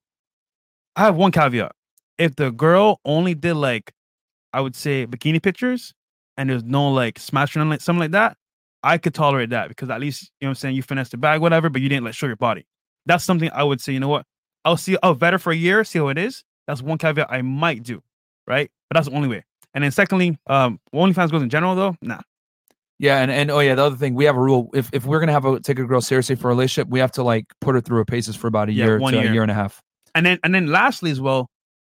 I have one caveat: if the girl only did like I would say bikini pictures, and there's no like smashing on it, something like that, I could tolerate that because at least you know what I'm saying you finessed the bag, whatever, but you didn't like show your body. That's something I would say. You know what? I'll see. I'll vet her for a year, see how it is. That's one caveat I might do, right? But that's the only way. And then secondly, um, OnlyFans goes in general though, nah. Yeah, and, and oh yeah, the other thing we have a rule: if if we're gonna have a take a girl seriously for a relationship, we have to like put her through a paces for about a Yeah, year one to year. a year and a half. And then and then lastly as well,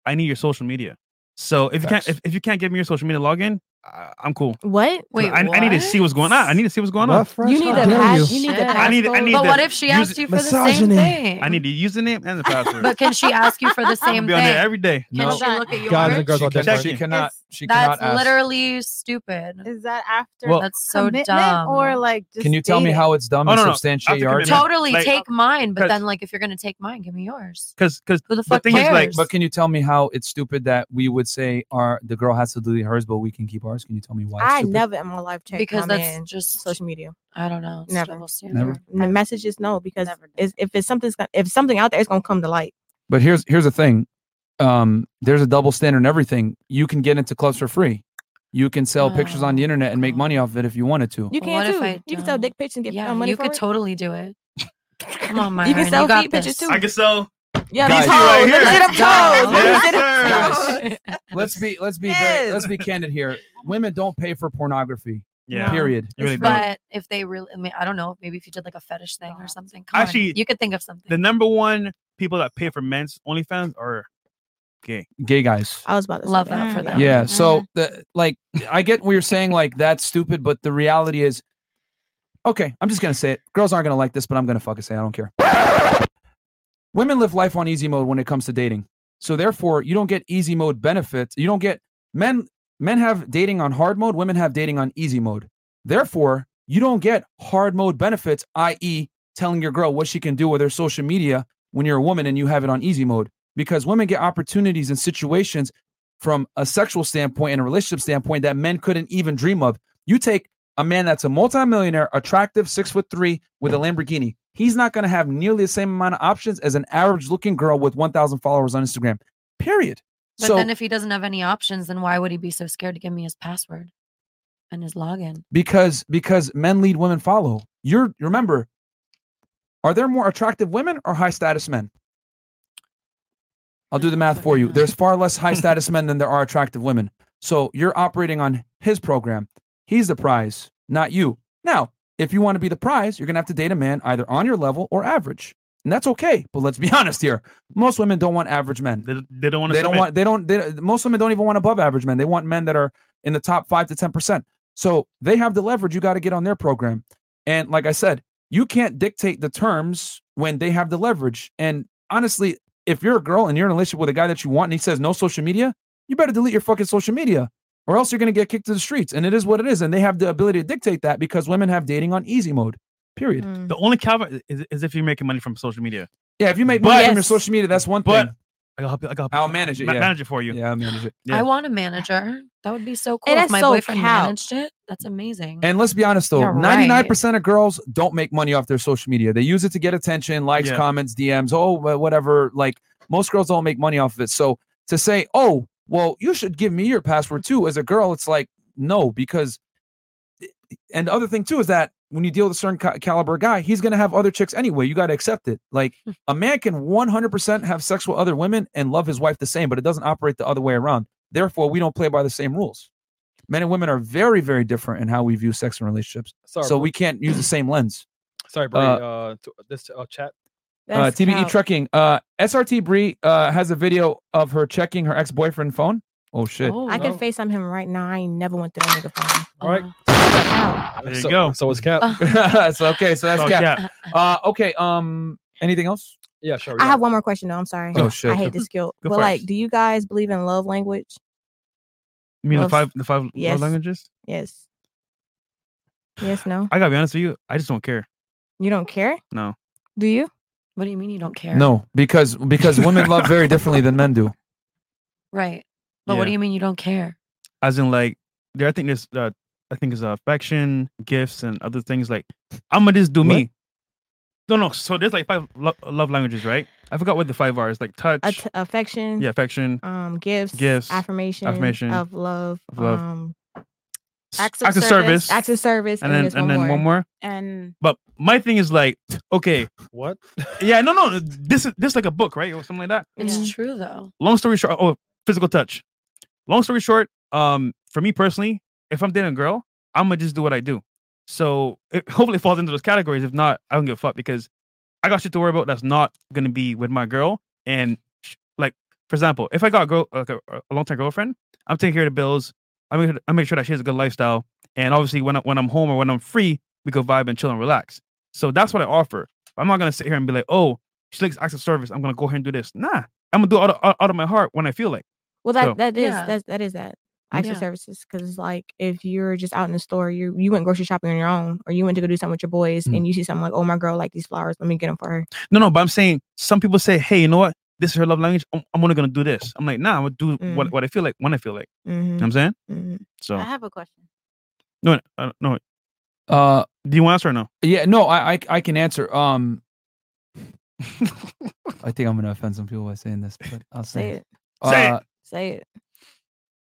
I need your social media. So if you can't if, if you can't give me your social media login, I, I'm cool. What? Wait, I, I need to see what's going on. I need to see what's going on. Rough, You rough, need rough. a How dare pass- you. you need the I need. I passcode. need But the what if she user- asked you for the same Misogyny. thing? I need the username and the password. But can she ask you for [laughs] the I'll same be on there thing? every day. Can she look at yours? Guys and girls She out there, can- sorry. she cannot. She That's cannot ask. literally stupid. Is that after Well- that's so commitment dumb? or, like, Can you tell me how it's dumb Oh, and no, no. substantiate After your commitment. argument? Totally Like- take mine, but Cause- then like if you're gonna take mine, give me yours. Because because Who the fuck thing is, like, cares? but can you tell me how it's stupid that we would say our the girl has to do hers, but we can keep ours? Can you tell me why? It's I stupid? never in my life check Because my that's man just social media. I don't know. It's Never. double Never. standard. The message is no because it's, if it's something's gonna, if something out there, it's gonna come to light. But here's here's the thing. Um, there's a double standard in everything. You can get into clubs for free. You can sell pictures Oh. on the internet and make money off of it if you wanted to. You can What if too. I You can sell dick pics and get Yeah, uh, money you for could it. totally do it. Come on, [laughs] Myron. You can sell got feet pictures this. too. I can sell. Yeah, Guys, these hoes. Look at them toes. Look at them toes. Guys, let's be let's be very, let's be candid here. Women don't pay for pornography. Yeah. Period. You really don't. But if they really, I mean, I don't know. Maybe if you did like a fetish thing or something. Come Actually- on. you could think of something. The number one people that pay for men's OnlyFans are gay. Gay guys. I was about to love that for them. Uh-huh. Yeah. So the, like I get what you're saying, like that's stupid, but the reality is okay, I'm just gonna say it. Girls aren't gonna like this, but I'm gonna fucking say it. I don't care. Women live life on easy mode when it comes to dating. So therefore, you don't get easy mode benefits. You don't get men men have dating on hard mode, women have dating on easy mode. Therefore, you don't get hard mode benefits, i.e., telling your girl what she can do with her social media when you're a woman and you have it on easy mode. Because women get opportunities and situations from a sexual standpoint and a relationship standpoint that men couldn't even dream of. You take a man that's a multimillionaire, attractive, six foot three, with a Lamborghini. He's not going to have nearly the same amount of options as an average looking girl with 1,000 followers on Instagram, period. But so, then if he doesn't have any options, then why would he be so scared to give me his password and his login? because because men lead, women follow. You're remember, are there more attractive women or high status men? I'll do the math for you. There's far less high status men than there are attractive women. So you're operating on his program. He's the prize, not you. Now, if you want to be the prize, you're going to have to date a man either on your level or average. And that's okay. But let's be [laughs] honest here. Most women don't want average men. They, don't want They don't submit. want they don't they, most women don't even want above average men. They want men that are in the top 5 to 10%. So, they have the leverage you got to get on their program. And like I said, you can't dictate the terms when they have the leverage. And honestly, if you're a girl and you're in a relationship with a guy that you want and he says no social media, you better delete your fucking social media or else you're going to get kicked to the streets. And it is what it is. And they have the ability to dictate that because women have dating on easy mode. Period. Mm. The only caveat is, is if you're making money from social media. Yeah, if you make money from your social media, that's one But thing. I gotta help you. I gotta I'll manage it. ma- yeah. Manage it for you. Yeah, I'll manage it. I want a manager. That would be so cool. And If that's my so boyfriend cap. managed it, that's amazing. And let's be honest though, You're ninety right. nine percent of girls don't make money off their social media. They use it to get attention, likes, Yeah. comments, DMs, oh wha- whatever. Like most girls don't make money off of it. So to say, oh well, you should give me your password too, as a girl, it's like no, because and the other thing too is that when you deal with a certain ca- caliber guy, he's going to have other chicks anyway. You got to accept it. Like a man can 100% have sex with other women and love his wife the same, but it doesn't operate the other way around. Therefore, we don't play by the same rules. men and women are very, very different in how we view sex and relationships. Sorry, so bro. we can't use the same lens. Sorry, Bree. Uh, Uh, t- this uh, chat. E Uh, TBE trucking. Uh, SRT Bree uh, has a video of her checking her ex boyfriend phone. Oh shit! I could FaceTime him right now. I ain't never went through a nigga phone. All right. There you go. So [laughs] it's Cap. [laughs] so okay, so that's Oh, Cap. Uh, okay. Um, anything else? Yeah, Oh, sure. I have one more question though. I'm sorry. Oh, shit. I hate Go- this guilt. go But like, first. do you guys believe in love language? You mean the Love- five the five love Yes. languages? Yes. Yes. No. I gotta be honest with you. I just don't care. You don't care? No. Do you? What do you mean you don't care? No, because because women love very differently than men do. Right. But what Yeah. do you mean you don't care? As in like there I think there's uh I think it's uh, affection, gifts, and other things like I'ma just do me. No, no. So there's like five lo- love languages, right? I forgot what the five are. It's like touch, Att- affection. yeah, affection, Um, gifts. Gifts, Affirmation. affirmation, of love. of love. Um, acts of acts of service, service, Acts of service. and then there's and then one more. And But my thing is like, okay, what? Yeah, no, no. This is this is like a book, right, or something like that. It's true though. long story short, oh, physical touch. Long story short, um, for me personally, if I'm dating a girl, I'm gonna just do what I do. So it [laughs] hopefully it falls into those categories. If not, I don't give a fuck because I got shit to worry about that's not gonna be with my girl. And sh- like, for example, if I got a girl like a, a long time girlfriend, I'm taking care of the bills. I make I make sure that she has a good lifestyle. And obviously, when I, when I'm home or when I'm free, we go vibe and chill and relax. So that's what I offer. I'm not gonna sit here and be like, oh, she likes acts of service. I'm gonna go ahead and do this. Nah, I'm gonna do it out of, out- out of my heart when I feel like. Well, that So- Mm-hmm. that is Yeah. that that is that acts of Yeah. services because like if you're just out in the store, you you went grocery shopping on your own, or you went to go do something with your boys, Mm-hmm. and you see something like, oh my girl, like these flowers, let me get them for her. No, no, but I'm saying some people say, hey, you know what? This is her love language. I'm, I'm only gonna do this. I'm like, nah, I'm gonna do Mm. what, what I feel like when I feel like. You know Mm-hmm. what I'm saying? So I have a question. no, I don't- no. Uh, do you want to answer or no? Yeah, no, I I, I can answer. Um, I think I'm gonna offend some people by saying this, but I'll say, Say it. it. Say Uh, it. Say it.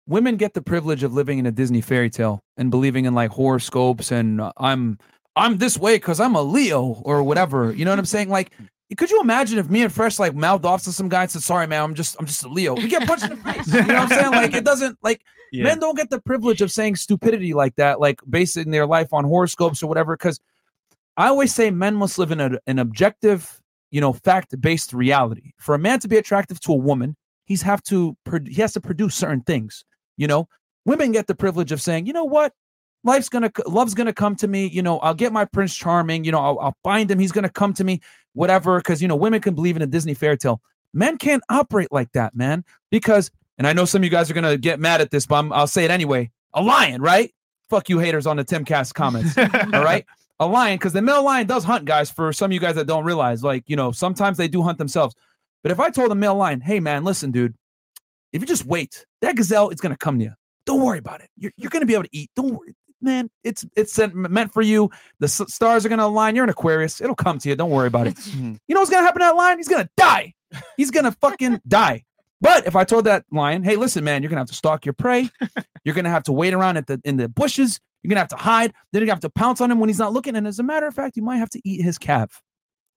women get the privilege of living in a Disney fairy tale and believing in like horoscopes and uh, I'm I'm this way because I'm a Leo or whatever. You know what I'm saying? Like, could you imagine if me and Fresh like mouthed off to some guy and said, "Sorry, man, I'm just I'm just a Leo." We get punched in the face. You know what I'm saying? Like, it doesn't like Yeah. men don't get the privilege of saying stupidity like that, like basing their life on horoscopes or whatever. Because I always say men must live in a, an objective, you know, fact based reality. For a man to be attractive to a woman, he's have to pro- he has to produce certain things. You know, women get the privilege of saying, you know what, life's gonna c- love's gonna come to me. You know, I'll get my prince charming. You know, I'll, I'll find him. He's gonna come to me, whatever. Because you know, women can believe in a Disney fairy tale. Men can't operate like that, man. Because and I know some of you guys are gonna get mad at this, but I'm, I'll say it anyway. A lion, right? Fuck you, haters on the Timcast comments. all right a lion because the male lion does hunt guys for some of you guys that don't realize like you know sometimes they do hunt themselves but if i told a male lion hey man listen dude if you just wait that gazelle is going to come to you don't worry about it you're, you're going to be able to eat don't worry man it's it's sent, meant for you the s- stars are going to align you're an aquarius it'll come to you don't worry about it you know what's going to happen to that lion he's going to die he's going to fucking die but if I told that lion, hey, listen, man, you're gonna have to stalk your prey. You're gonna have to wait around at the in the bushes. You're gonna have to hide. Then you have to pounce on him when he's not looking. And as a matter of fact, you might have to eat his calf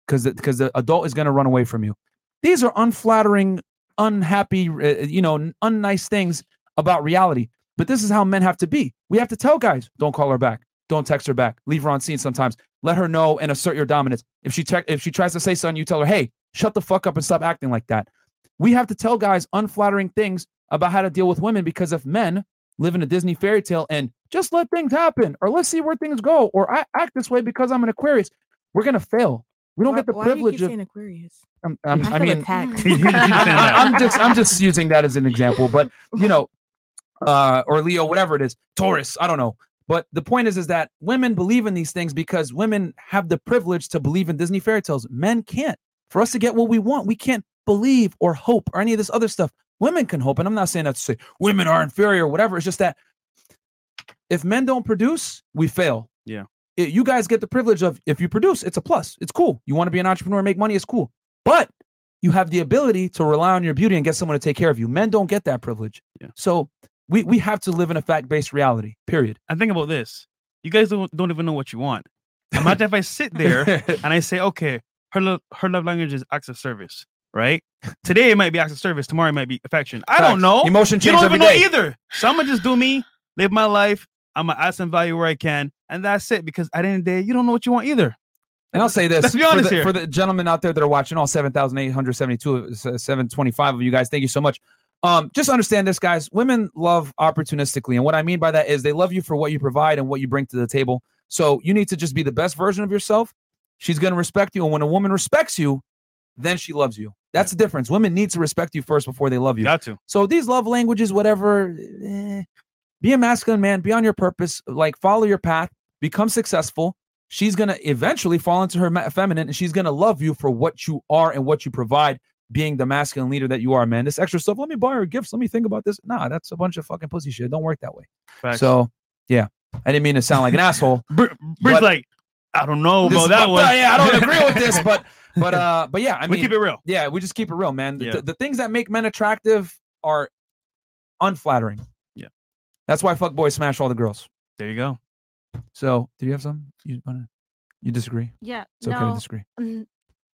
because because the, adult is gonna run away from you. These are unflattering, unhappy, uh, you know, n- unnice things about reality. But this is how men have to be. We have to tell guys, don't call her back, don't text her back, leave her on scene sometimes. Let her know and assert your dominance. If she check, if she tries to say something, you tell her, hey, shut the fuck up and stop acting like that. We have to tell guys unflattering things about how to deal with women because if men live in a Disney fairy tale and just let things happen or let's see where things go or I act this way because I'm an Aquarius, we're gonna fail. We don't Why- get the why do you privilege keep of saying Aquarius. I'm, I'm, I Um, I feel mean, [laughs] attacked. [laughs] I, am just I'm just using that as an example, but you know, uh, or Leo, whatever it is, Taurus, I don't know. But the point is, is that women believe in these things because women have the privilege to believe in Disney fairy tales. Men can't. For us to get what we want, we can't believe or hope or any of this other stuff. Women can hope, and I'm not saying that to say women are inferior or whatever. It's just that if men don't produce, we fail Yeah. it- you guys get the privilege of if you produce, it's a plus. It's cool. You want to be an entrepreneur and make money, it's cool. But you have the ability to rely on your beauty and get someone to take care of you. Men don't get that privilege. So we we have to live in a fact-based reality. Period. And think about this. You guys don't, don't even know what you want. Imagine if I sit there [laughs] and I say, okay, her lo- her love language is acts of service, right? Today it might be acts of service, tomorrow it might be affection. I Facts. don't know. Emotion You change don't every even know day. either. So I'm gonna just do me live my life. I'm gonna add some value where I can, and that's it. Because at the end of the day, you don't know what you want either. And I'll say this Let's be for honest the, here. for the gentlemen out there that are watching, all 7,872, of- s- 725 uh, of you guys, thank you so much. Um, just understand this, guys. Women love opportunistically. And what I mean by that is they love you for what you provide and what you bring to the table. So you need to just be the best version of yourself. She's going to respect you. And when a woman respects you, then she loves you. That's the difference. Women need to respect you first before they love you. Got to. So these love languages, whatever, eh, be a masculine man, be on your purpose, like follow your path, become successful. She's going to eventually fall into her ma- feminine and she's going to love you for what you are and what you provide, being the masculine leader that you are, man. This extra stuff, let me buy her gifts, let me think about this. Nah, that's a bunch of fucking pussy shit. Don't work that way. Facts. So, yeah, I didn't mean to sound like [laughs] an asshole. Britt's but- like, I don't know This- about that [laughs] but- one. but, yeah, I don't agree [laughs] with this, but but uh, but yeah, I mean, We keep it real. Yeah, we just keep it real, man. The- Yeah. The, the things that make men attractive are unflattering. Yeah. that's why fuck boys smash all the girls. There you go. So, do you have some? You wanna, you disagree? Yeah. It's okay no. to disagree. mm,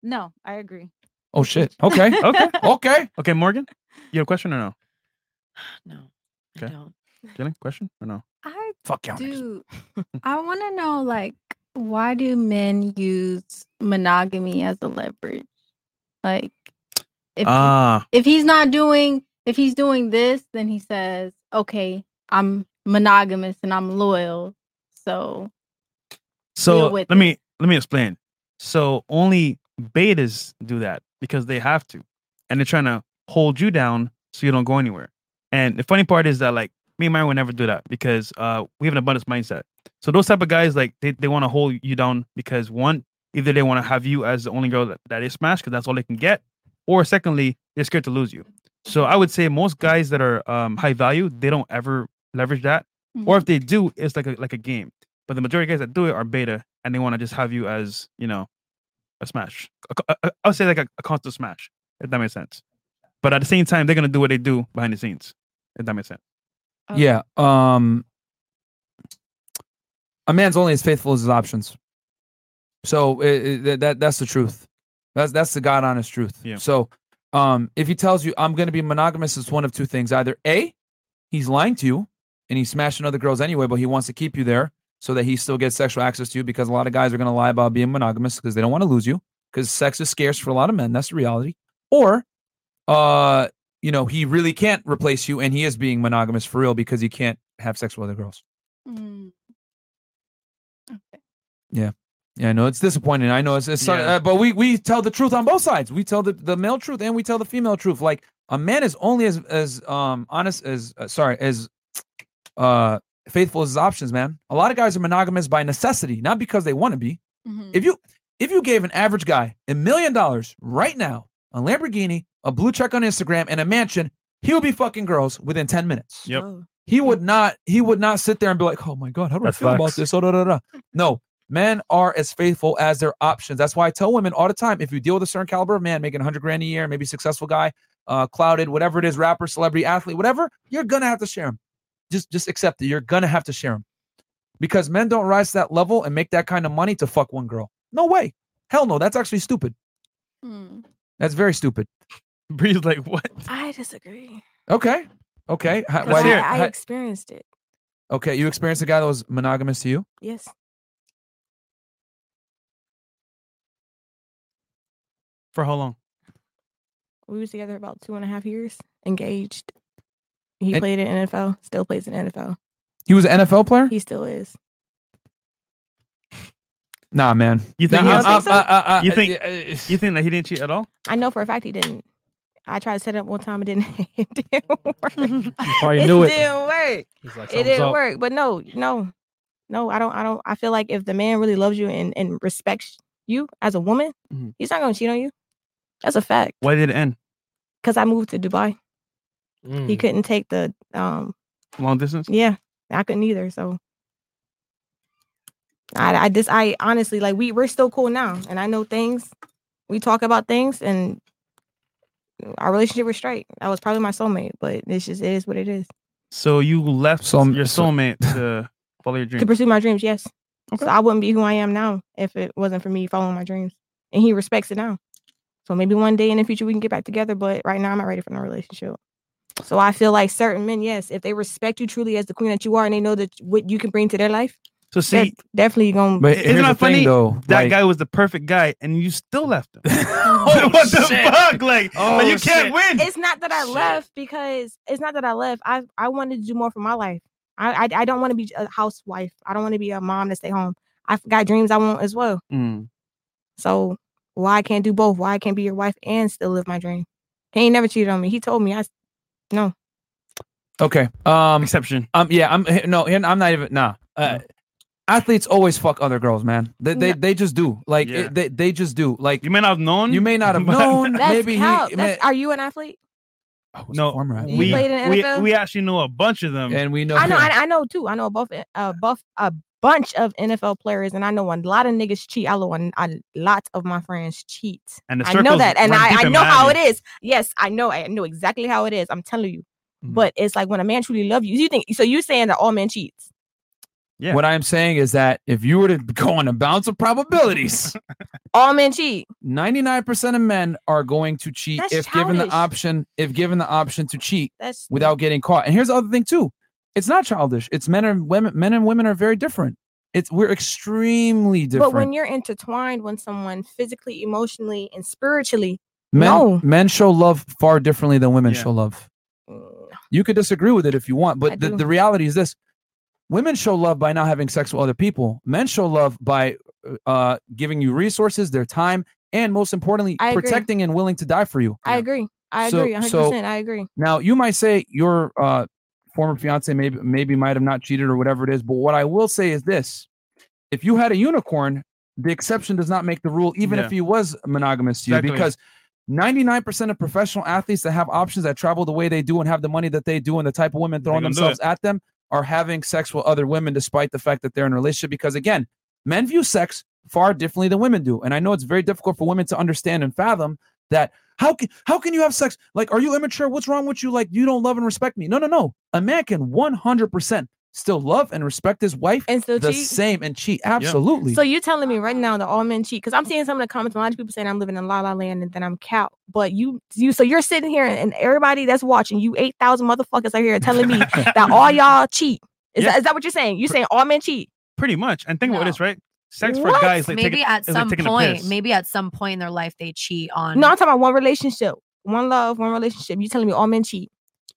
No, I agree. Oh shit. Okay. [laughs] okay. Okay. Okay, Morgan, you have a question or no? No. Okay. don't. Jenny, question or no? I Fuck y'all. do. I want to know, like, why do men use monogamy as a leverage? Like, if Ah. if he's not doing, if he's doing this, then he says, "Okay, I'm monogamous and I'm loyal." So So with let me let me explain. So only betas do that because they have to, and they're trying to hold you down so you don't go anywhere. And the funny part is that like me and Mary would never do that because uh we have an abundance mindset. So those type of guys like they, they want to hold you down because one either they want to have you as the only girl that, that they smash because that's all they can get, or secondly they're scared to lose you. So I would say most guys that are um, high value they don't ever leverage that, Mm-hmm. or if they do it's like a like a game. But the majority of guys that do it are beta and they want to just have you as you know a smash. A co- a- a- I would say like a, a constant smash if that makes sense. But at the same time they're gonna do what they do behind the scenes if that makes sense. Yeah. Um a man's only as faithful as his options. So i- i- that- that that's the truth. That's that's the god honest truth. Yeah. So um if he tells you I'm going to be monogamous it's one of two things either A he's lying to you and he's smashing other girls anyway but he wants to keep you there so that he still gets sexual access to you because a lot of guys are going to lie about being monogamous because they don't want to lose you cuz sex is scarce for a lot of men that's the reality. Or uh you know he really can't replace you and he is being monogamous for real because he can't have sex with other girls yeah yeah i know it's disappointing i know it's, it's so- Yeah. uh, but we we tell the truth on both sides we tell the, the male truth and we tell the female truth like a man is only as as um honest as uh, sorry as uh faithful as his options man a lot of guys are monogamous by necessity not because they want to be if you if you gave an average guy a million dollars right now, a Lamborghini, a blue check on Instagram, and a mansion, he would be fucking girls within 10 minutes. Yep. He would not he would not sit there and be like, Oh my god, how do That's I feel about facts. this? Oh, da, da, da. No. Men are as faithful as their options. That's why I tell women all the time if you deal with a certain caliber of man, making 100 grand a year, maybe successful guy, uh, clouded, whatever it is, rapper, celebrity, athlete, whatever, you're gonna have to share him. Just just accept it. You're gonna have to share him because men don't rise to that level and make that kind of money to fuck one girl. No way. Hell no. That's actually stupid. Hmm. That's very [laughs] stupid. Bree's like, what? I disagree. Okay. Okay. How- 'cause why do you- I, I how- experienced it. okay. You experienced a guy that was monogamous to you? Yes. For how long? We was together about two and a half years, engaged. He And- played in NFL, still plays in NFL. He was an NFL player? He still is. Nah, man. You think Nah, he I'm- was- I'm- I- I- eh, I- you think I- you think that he didn't cheat at all? I know for a fact he didn't. I tried to set it up one time, it didn't. It didn't work. [laughs] probably Oh, knew it. didn't work. it He's like, "Something's didn't up." work. But no, no, no. I don't. I don't. I feel like if the man really loves you and and respects you as a woman, Mm-hmm. Mm. he's not gonna cheat on you. That's a fact. Why did it end? Because I moved to Dubai, he Mm. couldn't take the um. Long distance? Yeah, I couldn't either. So. I, I just I honestly like we we're still cool now and I know things we talk about things and our relationship was straight. I was probably my soulmate, but it's just it is what it is. So you left your soulmate to follow [laughs] your dream. To pursue my dreams, yes. So I wouldn't be who I am now if it wasn't for me following my dreams. And he respects it now. So maybe one day in the future we can get back together, but right now I'm not ready for no relationship. So I feel like certain men, yes, if they respect you truly as the queen that you are, and they know that what you can bring to their life, So def- see- definitely gonna. But isn't that funny? [laughs] that guy was the perfect guy, and you still [laughs] left him. [laughs] what the Oh, shit. Oh, fuck? Like, like, you can't win. It's not that I left because it's not that I left. I I wanted to do more for my life. I I, I don't want to be a housewife. I don't want to be a mom to stay home. I've got dreams I want as well. Mm. So why I can't do both? Why I can't be your wife and still live my dream? He ain't never cheated on me. He told me I [laughs] s- no. Okay. Um exception. Um yeah, I'm no, and I'm not even nah. Uh, athletes always fuck other girls, man. They they, Yeah. they just do. Like it- they they just do. Like You may not have known. You [laughs] may not have known. That's Maybe how- he that's- may- are you an athlete? no, athlete. we, You played in we, NFL? we actually know a bunch of them, and we know. I know. I, I know too. I know a buff, a buff, a bunch of NFL players, and I know a lot of niggas cheat. I know a, a lot of my friends cheat. And the I know circles that, and run I, deep I in know how it Miami. is. Yes, I know. I know exactly how it is. I'm telling you. Mm-hmm. But it's like when a man truly loves you. You think so? You saying that all men cheats? What I'm saying is that if you were to [laughs] go on a bounce of probabilities, [laughs] all men cheat. 99% of men are going to cheat That's if given the childish. option, if given the option to cheat That's- without getting caught. And here's the other thing too. It's not childish. It's men and women men and women are very different. It's we're extremely different. But when you're intertwined with someone physically, emotionally, and spiritually, men no, men show love far differently than women Yeah. show love. You could disagree with it if you want, I but the, do. the reality is this women show love by not having sex with other people. Men show love by uh, giving you resources, their time, and most importantly, I agree. protecting and willing to die for you. I agree. I So- agree. 100. so- percent I agree. Now, you might say your uh, former fiance maybe maybe might have not cheated or whatever it is, but what I will say is this: if you had a unicorn, the exception does not make the rule, even Yeah. if he was monogamous to you, Exactly. because. 99% of professional athletes that have options that travel the way they do and have the money that they do and the type of women throwing gonna do themselves it. at them are having sex with other women despite the fact that they're in a relationship because again men view sex far differently than women do and i know it's very difficult for women to understand and fathom that how can how can you have sex like are you immature what's wrong with you like you don't love and respect me no no no a man can 100% still love and respect his wife and still the cheat? same and cheat absolutely So you're telling me right now that all men cheat? Because I'm seeing some of the comments. A lot of people saying I'm living in la la land and then I'm cow. But you, you, so you're sitting here and everybody that's watching you, eight thousand motherfuckers are here telling me that all y'all cheat. Is, Yeah. that, is that what you're saying? You're saying all men cheat? pretty much. And think about this, right? Sex for What? guys, like maybe taking, at is like some taking a point, piss. maybe at some point in their life they cheat on. No, I'm talking about one relationship, one love, one relationship. You telling me all men cheat?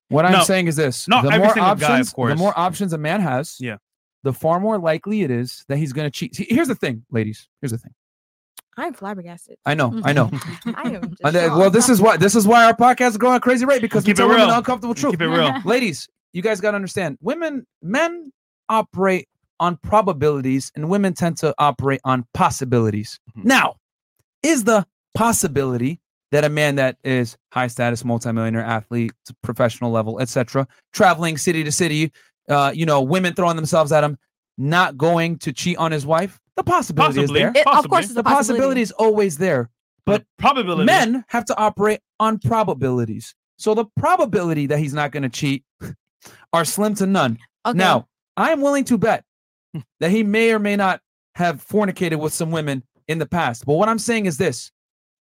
What I'm No. saying is this: Not the every more single options, guy, of the course. more options a man has, yeah, the far more likely it is that he's going to cheat. See, Here's the thing, ladies. Here's the thing. I'm flabbergasted. I know, I know. [laughs] I am. And then- well, this is why this is why our podcast is going at crazy rate because Keep it we tell women real. the uncomfortable truth. Keep it real. ladies. You guys got to understand: women, men operate on probabilities, and women tend to operate on possibilities. Mm-hmm. Now, is the possibility that a man that is high status multimillionaire athlete professional level etc traveling city to city uh, you know women throwing themselves at him not going to cheat on his wife the possibility Possibly, is there It- of course possibly. it's a the possibility possibility. is always there but probability men have to operate on probabilities so the probability that he's not going to cheat [laughs] are slim to none Okay. now i am willing to bet that he may or may not have fornicated with some women in the past. But what I'm saying is this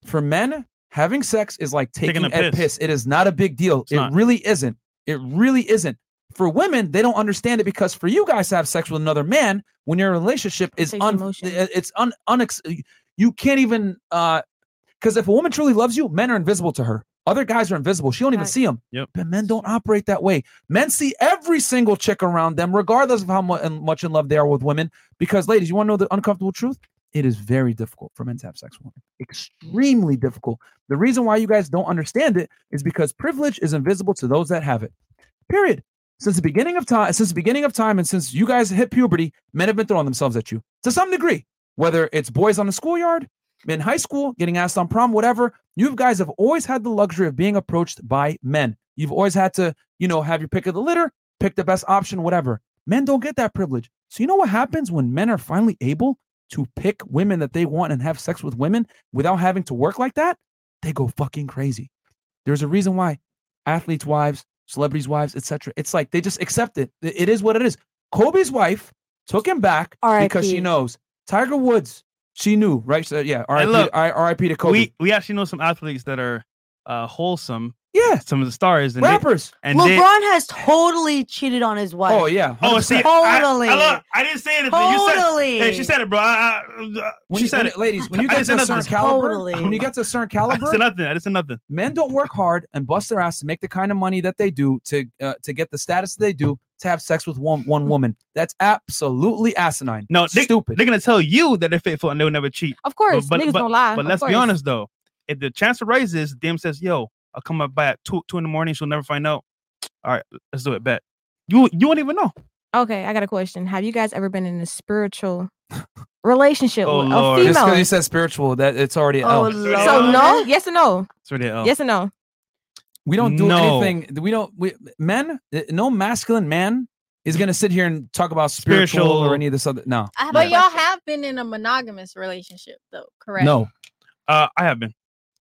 for men, having sex is like taking, a, piss. It is not a big deal. it not. really isn't. It really isn't. For women, they don't understand it because for you guys to have sex with another man when your relationship is un, uh, it's un, unex, you can't even uh because if a woman truly loves you, men are invisible to her. Other guys are invisible. She don't even see them. Yep. But men don't operate that way. Men see every single chick around them, regardless of how mu- in- much in love they are with women. Because, ladies, you want to know the uncomfortable truth? It is very difficult for men to have sex with women. Extremely difficult. The reason why you guys don't understand it is because privilege is invisible to those that have it. Period. Since the beginning of time, since the beginning of time, and since you guys hit puberty, men have been throwing themselves at you to some degree. Whether it's boys on the schoolyard, in high school, getting asked on prom, whatever, you guys have always had the luxury of being approached by men. You've always had to, you know, have your pick of the litter, pick the best option, whatever. Men don't get that privilege. So you know what happens when men are finally able to pick women that they want and have sex with women without having to work like that? They go fucking crazy. There's a reason why athletes' wives, celebrities' wives, etc. It's like they just accept it. It it is what it is. Kobe's wife took him back because she RIP. knows. Tiger Woods, she knew, right? So, yeah, RIP, look, I- RIP to Kobe. We we actually know some athletes that are uh, wholesome. yeah, some of the stars and they- Rappers. and LeBron they- has totally cheated on his wife. Oh, yeah, Oh, 100%. see, I- totally. I love- I didn't say anything. You said- Totally. Hey, she said it, bro. I, I, uh, When she you- said when- it, ladies. [laughs] When you I didn't get say to a nothing. certain caliber, when you get to a certain caliber, I said nothing. I didn't say nothing. men don't work hard and bust their ass to make the kind of money that they do to uh, to get the status they do to have sex with one one woman. That's absolutely asinine. No, they, stupid. They're gonna tell you that they're faithful and they'll never cheat. Of course, niggas don't lie. But Of let's be course. honest though, if the chance arises, Dim says, "Yo, I'll come up by at two two in the morning. She'll never find out." All right, let's do it. Bet you you won't even know. Okay, I got a question. Have you guys ever been in a spiritual relationship Oh, Oh, with a Just female? Oh, because you said spiritual, that it's already oh, an L. So no, yes or no? It's already an L. Yes or no? We don't do No. anything. We don't. We men. uh, No masculine man is gonna sit here and talk about spiritual, Spiritual. or any of this other. No. But y'all have been in a monogamous relationship though, correct? No. Uh, I have been.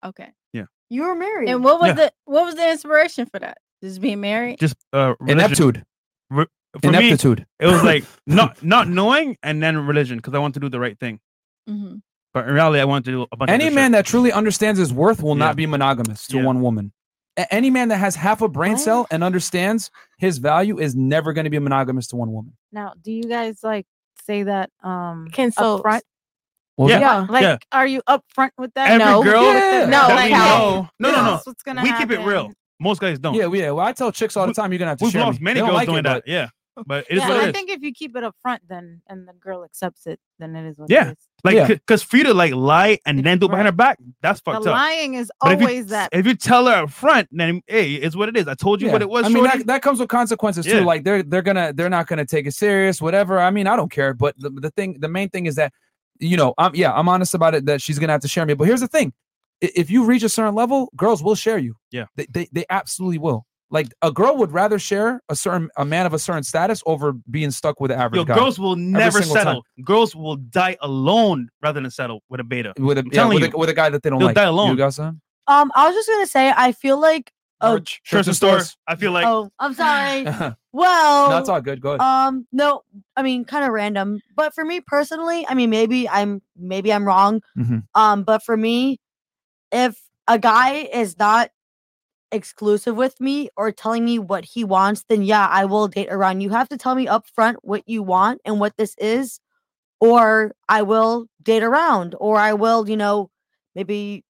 Okay. Yeah. You were married. And what was Yeah. the what was the inspiration for that? Just being married? Just uh, Ineptitude. Re- for me, Ineptitude. it was [laughs] like not not knowing and then religion because I want to do the right thing. Mhm. But in reality, I want to do a bunch. Any of man that truly understands his worth will not be monogamous to Yeah. one woman. A- Any man that has half a brain cell and understands his value is never going to be monogamous to one woman. Now, do you guys like say that um Can so- upfront? What was yeah, that? like Yeah. are you upfront with that? Every no, girl that no, we like know- no, no, no. That's what's gonna we happen. keep it real. Most guys don't. Yeah, yeah. Well, I tell chicks all the time, you're going to have to We've share lost me." many They don't girls like doing it, that. but- Yeah, Oh, but [laughs] it is Yeah, what I it is. think if you keep it up front, then and the girl accepts it, then it is what it Yeah, is. like because for you to like lie and then do it behind her back, that's The fucked up. lying is But if you- always that. If you tell her up front, then hey, it's what it is. I told you Yeah. what it was. I mean, shorty. that, that comes with consequences Yeah. too. Like they're they're gonna they're not gonna take it serious, whatever. I mean, I don't care. But the, the thing, the main thing is that you know, I'm yeah, I'm honest about it that she's gonna have to share me. But here's the thing: I- if you reach a certain level, girls will share you. Yeah. they they, they absolutely will. Like a girl would rather share a certain a man of a certain status over being stuck with an average Yo, guy. girls will every never single time. settle. Girls will die alone rather than settle with a beta. with a, I'm yeah, telling with, you. a with a guy that they don't They'll like. die alone. You got some? Um, I was just gonna say, I feel like a Shirts and stores. I feel like oh, I'm [laughs] Uh-huh. sorry. well, No, it's all good. Go ahead. Um, no, I mean, kind of random, but for me personally, I mean, maybe I'm maybe I'm wrong. Mm-hmm. Mhm. Um, but for me, if a guy is not exclusive with me or telling me what he wants, then yeah, I will date around. You have to tell me up front what you want and what this is, or I will date around, or I will, you know, maybe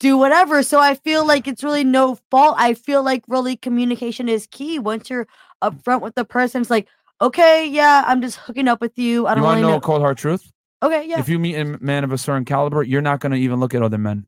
do whatever. So I feel like it's really no fault. I feel like really communication is key once you're upfront with the person. It's like, okay, yeah, I'm just hooking up with you. I You don't want really to know know. a cold hard truth? Okay, yeah. If you meet a man of a certain caliber, you're not going to even look at other men.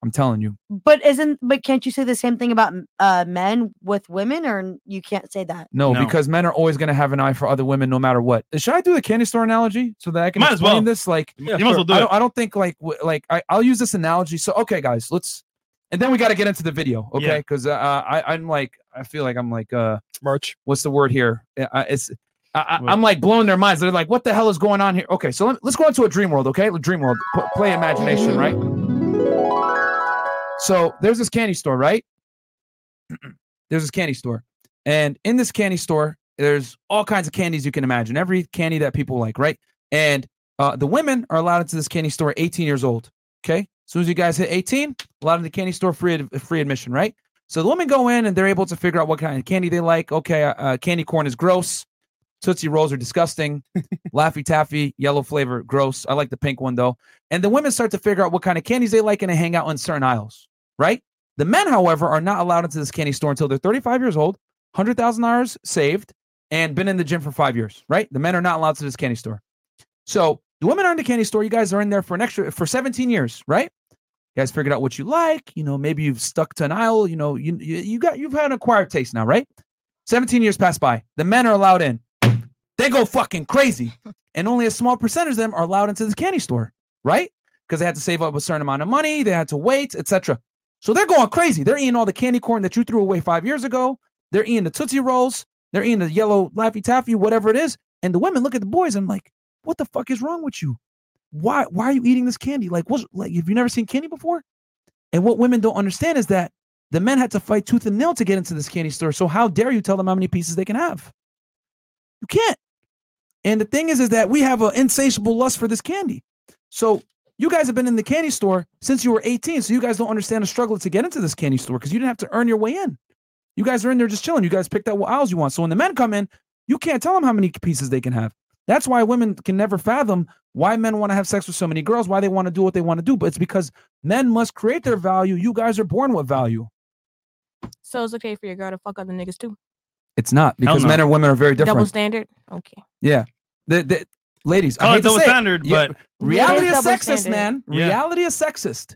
I'm telling you. But isn't but can't you say the same thing about m- uh men with women or n- you can't say that? No, because men are always going to have an eye for other women no matter what. Should I do the candy store analogy so that I can Might as explain well. this? Like, You might as well do I it. don't, I don't think like w- like I, I'll use this analogy. So okay, guys, let's and then we got to get into the video, okay? Yeah. Because uh, I I'm like I feel like I'm like uh merch. What's the word here? Uh, I- It's I, I, I'm like blowing their minds. They're like, what the hell is going on here? Okay, so let, let's go into a dream world, okay? Dream world, P- play imagination, right? So there's this candy store, right? [clears throat] there's this candy store. And in this candy store, there's all kinds of candies you can imagine, every candy that people like, right? And uh, the women are allowed into this candy store at 18 years old. Okay. As soon as you guys hit 18, allowed in the candy store free ad- free admission, right? So the women go in and they're able to figure out what kind of candy they like. Okay, uh, uh, candy corn is gross. Tootsie Rolls are disgusting. Laffy Taffy, yellow flavor, gross. I like the pink one though. And the women start to figure out what kind of candies they like and they hang out in certain aisles, right? The men, however, are not allowed into this candy store until they're 35 years old, $100,000 saved, and been in the gym for five years, right? The men are not allowed to this candy store. So the women are in the candy store. You guys are in there for an extra, for 17 years, right? You guys figured out what you like. You know, maybe you've stuck to an aisle. You know, you, you, you got, you've had an acquired taste now, right? 17 years pass by. The men are allowed in they go fucking crazy. And only a small percentage of them are allowed into the candy store, right? Because they had to save up a certain amount of money, they had to wait, etc. So they're going crazy. They're eating all the candy corn that you threw away five years ago. They're eating the Tootsie Rolls. They're eating the yellow Laffy Taffy, whatever it is. And the women look at the boys and like, what the fuck is wrong with you? Why why are you eating this candy? Like, what's like have you never seen candy before? And what women don't understand is that the men had to fight tooth and nail to get into this candy store. So how dare you tell them how many pieces they can have? You can't. And the thing is, is that we have an insatiable lust for this candy. So You guys have been in the candy store since you were 18, so you guys don't understand the struggle to get into this candy store because you didn't have to earn your way in. You guys are in there just chilling. You guys picked out what aisles you want. So when the men come in, you can't tell them how many pieces they can have. That's why women can never fathom why men want to have sex with so many girls, why they want to do what they want to do. But it's because men must create their value. You guys are born with value. So it's okay for your girl to fuck other niggas too. It's not because no. men and women are very different. Double standard. Okay. Yeah. The, the, ladies, Call I it hate to double say it. standard, Yeah, but- reality Yeah, is it's double sexist, standard. man. Yeah. Reality is sexist.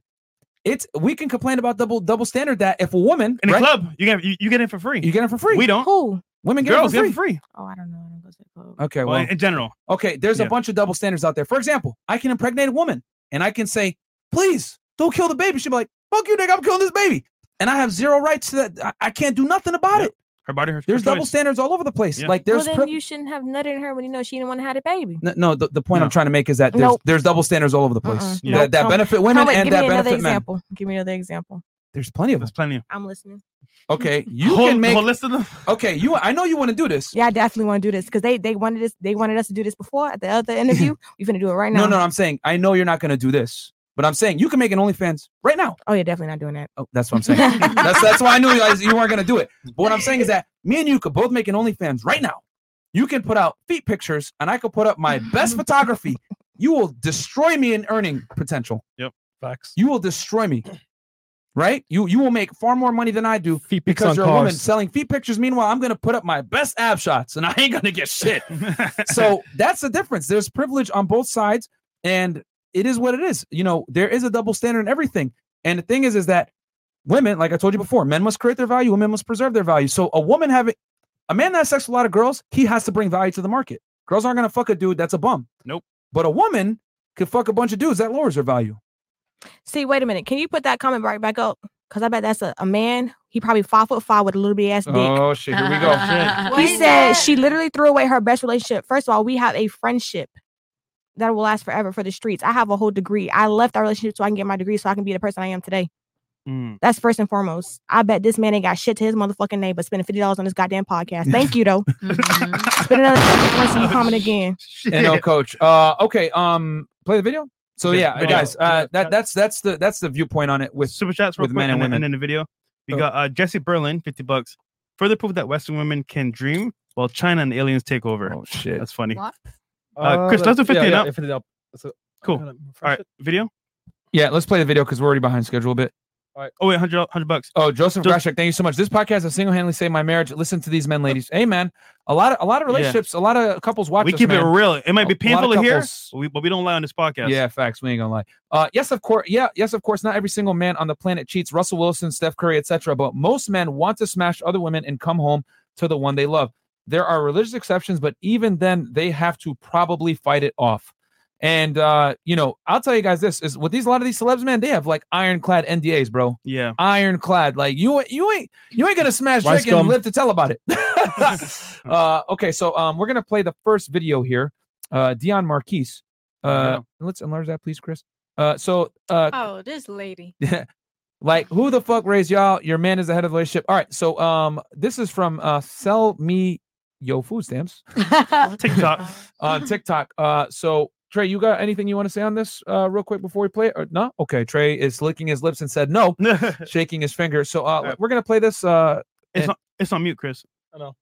It's we can complain about double double standard that if a woman In a right, club, you get you, you get in for free. you get it for free. We don't. Who? Women get Girls it for free. get free. Oh, I don't know. Okay, Well, well, [laughs] in general. Okay, there's a Yeah. bunch of double standards out there. For example, I can impregnate a woman and I can say, "Please don't kill the baby." She'll be like, "Fuck you, nigga! I'm killing this baby," and I have zero rights to that. I, I can't do nothing about it. Her body, her There's choice. double standards all over the place. Like there's well, then pri- you shouldn't have nutted her when you know she didn't want to have a baby. No, no the, the point I'm trying to make is that there's, Nope. there's double standards all over the place Mm-mm. that, that Uh-uh. Come- benefit come women with- and give that me another benefit men. example. Give me another example. There's plenty of them. There's plenty. I'm listening. [laughs] Okay, you Whole- can make whole list of them. Okay, you. I know you want to do this. Yeah, I definitely want to do this because they they wanted this. They wanted us to do this before at the other [laughs] interview. We're gonna do it right now. No, no, I'm saying I know you're not going to do this, but I'm saying you can make an OnlyFans right now. Oh, you're definitely not doing that. Oh, that's what I'm saying. that's that's why I knew you, guys- you weren't going to do it. But what I'm saying is that me and you could both make an OnlyFans right now. You can put out feet pictures, and I could put up my best photography. You will destroy me in earning potential. Yep. Facts. You will destroy me. Right? You you will make far more money than I do pics because on you're a woman cars. selling feet pictures. Meanwhile, I'm gonna put up my best ab shots and I ain't gonna [laughs] get shit. so that's the difference. There's privilege on both sides, and it is what it is. You know, there is a double standard in everything. And the thing is, is that women, like I told you before, men must create their value, women must preserve their value. So a woman having a man that has sex with a lot of girls, he has to bring value to the market. Girls aren't gonna fuck a dude that's a bum. Nope. But a woman could fuck a bunch of dudes that lowers her value. See, wait a minute. Can you put that comment right back up? Because I bet that's a, a man. He probably five foot five with a little bit ass dick. Oh shit! Here we go. He said she literally threw away her best relationship. First of all, we have a friendship that will last forever for the streets. I have a whole degree. I left our relationship so I can get my degree so I can be the person I am today. That's first and foremost. I bet this man ain't got shit to his motherfucking name, but spending fifty dollars on this goddamn [laughs] podcast. Thank you though. Spend another once you comment [laughs] again. And no coach. Uh, okay. Um, play the video. So Yeah, yeah, video. guys. Uh, that that's that's the that's the viewpoint on it with super chats with men and and, women. Oh. then in the video, we got uh, Jesse Berlin, fifty bucks. Further proof that Western women can dream while China and aliens take over. Oh shit, that's funny. What? Uh, Chris, let's do fifty yeah, and yeah, up. if it is up. uh, So- Cool. I'm All gonna refresh right, it. video. yeah, let's play the video because we're already behind schedule a bit. All right. Oh wait, 100, 100 bucks. Oh, Joseph Just- Grashek, thank you so much. This podcast has single-handedly saved my marriage. Listen to these men, ladies. Hey, man, a lot of a lot of Yeah. relationships, a lot of couples watch. we us, keep it man. real. It might be A- a lot of painful to hear, couples- but we, but we don't lie on this podcast. Yeah, facts. We ain't gonna lie. Uh, yes, of course. Yeah, yes, of course. Not every single man on the planet cheats. Russell Wilson, Steph Curry, etc. But most men want to smash other women and come home to the one they love. There are religious exceptions, but even then, they have to probably fight it off. And uh, you know, I'll tell you guys this: is with these a lot of these celebs, man, they have like ironclad NDAs, bro. Yeah, ironclad. Like you, you ain't, you ain't gonna smash Why chick and scum? live to [laughs] tell about it. [laughs] uh, okay, so um, we're gonna play the first video here. Uh, Dion Marquise. Uh, let's enlarge that, please, Chris. Uh, so uh, oh, this lady. [laughs] like who the fuck raised y'all? Your man is the head of the relationship. All right, so um, this is from uh, sell me yo food stamps TikTok [laughs] on TikTok. Uh, so Trey, you got anything you want to say on this uh, real quick before we play it? Or no? Okay, Trey is licking his lips and [laughs] said no, shaking his finger. So uh, we're gonna play this. Uh, It's and- on, it's on mute, Chris. I know.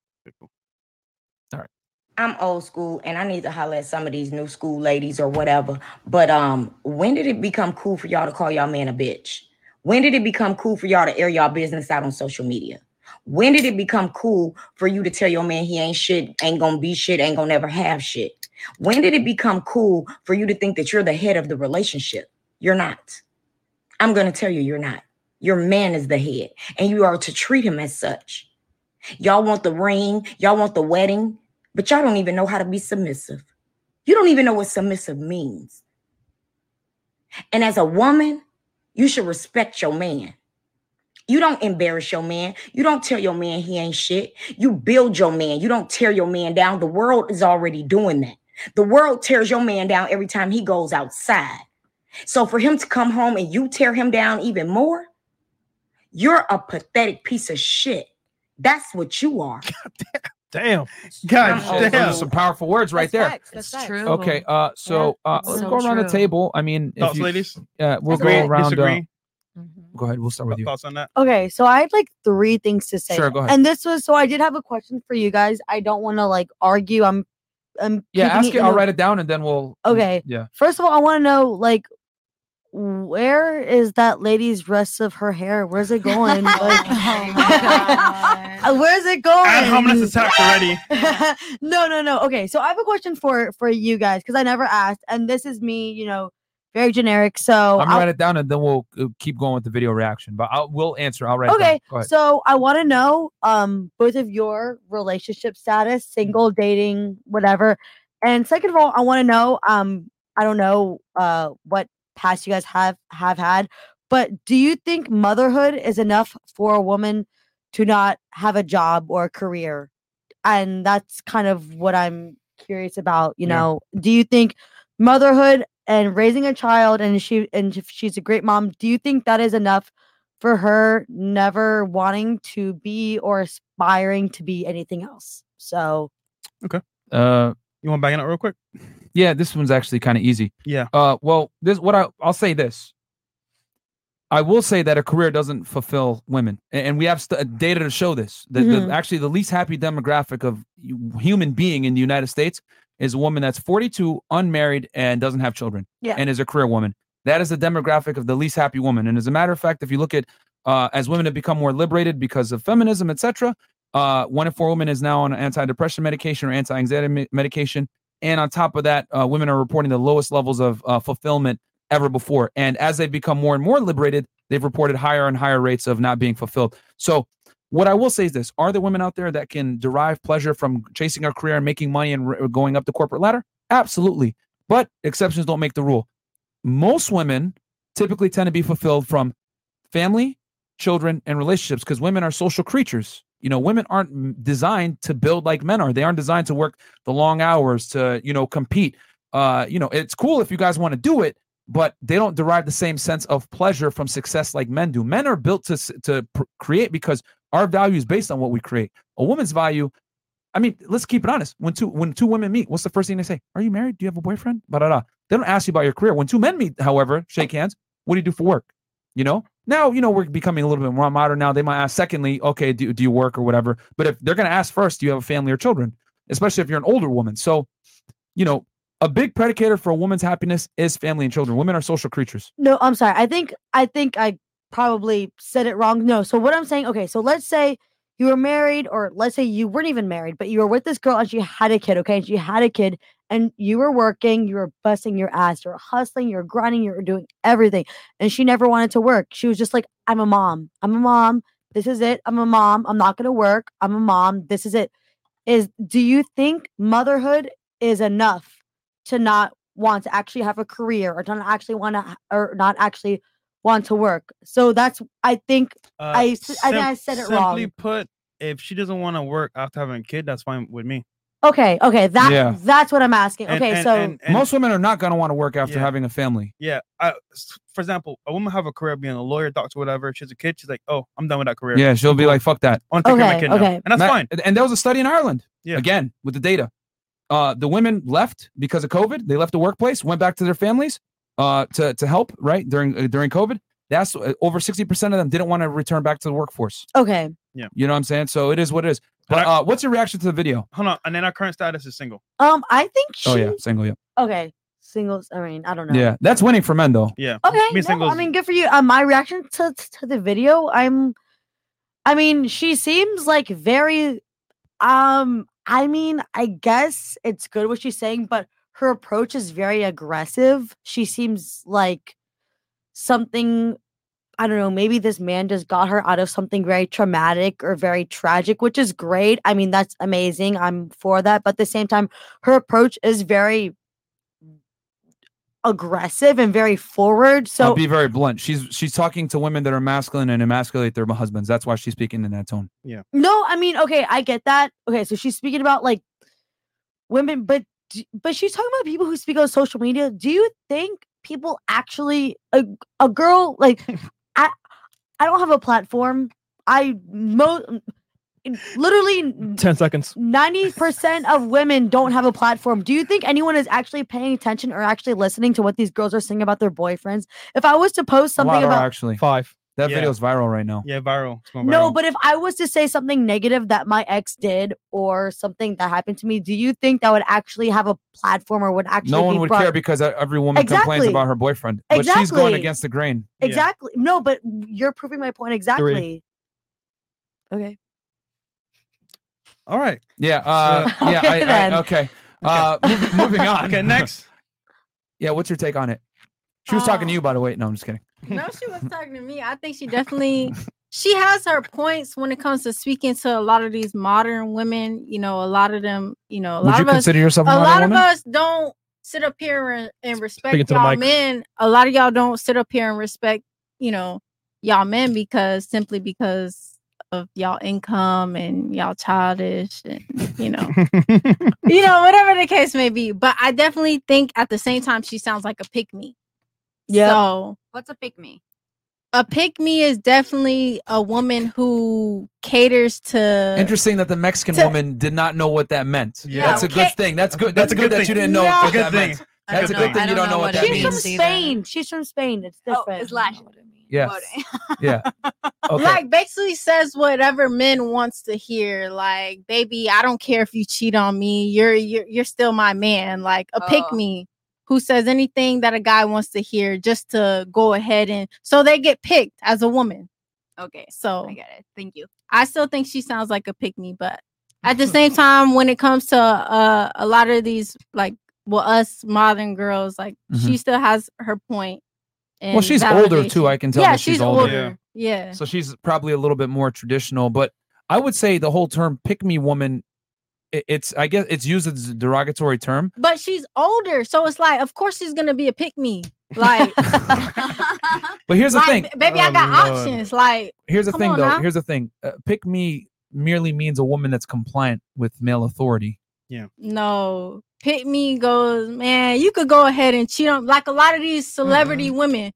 I'm old school and I need to holler at some of these new school ladies or whatever. But um, when did it become cool for y'all to call y'all man a bitch? When did it become cool for y'all to air y'all business out on social media? When did it become cool for you to tell your man he ain't shit, ain't gonna be shit, ain't gonna never have shit? When did it become cool for you to think that you're the head of the relationship? You're not. I'm gonna tell you, you're not. Your man is the head, and you are to treat him as such. Y'all want the ring, y'all want the wedding, but y'all don't even know how to be submissive. You don't even know what submissive means. And as a woman, you should respect your man. You don't embarrass your man. You don't tell your man he ain't shit. You build your man. You don't tear your man down. The world is already doing that. The world tears your man down every time he goes outside. So for him to come home and you tear him down even more, you're a pathetic piece of shit. That's what you are. [laughs] Damn. God Oh, those are damn. some powerful words right there. It's true. Okay, uh, so uh, let's So go around the true. table. I mean, if Thoughts, you, ladies? Yeah, we'll Agree, go around. Uh, disagree? Mm-hmm. go ahead. We'll start with you. Thoughts on that? Okay, so I had like three things to say. Sure, go ahead. And this was so I did have a question for you guys. I don't want to like argue. I'm, I'm Yeah, keeping ask it. in I'll the- write it down and then we'll. Oh, Okay. Mm, Yeah. First of all, I want to know like where is that lady's rest of her hair? Where's it [laughs] going? Like, Oh [laughs] Uh, where's it going? I had homeless attacks already. [laughs] no, no, no. Okay, so I have a question for for you guys because I never asked, and this is me, you know, very generic. I'm So I'll- gonna write it down and then we'll uh, keep going with the video reaction. But I'll we'll answer. I'll write. okay, It down. Go ahead. so I want to know um both of your relationship status, Mm-hmm. single, dating, whatever. And second of all, I want to know um I don't know uh what past you guys have have had, but do you think motherhood is enough for a woman to not have a job or a career? And that's kind of what I'm curious about, you Yeah. know. Do you think motherhood and raising a child and she and if she's a great mom, do you think that is enough for her never wanting to be or aspiring to be anything else. So Okay. Uh, you want to bang it out real quick? Yeah, this one's actually kind of easy. Yeah. Uh, well, this what I I'll say this. I will say that a career doesn't fulfill women, A- and, we have st- uh, data to show this. The, Mhm. the, actually, the least happy demographic of hu- human being in the United States is a woman that's 42, unmarried, and doesn't have children, Yeah. and is a career woman. That is the demographic of the least happy woman. And as a matter of fact, if you look at uh, as women have become more liberated because of feminism, etc., uh, one in four women is now on anti-depression medication or anti-anxiety me- medication. And on top of that, uh, women are reporting the lowest levels of uh, fulfillment ever before. And as they become more and more liberated, they've reported higher and higher rates of not being fulfilled. So, what I will say is this Are there women out there that can derive pleasure from chasing a career and making money and r- going up the corporate ladder? Absolutely. But exceptions don't make the rule. Most women typically tend to be fulfilled from family, children, and relationships because women are social creatures. You know, women aren't m- designed to build like men are. They aren't designed to work the long hours to, you know, compete. Uh, you know, it's cool if you guys want to do it, but they don't derive the same sense of pleasure from success like men do. Men are built to s- to pr- create because our value is based on what we create. A woman's value I mean, let's keep it honest. When two when two women meet, what's the first thing they say? Are you married? Do you have a boyfriend? Blah, blah, blah. They don't ask you about your career. When two men meet, however, shake hands. What do you do for work? You know. Now you know we're becoming a little bit more modern. Now they might ask. Secondly, okay, do, do you work or whatever? But if they're going to ask first, do you have a family or children? Especially if you're an older woman. So, you know, a big predicator for a woman's happiness is family and children. Women are social creatures. no, I'm sorry. I think I think I probably said it wrong. No. So what I'm saying, okay, so let's say you were married or let's say you weren't even married, but you were with this girl and she had a kid, okay? And she had a kid and you were working, you were busting your ass, you were hustling, you were grinding, you were doing everything. And she never wanted to work. She was just like, I'm a mom. I'm a mom. This is it. I'm a mom. I'm not going to work. I'm a mom. This is it. Is do you think motherhood is enough to not want to actually have a career or to not actually want to or not actually want to work. So that's I think Uh, I s- I think I sim- said it simply wrong. put, if she doesn't want to work after having a kid, that's fine with me. Okay, okay, that Yeah. that's what I'm asking. And- Okay, and- so and- and- Most women are not going to want to work after having a family. Yeah. I, s- for example, a woman have a career being a lawyer, doctor, whatever. If she has a kid, she's like, oh, I'm done with that career. Yeah, she'll be like, "Fuck that." I want to take care of my kid now. And that's fine. And- And there was a study in Ireland. Again, with the data, uh, the women left because of COVID. They left the workplace, went back to their families uh, to to help right during uh, during COVID. That's uh, over sixty percent of them didn't want to return back to the workforce. okay. Yeah. You know what I'm saying? So it is what it is. But uh, what's your reaction to the video? Hold on. And then our current status is single. Um I think she Oh yeah, single. Yeah, okay, singles I mean, I don't know. yeah. That's winning for men though. Yeah. Okay, no, I mean, good for you. Uh, my reaction to to the video, I'm, I mean, she seems like very, um, I mean, I guess it's good what she's saying, but her approach is very aggressive. She seems like something. I don't know, maybe this man just got her out of something very traumatic or very tragic, which is great. I mean, that's amazing. I'm for that. But at the same time, her approach is very aggressive and very forward. So I'll be very blunt. She's she's talking to women that are masculine and emasculate their husbands. That's why she's speaking in that tone. Yeah. No, I mean, okay, I get that. Okay, so she's speaking about like women, but d- but she's talking about people who speak on social media. Do you think people actually a [laughs] a girl like I I don't have a platform. I mo literally 10 seconds. 90% of women don't have a platform. Do you think anyone is actually paying attention or actually listening to what these girls are saying about their boyfriends? If I was to post a lot something are about actually five. That Yeah. video is viral right now. Yeah, viral. Oh, It's going No, viral. but if I was to say something negative that my ex did or something that happened to me, do you think that would actually have a platform or would actually No one be would brought- care because uh, every woman complains Exactly. about her boyfriend, but she's going Exactly. against the grain. Exactly. No, but you're proving my point exactly. Okay. All right. Yeah. Uh, [laughs] Okay, yeah. I- I- then. okay. Uh, mov- moving on. Okay. Next. [laughs] yeah. What's your take on it? She was Uh, talking to you, by the way. No, I'm just kidding. no, she was talking to me. I think she definitely she has her points when it comes to speaking to a lot of these modern women. You know, a lot of them. You know, a Would lot you of us. consider yourself a a modern lot woman? of us don't sit up here and, and Speaking respect to the y'all mic. men. A lot of y'all don't sit up here and respect. You know, y'all men because simply because of y'all income and y'all childish [laughs] and you know you know whatever the case may be but i definitely think at the same time she sounds like a pick me Yeah. so What's a pick me? a pick me is definitely a woman who caters uh, to Interesting that the Mexican to- woman did not know what that meant. Yeah. That's a good Okay. thing. That's good. That's, good that you didn't know Yeah. what Good that thing. meant. I That's a don't good know. thing I you don't don't know know what what that it She's from means. Spain. She's from Spain. It's Oh, different. it's like [laughs] Yes. [laughs] Yeah. Okay. like basically says whatever men wants to hear like baby i don't care if you cheat on me you're you're, you're still my man like a pick Oh. me who says anything that a guy wants to hear just to go ahead and so they get picked as a woman Okay. so I get it. Thank you. I still think she sounds like a pick me, but at the [laughs] same time, when it comes to uh, a lot of these, like, well, us modern girls, like, she Mhm. still has her point. Well, and she's older validation. too. I can tell Yeah, that she's, older. Yeah. So she's probably a little bit more traditional, but I would say the whole term "pick me woman," i- it's I guess it's used as a derogatory term. But she's older, so it's like, of course, she's gonna be a pick me. Like, But [laughs] here's the like, thing, ba- baby, I got Oh, options. Like, Here's the come thing, on though. now. Here's the thing. Uh, pick me merely means a woman that's compliant with male authority. Yeah. No, pick me goes, man, you could go ahead and cheat on like a lot of these celebrity women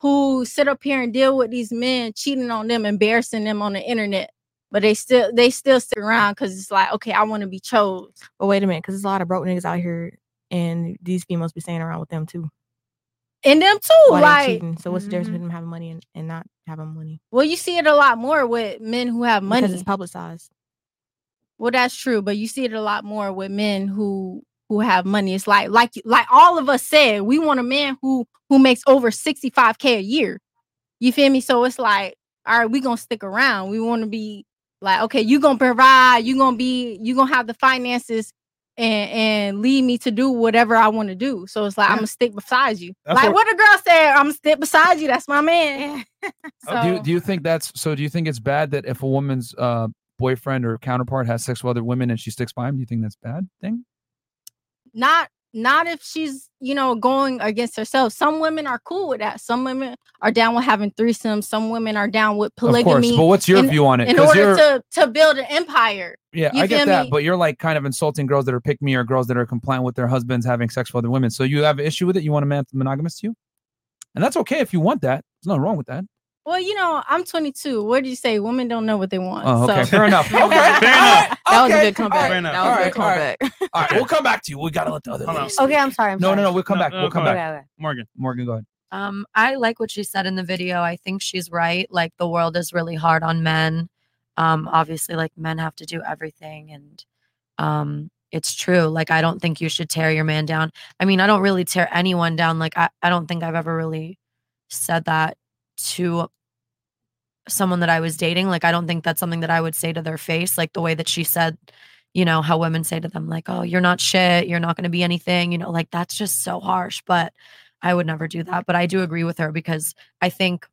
who sit up here and deal with these men cheating on them, embarrassing them on the internet. But they still they still stick around because it's like, okay, I want to be chose. But wait a minute, because there's a lot of broke niggas out here, and these females be staying around with them too. And them too, while they like cheating. So what's the Mm-hmm. difference between them having money and, and not having [laughs] money? well, you see it a lot more with men who have money. Because it's publicized. Well, that's true, but you see it a lot more with men who who have money. It's like like like all of us said, we want a man who who makes over 65k a year. You feel me? So it's like, all right, we going to stick around. We want to be like, okay, you going to provide, you going to be you going to have the finances and and lead me to do whatever I want to do. So it's like I'm going to stick beside you. That's like what- what, the girl said, I'm going to stick beside you. That's my man. [laughs] so, Do you, do you think that's so? Do you think it's bad that if a woman's uh, boyfriend or counterpart has sex with other women and she sticks by him? Do you think that's bad thing? not not if she's you know going against herself some women are cool with that some women are down with having threesomes some women are down with course, polygamy but what's your in- view on it? in 'Cause order you're- to to build an empire Yeah, You I get feel that, me? but you're like kind of insulting girls that are pick me or girls that are compliant with their husbands having sex with other women. So you have an issue with it. You want a man that's monogamous to you, and that's okay if you want that. There's nothing wrong with that. well you know i'm 22 what do you say women don't know what they want Oh, okay, Uh, so. fair [laughs] enough. Okay, fair enough. that was a good comeback Fair enough. that was a good All right, comeback all right. All right, we'll come back to you. We gotta let the other. ladies Okay, I'm sorry. I'm No, sorry. no, no. We'll come back. we'll come okay. back. Morgan. Morgan, go ahead. Um, I like what she said in the video. I think she's right. Like the world is really hard on men. Um, obviously, like men have to do everything, and um, it's true. Like I don't think you should tear your man down. I mean, I don't really tear anyone down. Like I, I don't think I've ever really said that to someone that I was dating. Like I don't think that's something that I would say to their face. Like the way that she said, you know, how women say to them, like, "Oh, you're not shit. You're not going to be anything." You know, like that's just so harsh. But I would never do that. But I do agree with her because I think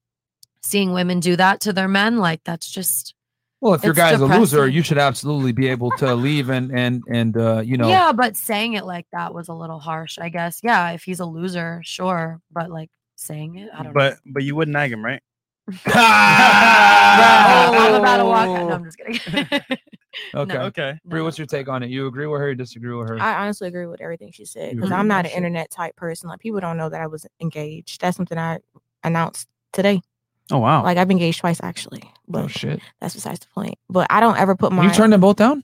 seeing women do that to their men, like that's just Well, if your it's guy's a loser, depressing. you should absolutely be able to leave and and and uh, you know. yeah. But saying it like that was a little harsh, I guess. Yeah, if he's a loser, sure, but like saying it, I don't. But but you would nag him, right? [laughs] know. I'm about to walk. No, I'm just kidding. Ah! [laughs] Okay. No. Okay. Bree, what's your take on it? You agree with her or disagree with her? I honestly agree with everything she said You because agree I'm with not that an shit. internet type person. Like people don't know that I was engaged. That's something I announced today. [laughs] Oh wow. Like I've been engaged twice actually. But Oh shit. That's besides the point. But I don't ever put my You turned them both down?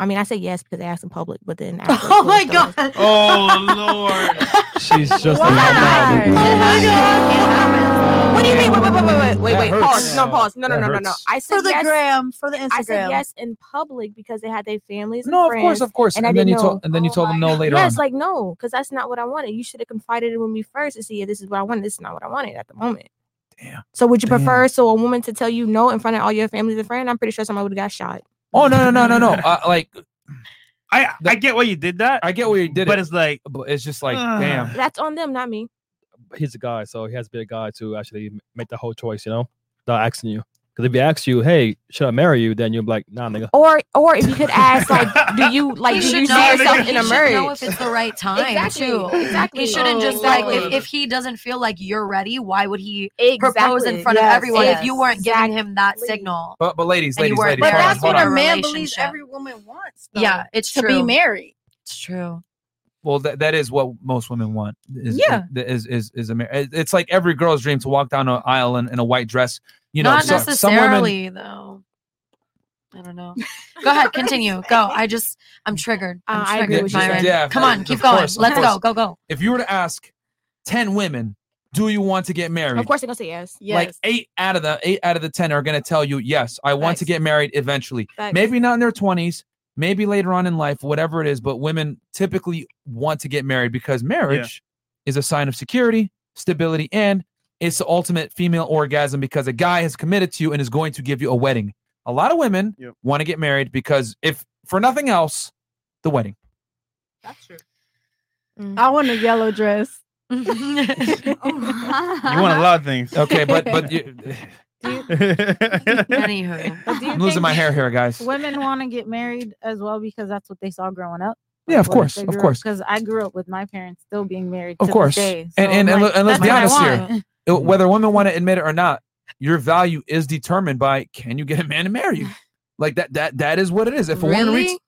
I mean, I said yes because they asked in public, but [laughs] then Oh my God. Oh lord. She's just Oh What do you mean? Wait, wait, wait, wait, wait, wait, That wait. Pause. hurts. No, pause. No, no, That no, no, no. hurts. I said For the yes. gram, for the I said Instagram. yes in public because they had their families. And No, of friends, course, of course. And, I then didn't you know. Oh told and then you told them no later yes, on. like no, because that's not what I wanted. You should have confided in me first to see if this is what I wanted. This is not what I wanted at the moment. Damn. So would you prefer so a woman to tell you no in front of all your family and friends? I'm pretty sure somebody would have got shot. oh no, no, no, [laughs] no, no. Uh, like I I get why you did that. I get why you did but it. But it's like it's just like damn. That's on them, not [laughs] me. uh. he's a guy, so he has to be a guy to actually m- make the whole choice, you know, not asking you. Because if he asks you, hey, should I marry you? Then you're like, nah, nigga. Or or if you could ask like, do you [laughs] like He do should you see know. yourself He in a should marriage? know if it's the [laughs] right time Exactly, too. exactly. He shouldn't just like if, Exactly. if he doesn't feel like you're ready, why would he propose in Exactly. front Yes, of everyone if you yes, weren't giving him that signal? But but ladies, And you ladies, weren't ladies. there hold on, That's hold what on. a man relationship. believes every woman wants. though, Yeah, it's to be true. married. It's true. Well, that, that is what most women want. Is, Yeah. is is is a mar- it- It's like every girl's dream to walk down an aisle in, in a white dress. You know, not so- some women. necessarily though. I don't [laughs] know. Go ahead, continue. Go. I just I'm triggered. I'm Uh, I triggered, agree with you, Myron. Jen. Yeah, Come of on, keep course, going. of Let's course. go. Go go. If you were to ask ten women, do you want to get married? Of course they're gonna say yes. Like eight out of the eight out of the ten are gonna tell you, yes, I want to get married eventually. Facts. Maybe not in their twenties, maybe later on in life, whatever it is. But women typically want to get married because marriage is a sign of security, stability, and it's the ultimate female orgasm because a guy has committed to you and is going to give you a wedding. A lot of women want to get married because if for nothing else, the wedding. I want a yellow [laughs] dress. [laughs] Oh, You want a lot of things. Okay, [laughs] but but you, [laughs] [laughs] Anywho, But do you I'm losing think my hair here, guys. Women want to get married as well because that's what they saw growing up. Yeah, of course, of course. Because I grew up with my parents still being married. of to course This day, and so, and, and, like, let- and let's be that's honest what I here [laughs] want. Uh, whether women want to admit it or not your value is determined by can you get a man to marry you like that that that is what it is if a woman reaches Really?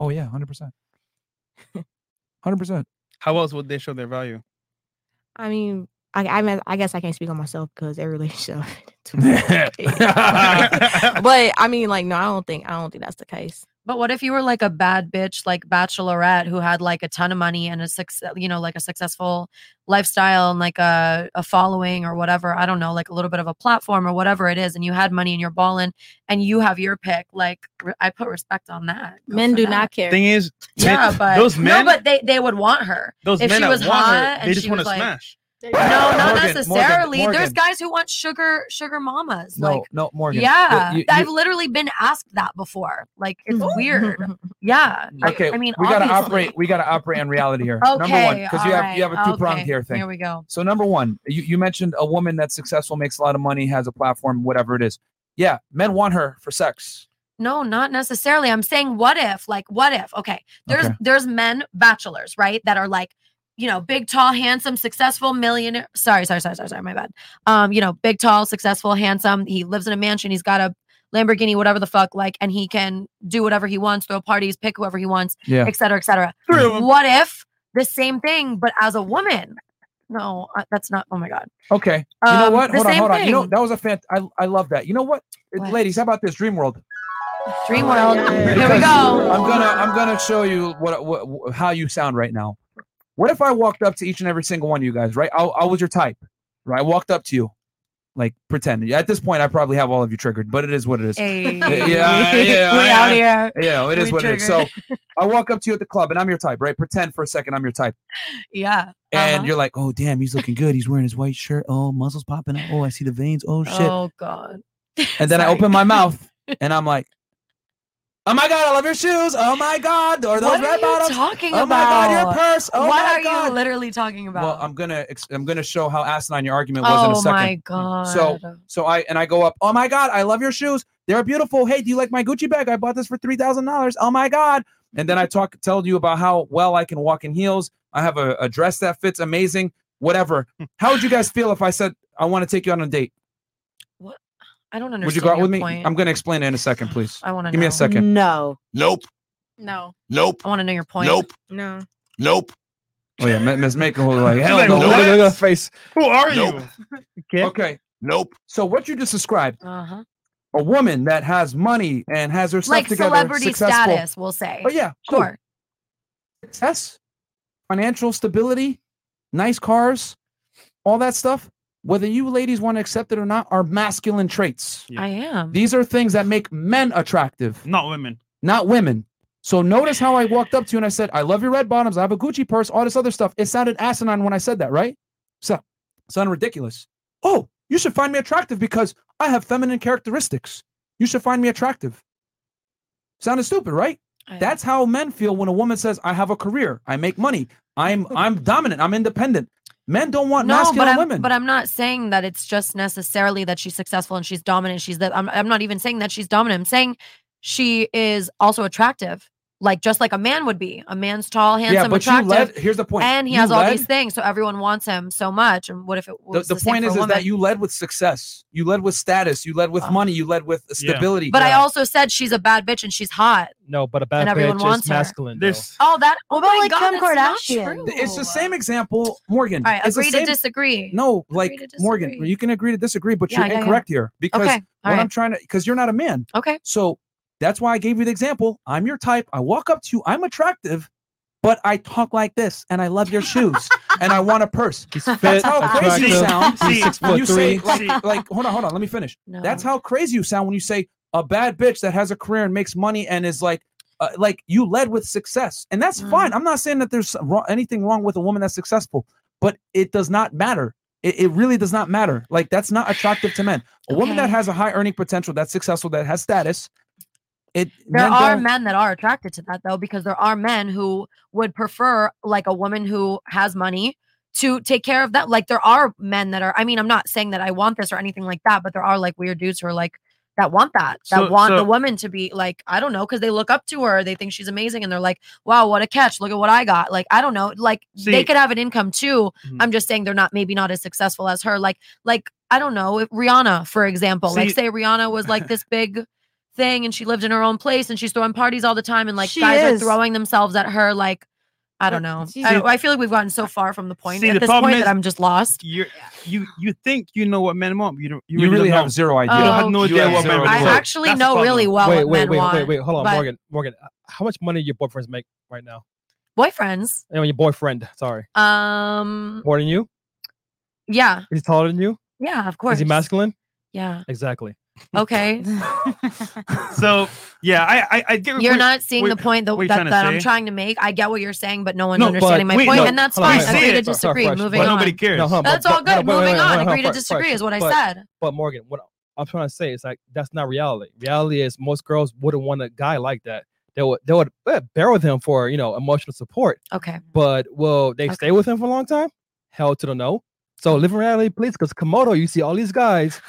oh yeah 100% 100% How else would they show their value? I mean, I I, mean, I guess I can't speak on myself because every [laughs] relationship. [laughs] but I mean, like, no, I don't think I don't think that's the case. But what if you were like a bad bitch, like Bachelorette, who had like a ton of money and a success, you know, like a successful lifestyle and like a, a following or whatever? I don't know, like a little bit of a platform or whatever it is. And you had money and you're balling and you have your pick. Like, re- I put respect on that. Go Men for do that. not care. Thing is, men- [laughs] Yeah, but those men, no, but they, they would want her. those if men she that was want her, hot they and just she wanna was like, smash. no, not Morgan, necessarily. Morgan, There's Morgan. guys who want sugar sugar mamas. no like, no morgan yeah, you- you- I've you- literally been asked that before. Like it's weird. Yeah. I- okay I, mean, we gotta obviously. operate we gotta operate on reality here number one Okay, because you have you have a alright, two-pronged okay, here thing here we go. so number one you, you mentioned a woman that's successful makes a lot of money has a platform whatever it is yeah men want her for sex No, not necessarily. I'm saying what if, like, what if? Okay, there's Okay. there's men bachelors, right, that are like, you know, big, tall, handsome, successful, millionaire. Sorry, sorry, sorry, sorry, sorry. My bad. Um, you know, big, tall, successful, handsome. He lives in a mansion. He's got a Lamborghini, whatever the fuck, like, and he can do whatever he wants, throw parties, pick whoever he wants, Yeah. et cetera, et cetera. Three of 'em. What if the same thing, but as a woman? No, uh, that's not. Oh my god. Okay. You know Um, what? the Hold on, same hold on. You know thing. that was a fan. I, I love that. You know what? Uh, ladies? How about this Dream World? Dream world. Here we Because go. I'm gonna I'm gonna show you what, what how you sound right now. What if I walked up to each and every single one of you guys? Right? I, I was your type. Right? I walked up to you. Like pretend. At this point, I probably have all of you triggered, but it is what it is. Hey. [laughs] Yeah, [laughs] yeah, yeah. We I- out I- here. Yeah, it is We what it is. So triggered. [laughs] I walk up to you at the club, and I'm your type, right? Pretend for a second I'm your type. Yeah. and Uh-huh. you're like, oh damn, he's looking good. He's wearing his white shirt. Oh, muscles popping out. Oh, I see the veins. Oh shit. Oh god. and then I open my mouth and I'm like, oh my god, I love your shoes. Oh my god, or those What red are you bottoms. talking oh about? my god, your purse. Oh what my are god. you literally talking about? well, I'm gonna ex- I'm gonna show how asinine your argument was in a Oh second. my god. So so I and I go up. Oh my god, I love your shoes. They're beautiful. Hey, do you like my Gucci bag? I bought this for three thousand dollars. Oh my god! And then I talk, tell you about how well I can walk in heels. I have a, a dress that fits amazing. Whatever. How would you guys feel if I said I want to take you on a date? I don't understand. Would you go out your with me? Point. I'm gonna explain it in a second, please. I wanna Give me know. Oh. a second. No. Nope. no. Nope. I want to know your point. Nope. No. Nope. Oh yeah, Miss Maker was like, She's hell [laughs] like, no. "What?" Look at her face. Who are Nope. Okay. Nope. So what you just described, a woman that has money and has her stuff Uh-huh. Like together, celebrity successful- status, we'll say. Oh yeah, cool. Sure. Success, financial stability, nice cars, all that stuff. Whether you ladies want to accept it or not, are masculine traits. I am. These are things that make men attractive, not women. Not women. So notice how I walked up to you and I said, "I love your red bottoms. I have a Gucci purse. All this other stuff." It sounded asinine when I said that, right? So, sound ridiculous. Oh, you should find me attractive because I have feminine characteristics. You should find me attractive. Sounded stupid, right? That's how men feel when a woman says, "I have a career. I make money. I'm I'm dominant. I'm independent." Men don't want No, masculine but I'm, women. but I'm not saying that it's just necessarily that she's successful and she's dominant. She's that I'm, I'm not even saying that she's dominant. I'm saying she is also attractive, like just like a man would be. A man's tall, handsome, but you attractive. led- here's the point. And he You has all led- these things, so everyone wants him so much. And what if it the, was the the, same point for is, a is woman? Ah. that you led with success. You led with status. You led with money. You led with stability. But I also said she's a bad bitch and she's hot. no, but a bad And everyone bitch is wants her. masculine. This Oh, that. Oh my like God, Kim that's not Kardashian? true. it's the same example, Morgan. All right, it's the agree to same- disagree. No, like Morgan, you can agree to disagree, but Yeah, you're yeah, yeah. incorrect here because Okay, all what I'm right. trying to because you're not a man. Okay. So that's why I gave you the example. I'm your type. I walk up to you. I'm attractive, but I talk like this, and I love your shoes, and I want a purse. fit, that's how crazy you attractive, sound. he's six when foot you say three. like, like, hold on, hold on, let me [laughs] finish. That's how crazy you sound when you say a bad bitch that has a career and makes money and is like. Uh, like you led with success, and that's Mm-hmm. fine. I'm not saying that there's wrong, anything wrong with a woman that's successful, but it does not matter. It, it really does not matter. Like that's not attractive to men. A woman that has a high earning potential, that's successful, that has status. It There men are don't- men that are attracted to that though, because there are men who would prefer like a woman who has money to take care of that. Like there are men that are. I mean, I'm not saying that I want this or anything like that, but there are like weird dudes who are like that want that, that So- want so- the woman to be like I don't know, because they look up to her, they think she's amazing, and they're like, wow, what a catch! Look at what I got. Like I don't know, like See- they could have an income too. Mhm. I'm just saying they're not maybe not as successful as her. Like like I don't know, if Rihanna for example, like See- say Rihanna was like this big thing and she lived in her own place and she's throwing parties all the time and like She guys is. are throwing themselves at her like I don't know. she's- I, don't- I feel like we've gotten so far from the point See, at the this problem point is that I'm just lost. You you you think you know what men want? but You don't. You, You really don't have know. zero You idea. don't have no Oh, idea okay. what men Zero want. I actually That's the know problem. really well wait, what wait, men wait, want. wait, wait, hold on, but Morgan. Morgan, uh, how much money your boyfriends make right now? Boyfriends, I mean, your boyfriend, sorry, um, more than you. yeah, He's taller than you. yeah, of course. Is he masculine? Yeah. Exactly. [laughs] Okay. So yeah, I I, I get. You're what- not seeing what- the point that, what you that, trying to that say. I'm trying to make. I get what you're saying, but no one's No, but understanding my wait, point, no, and that's hold on, fine. we see Agree to it. Sorry, disagree. Fresh, Moving but- on. hold That's but- all good. hold wait, wait, Moving wait, on. hold Agree to Fresh, disagree Fresh. is what I But- said. But Morgan, what I'm trying to say is like that's not reality. Reality is most girls wouldn't want a guy like that. They would they would eh, bear with him for you know emotional support. Okay. But will they stay with him for a long time? Hell to the no. So live in reality, please, because Komodo, you see all these guys,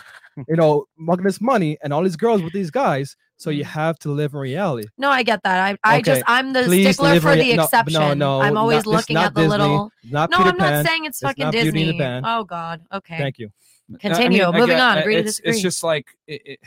you know, making this money and all these girls with these guys. So Mm. you have to live in reality. No, I get that. I, I just Okay, I'm the please stickler live for in the rea- no, but exception. No, no, I'm always not- it's looking not at the Disney, little. it's not no, Peter I'm not Pan, saying it's fucking not Beauty and the Disney. Pan. Oh God. Okay. Thank you. I- I Continue. mean, I Moving get- on. I- Agree to it's, disagree. It's just like it, it-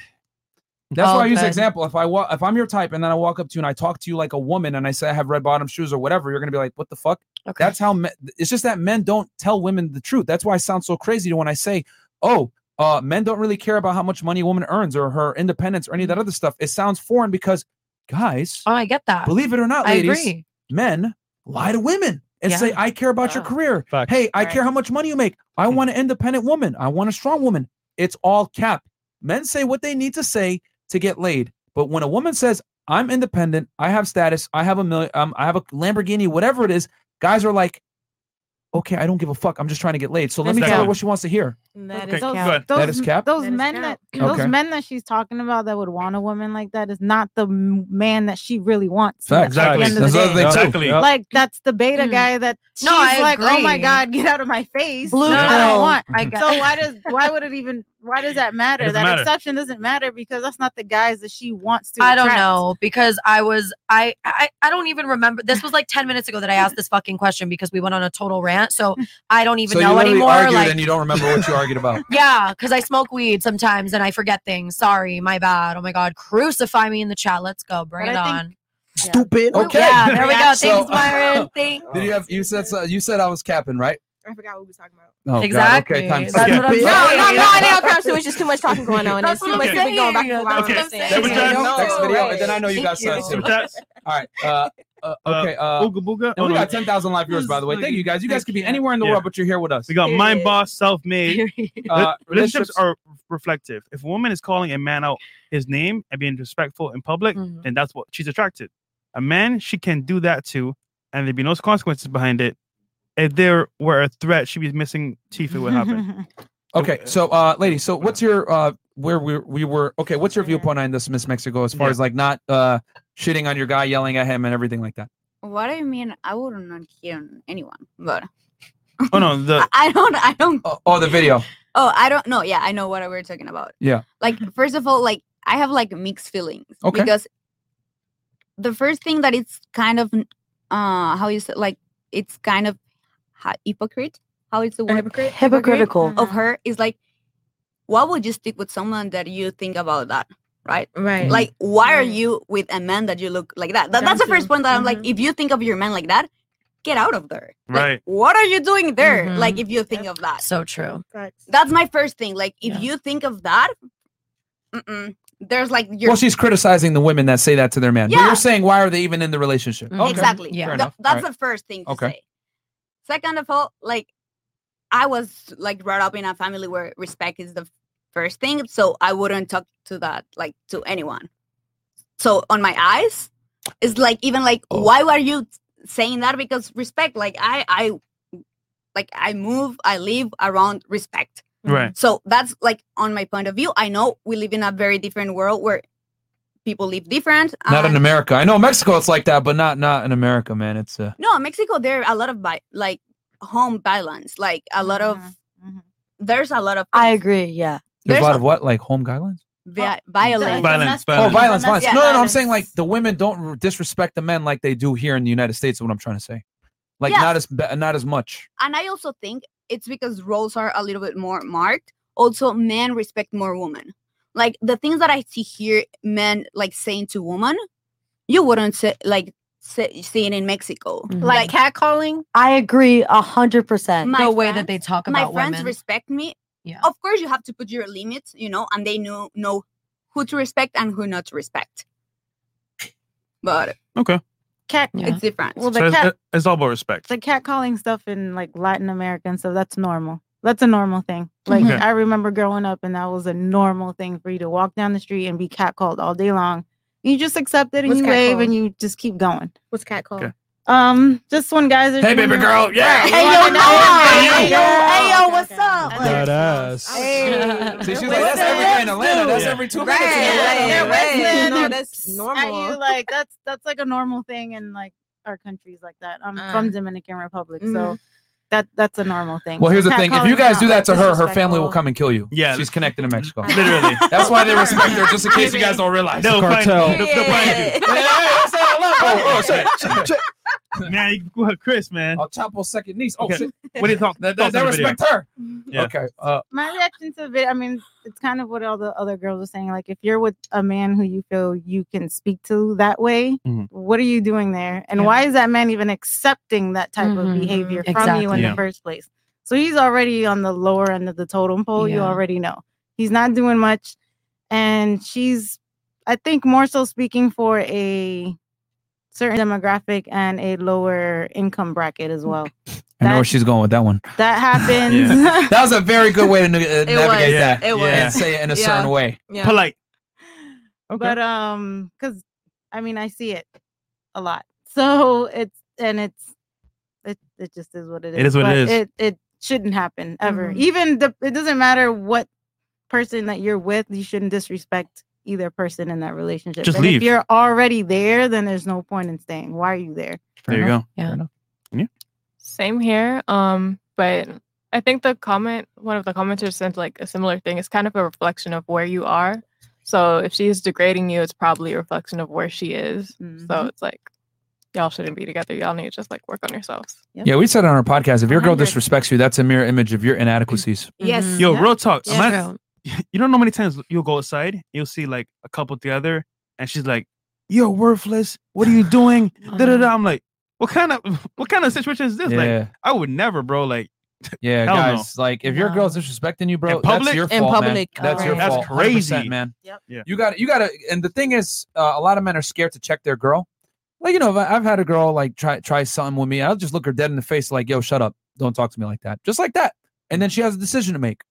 that's why All I use the good. example. If I walk, if I'm your type, and then I walk up to you and I talk to you like a woman, and I say I have red bottom shoes or whatever, you're gonna be like, "What the fuck?" Okay. That's how. Me- it's just that men don't tell women the truth. That's why I sound so crazy when I say, "Oh, uh, men don't really care about how much money a woman earns or her independence or any of that other stuff." It sounds foreign because guys. Oh, I get that. Believe it or not, I ladies, agree. men lie to women and Yeah. say, "I care about your career. Hey, I care how much money you make. I want an independent woman. I want a strong woman." It's all cap. Men say what they need to say to get laid, but when a woman says, "I'm independent. I have status. I have a million. Um, I have a Lamborghini. Whatever it is," guys are like, "Okay, I don't give a fuck. I'm just trying to get laid. So let That's me tell her cap. what she wants to hear." That Okay, is good. cap. That is cap? Those That is men cap. that those Okay. men that she's talking about that would want a woman like that is not the m- man that she really wants. Facts. at the Exactly. end of the That's the day. other thing, too. Exactly. Yep. Like that's the beta guy that she's Mm. No, I like, oh my agree. god, get out of my face. I Blue don't pill. want. I get- so why does why would it even why does that matter? doesn't That matter. exception doesn't matter because that's not the guys that she wants to. I don't attract. know because I was I, I I don't even remember. This was like ten minutes ago that I asked this fucking question because we went on a total rant. [laughs] So I don't even so you know literally anymore. argued like and you don't remember what you argued about. Yeah, because I smoke weed sometimes and I forget things. Sorry, my bad. Oh my god, crucify me in the chat. Let's go, bring But it I think- on. Stupid. Okay. Yeah, there we go. Thanks, So- [laughs] Myron. Thanks. Did you have you said so, you said I was capping, right? I forgot what we were talking about. Oh, God. Exactly. Okay, time to That's skip. what I'm saying. No, no, no, I know crime too. It's just too much talking going on. That's It's too what much I'm people going back saying. and forth. Okay. I'm saying. Super chat. No. Next video, and then I know you Thank got you. something. [laughs] All right. Uh, uh, okay. Uh, Ooga booga. Oh, And Hold we on. got 10,000 live viewers, by the way. Thank you guys. You guys could be anywhere in the world, but you're here with us. We got mind boss, self [laughs] made. Uh, relationships relationships- are reflective. If a woman is calling a man out his name and being disrespectful in public, Mm-hmm. then that's what she's attracted. A man she can do that to, and there'd be no consequences behind it. If there were a threat, she'd be missing teeth. It [laughs] would [laughs] happen. Okay, so uh, ladies, so what's your uh, where we we were? Okay, what's your viewpoint on this Miss Mexico as far as like not uh shitting on your guy, yelling at him, and everything like that? What do you mean? I would not hear anyone, but Oh no, the I don't. I don't. Oh, oh the video, Oh, I don't know. Yeah, I know what we're talking about. yeah. Like, first of all, like I have like mixed feelings Okay. because the first thing that it's kind of uh how you say like it's kind of hy- hypocrite. How it's a word? Hypocrite? Hypocritical. of her is like, why would you stick with someone that you think about that? Right, Right. Like, why are you with a man that you look like that? that that's the Exactly. first point that I'm like, if you think of your man like that, get out of there. Right. What are you doing there? Like, if you think of that, So true. that's my first thing. Like, if you think of that, mm-mm, there's like your. well, she's criticizing the women that say that to their man. But Yeah. Mm-hmm. you're saying why are they even in the relationship? Okay, Exactly. fair Tha- enough. that's All right. the first thing. To Okay. Say. Second of all, like I was like brought up in a family where respect is the first thing, so I wouldn't talk to that like to anyone. So on my eyes, it's like even like Oh. why were you saying that? Because respect, like I I like I move, I live around respect. Right. So that's like on my point of view. I know we live in a very different world where people live different. Not in and- America. I know Mexico it's like that, but not not in America, man. It's uh, no, Mexico, there are a lot of bi- like home violence, like a lot of Mm-hmm, there's a lot of I agree. Yeah. there's a There's lot of what like home guidelines. vi- [laughs] violence. Violence, Oh, violence, violence. No, no, no. I'm saying like the women don't r- disrespect the men like they do here in the United States. Is what I'm trying to say. Like Yeah. not as ba- not as much. And I also think it's because roles are a little bit more marked. Also, men respect more women. Like the things that I see here, men like saying to woman, you wouldn't say like say, see it in Mexico. Mm-hmm. Like catcalling. Mm-hmm. I agree a hundred percent. My that they talk my about friends women. respect me yeah of course you have to put your limits you know and they know know who to respect and who not to respect but Okay. Cat, it's different. Well, So uh, the it's, cat, it's all about respect. the cat calling stuff in like Latin America and stuff. That's normal. That's a normal thing. Like Okay. I remember growing up, and that was a normal thing for you to walk down the street and be cat called all day long. You just accept it and What's you wave catcalled? and you just keep going. What's cat called? Um, just when guys are Hey, baby doing their- girl, yeah. Hey, Yeah. yo, no. Hey, Hey, yo. yo, hey, yo, what's up? That ass. See, she's like, that's everywhere in Atlanta. That's every two minutes. in Atlanta. [laughs] No, that's normal. you [laughs] like that's that's like a normal thing in like our countries like that. I'm from Dominican Republic, so Mhm. that that's a normal thing. Well, So here's the cat thing: if calling you is guys not, do that to like, her, her family will disrespectful. come and kill you. Yeah, she's connected to [laughs] Mexico. Literally. That's why they respect her. Just in case you guys don't realize. They'll find- Cartel. they'll- they'll Yeah. find you. Yeah, I said I love her. Oh, oh, sorry. [laughs] man, you go ahead, Chris, man. I'll chop her second niece. Oh, shit. What do you talk? They, talk they, to the they video. respect her. Yeah. Okay. Uh, my reaction to it, I mean, it's kind of what all the other girls are saying. Like, if you're with a man who you feel you can speak to that way, Mhm. what are you doing there? Mm-hmm. And Yeah. why is that man even accepting that type Mhm, of behavior mhm. from you in Exactly. Yeah. the first place? So he's already on the lower end of the totem pole. You Yeah. already know he's not doing much. And she's, I think, more so speaking for a certain demographic and a lower income bracket as well. I know where she's going with that one. [laughs] That happens. [laughs] that was a very good way to na- uh, navigate was, that. it was. And say it in a Yeah. certain way. Yeah. Polite. But um, because I mean, I see it a lot, so it's and it's it it just is what it is. It is what it but is. It it shouldn't happen ever. Mm-hmm. Mhm. Even the it doesn't matter what person that you're with, you shouldn't disrespect either person in that relationship. Just And leave. If you're already there, then there's no point in staying. Why are you there? There you go. Yeah. Same here. Um, but I think the comment one of the commenters sent like a similar thing. It's kind of a reflection of where you are. So if she's degrading you, it's probably a reflection of where she is. So Mhm. it's like y'all shouldn't be together. Y'all need to just like work on yourselves. Yeah, we said on our podcast if your girl disrespects you, that's a mirror image of your inadequacies. Yes. Mhm. Yo, Yeah. real talk. Yeah. Imagine- [laughs] you don't know how many times you'll go outside, you'll see like a couple together, and she's like, "You're worthless. What are you [laughs] doing?" da, da, da. I'm like, [laughs] "What kind of what kind of situation is this?" Yeah. Like, I would never, bro. Like, Yeah, [laughs] Hell no. guys. Like, if your girl's disrespecting you, bro, In public? that's your In fault, man. public, That's your alright. That's fault. 100%, crazy. man. Yep. Yeah. You got to You got to. And the thing is, uh, a lot of men are scared to check their girl. Like, you know, if I- I've had a girl like try try something with me. I'll just look her dead in the face, like, "Yo, shut up! Don't talk to me like that." Just like that. And then she has a decision to make.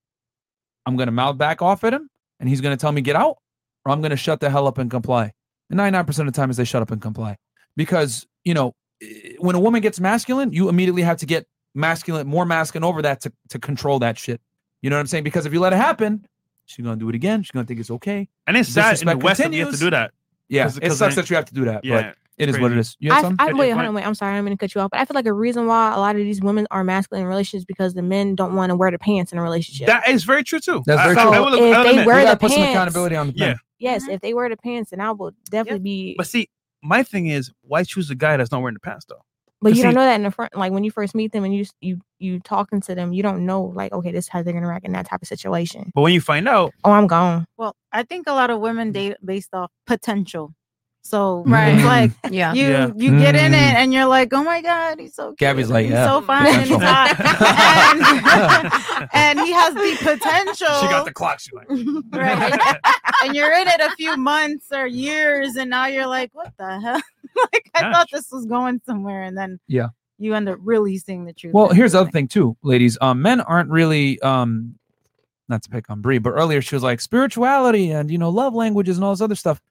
I'm gonna mouth back off at him, and he's gonna tell me get out, or I'm gonna shut the hell up and comply. And 99% of the time is they shut up and comply, because you know eh, when a woman gets masculine, you immediately have to get masculine, more masculine over that to to control that shit. You know what I'm saying? Because if you let it happen, she's gonna do it again. She's gonna think it's okay. And it's The sad in disrespect the West that we have to do that. Yeah, 'Cause- it 'cause sucks I- that you have to do that. Yeah, but it is what it crazy. is. You have something? I, I, wait, hold on, wait. I'm sorry, I'm gonna cut you off, but I feel like a reason why a lot of these women are masculine in relationships because the men don't want to wear the pants in a relationship. That is very true too. That's I- very I- true. I will- If I will they admit- wear We gotta the put some pants- accountability on the yeah. yes, if they wear the pants, then I will definitely be. But see, my thing is, why choose a guy that's not wearing the pants though? But 'Cause you don't see- know that in the front, like when you first meet them and you s- you you talking to them, you don't know like okay, this is how they're gonna react in that type of situation. But when you find out, Oh, I'm gone. Well, I think a lot of Mm. women date based off potential. So Right. it's [laughs] like Yeah. you Yeah. you get in it Mm. and you're like, oh my god, he's so cute. Gabby's like, he's yeah, so fine and he's potential. [laughs] hot, and, [laughs] and he has the potential. She got the clock. She like, [laughs] right? [laughs] and you're in it a few months or years, and now you're like, what the hell? [laughs] like I Gosh. thought this was going somewhere, and then yeah. you end up really seeing the truth. Well, here's the other thing too, ladies. Um, men aren't really um, not to pick on Brie, but earlier she was like spirituality and you know love languages and all this other stuff.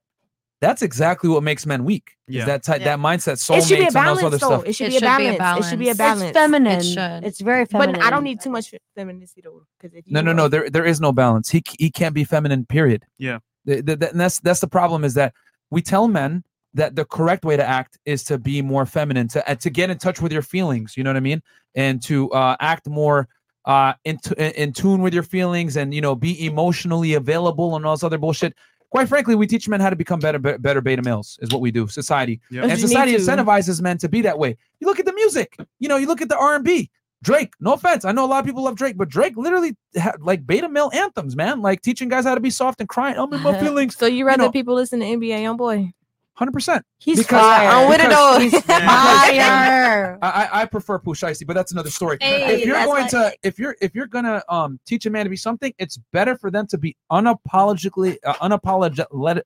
That's exactly what makes men weak. Yeah. Is that type, that mindset, it should be soulmates, a and all balance, this other though. stuff. It should, be, a balance. It should be a balance. It's feminine. It's very feminine. But I don't need too much femininity though, because if you No, no, no. There, there is no balance. He, c- he can't be feminine. Period. Yeah. The, the, the- and that's that's the problem is that we tell men that the correct way to act is to be more feminine, to uh, to get in touch with your feelings. You know what I mean? And to uh, act more uh, in t- in in tune with your feelings, and you know, be emotionally available and all this other bullshit. Quite frankly, we teach men how to become better, be- better beta males is what we do. Society Yeah. and Oh, You need society to. incentivizes men to be that way. You look at the music. You know, you look at the R and B. Drake. No offense, I know a lot of people love Drake, but Drake literally had like beta male anthems, man. Like teaching guys how to be soft and crying. I'm in my [laughs] feelings. So you rather people listen to NBA Young Boy? Hundred percent. He's Because- fire. I'm with it though. [laughs] because- [laughs] He's because- fire. I, I I prefer Pushaisi, but that's another story. Hey, if you're that's going my- to, if you're if you're gonna um teach a man to be something, it's better for them to be unapologetically uh, unapologetic let,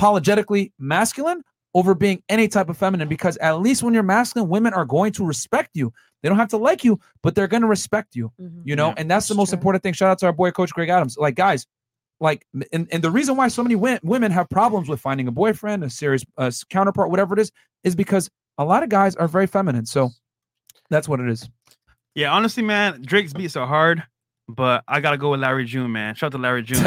unapologetically masculine over being any type of feminine. Because at least when you're masculine, women are going to respect you. They don't have to like you, but they're gonna respect you. You know, and that's the most important thing. Shout out to our boy Coach Greg Adams. Like guys, like m- and, and the reason why so many wi- women have problems with finding a boyfriend a serious uh, s- counterpart whatever it is is because a lot of guys are very feminine so that's what it is Yeah, honestly, man, Drake's beats are hard, but I gotta go with Larry June, man. Shout out to Larry [laughs] June.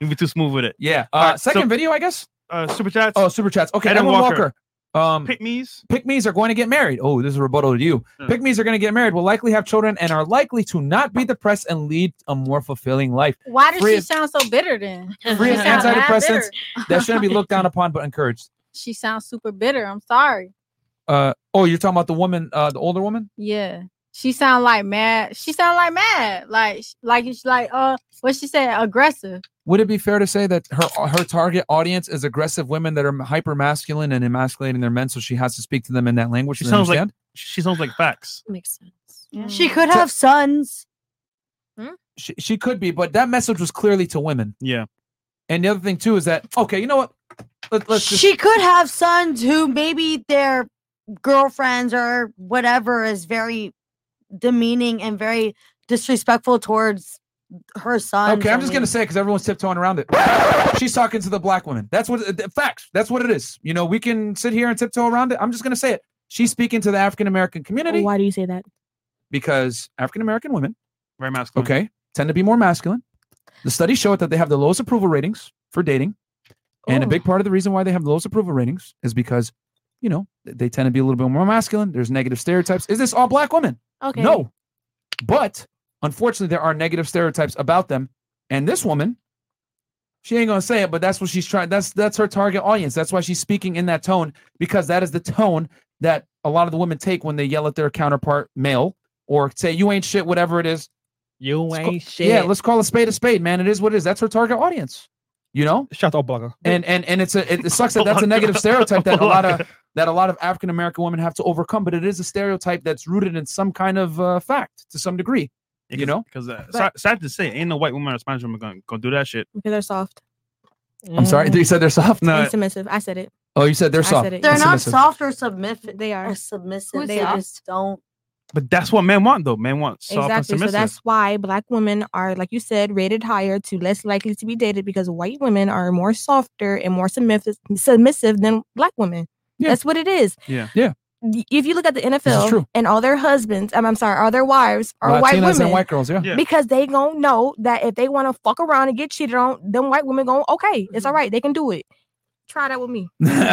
you be too smooth with it. Yeah. All Uh, right, second so- video i guess uh super chats oh super chats okay Edwin Edwin Walker. walker, um pick me's pick me's are going to get married oh this is a rebuttal to you Yeah. pick me's are going to get married will likely have children and are likely to not be depressed and lead a more fulfilling life Why does free she of, sound so bitter then? free of She sound mad antidepressants bitter. [laughs] that shouldn't be looked down upon but encouraged [laughs] she sounds super bitter. I'm sorry. uh oh you're talking about the woman uh the older woman Yeah. She sound like mad. She sound like mad. Like like it's like uh what she said, aggressive. Would it be fair to say that her uh, her target audience is aggressive women that are hyper masculine and emasculating their men, so she has to speak to them in that language? She They sounds like- understand? she sounds like facts. Makes sense. She could have sons. she, she could be, but that message was clearly to women. Yeah. And the other thing too is that okay, you know what? Let, [laughs] let's just She could have sons who maybe their girlfriends or whatever is very demeaning and very disrespectful towards her son. okay. I'm just gonna say because everyone's tiptoeing around it. She's talking to the black woman. That's what uh, facts. That's what it is. You know, we can sit here and tiptoe around it. I'm just gonna say it. She's speaking to the African American community. Why do you say that? because African American women, very masculine, okay, tend to be more masculine. The studies show that they have the lowest approval ratings for dating, and a big part of the reason why they have the lowest approval ratings is because, you know, th- they tend to be a little bit more masculine. There's negative stereotypes. Is this all black women? Okay. No, but unfortunately, there are negative stereotypes about them, and this woman. She ain't gonna say it, but that's what she's trying. That's that's her target audience. That's why she's speaking in that tone because that is the tone that a lot of the women take when they yell at their counterpart male or say "you ain't shit," whatever it is. You Let's ca- Yeah, let's call a spade a spade, man. It is what it is. That's her target audience. You know? Shut up, bugger. And and and it's a it, it sucks that that's a negative stereotype that a lot of that a lot of African American women have to overcome, but it is a stereotype that's rooted in some kind of uh, fact to some degree. You know, because uh, sad, sad to say, ain't no white woman or Spanish woman gonna, gonna do that shit. Because they're soft. I'm sorry, you said they're soft. No. No, And submissive. [laughs] I said it. oh, you said they're I soft. said it. They're And not submissive. soft or submissive. They are submissive. Who's they soft? just don't. But that's what men want, though. Men want soft and Exactly. So submissive. that's why black women are, like you said, rated higher to less likely to be dated because white women are more softer and more submissive, submissive than black women. That's what it is. yeah, yeah. Y- If you look at the NFL true. and all their husbands, um, I'm, I'm sorry, all their wives are white Latinas and women. white girls, yeah. Yeah. [laughs] Because they gonna know that if they want to fuck around and get cheated on, them white women going, okay, it's all right, they can do it. Try that with me.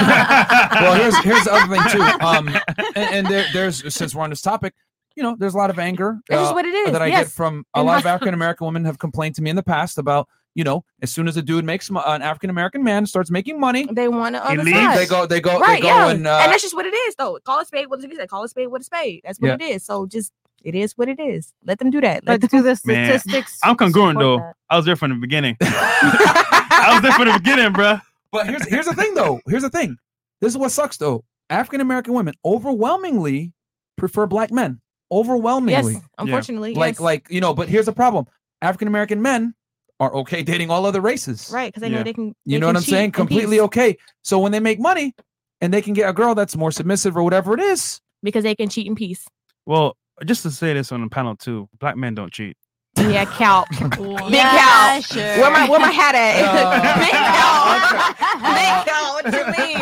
well, here's here's the other [laughs] thing too. Um, and, and there, there's since we're on this topic, you know, there's a lot of anger. uh, That's just what it is, that I get yes. from a And lot of [laughs] how- [laughs] African American women have complained to me in the past about. You know, as soon as a dude makes mo- an African American man starts making money, they want to. He leaves. They go, they go, they go, and, uh, that's just what it is, though. Call a spade. What did you say? Call a spade with a spade. That's what Yeah. it is. So just it is what it is. Let them do that. But Let do the [laughs] Man, statistics. I'm congruent support though. I was there from the [laughs] beginning. [laughs] I was there from the beginning, bruh. But here's here's the thing though. Here's the thing. This is what sucks though. African American women overwhelmingly prefer black men. Overwhelmingly. Yes, unfortunately, Like yes. like you know, but here's the problem. African American men are okay dating all other races. Right, 'cause they know Yeah. they can- You they know can what I'm cheat saying? in Completely peace. okay. So when they make money and they can get a girl that's more submissive or whatever it is. because they can cheat in peace. Well, just to say this on the panel too, black men don't cheat. Yeah, [laughs] cow. Big Yeah, cow. sure. Where my where my hat at? [laughs] [laughs] Big Oh, cow. Big cow. What you mean?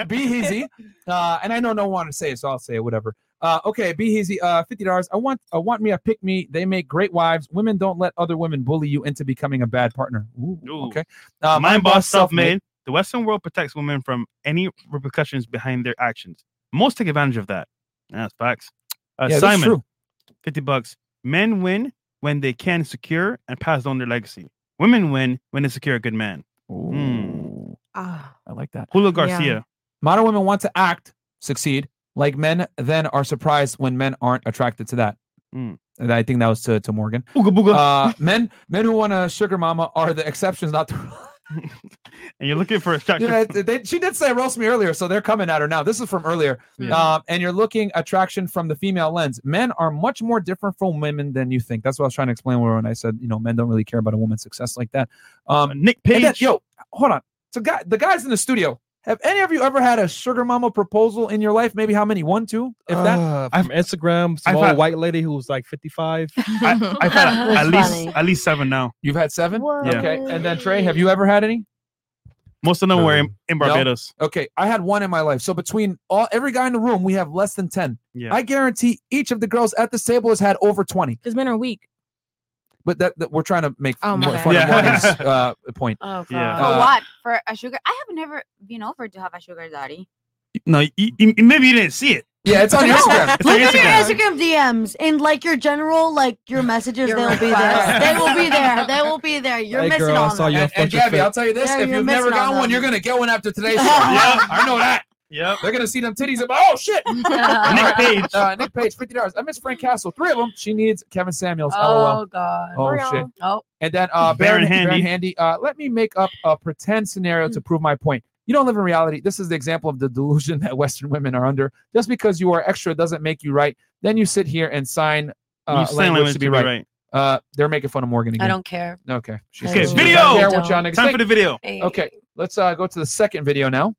Uh, Be be Heezy. Uh, and I know no one to say it, so I'll say it, whatever. Uh, okay, Be Heezy, uh, fifty dollars. I want I want me a pick me. They make great wives. Women don't let other women bully you into becoming a bad partner. Ooh, okay. Uh, Mind boss self-made. The Western world protects women from any repercussions behind their actions. Most take advantage of that. That's facts. Uh, Yeah, that's Simon, true. fifty bucks. Men win when they can secure and pass on their legacy. Women win when they secure a good man. Mm. Ah. I Oh, like that. Julio Garcia. Modern women want to act, succeed like men, then are surprised when men aren't attracted to that. Mm. And I think that was to, to Morgan. Uh, men men who want a sugar mama are the exceptions, not the And you're looking [laughs] [laughs] for You attraction. know, they- they- she did say roast me earlier, so they're coming at her now. This is from earlier. Yeah. Um, and you're looking attraction from the female lens. Men are much more different from women than you think. That's what I was trying to explain when I said, you know, men don't really care about a woman's success like that. Um, Nick Page. yo, hold on. So, guy, the guys in the studio, have any of you ever had a sugar mama proposal in your life? Maybe how many? One, two? If that? Uh, from Instagram, some I've old had- white lady who was like 55. [laughs] I, I've had at least at least seven now. You've had seven? Yeah. Okay. And then Trey, have you ever had any? Most of them were in, in No? Barbados. Okay, I had one in my life. So between all every guy in the room, we have less than ten. Yeah. I guarantee each of the girls at this table has had over twenty. Because men are weak. But that, that we're trying to make Oh, my more bad. fun Yeah. of [laughs] Morgan's uh, point. Oh, Yeah. Uh, For what? For a sugar? I have never been offered to have a sugar daddy. No, you, you- maybe you didn't see it. Yeah, it's on your Look [laughs] Instagram. It's on at your Instagram. Instagram DMs and like your general, like [laughs] your messages. Your they'll be there. replies. They will be there. They will be there. You're Hey, missing girl, I on saw them. you on And Fuck Your Gabby, Fit. I'll tell you this: Yeah, if you're you've never missing got on one, you're them. gonna get one after [laughs] today's show. yeah, I know that. Yeah, they're gonna see them titties and be, oh [laughs] shit. Nick Page, uh, Nick Page, fifty dollars. I miss Frank Castle. Three of them. She needs Kevin Samuels. Oh LOL. god. Oh, shit. Oh. And then uh, Baron, Baron Baron Handy. Handy. uh, let me make up a pretend scenario to prove my point. You don't live in reality. This is the example of the delusion [laughs] that Western women are under. Just because you are extra doesn't make you right. Then you sit here and sign. Uh, You sign language, language to be right. Uh, they're making fun of Morgan again. I don't care. Okay. She Okay, says- video! I don't care what y'all Don't. niggas Time for think. the video. Hey. Okay. Let's uh, go to the second video now.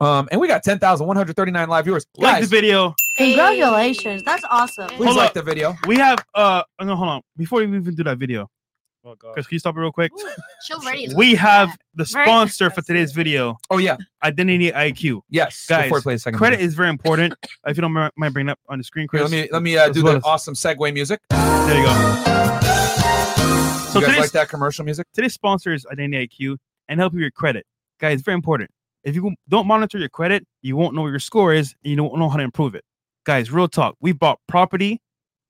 Um, and we got ten thousand one hundred thirty-nine live viewers. Like Guys, the video. Congratulations. That's awesome. Please like the video. We have uh oh, no, hold on. Before we even do that video, Chris, can you stop it real quick? She'll ready. we have the Very- sponsor for today's video. Oh yeah, Identity IQ. Yes, guys. before I play the second credit video. is very important. if you don't mi- mind bringing up on the screen, Here, Chris. let me let me uh, as do well the as- awesome segue music. There you go. So you guys today's- like that commercial music? Today's sponsor is Identity IQ and help you with your credit. Guys, very important. If you don't monitor your credit, you won't know what your score is and you don't know how to improve it. Guys, real talk. We bought property,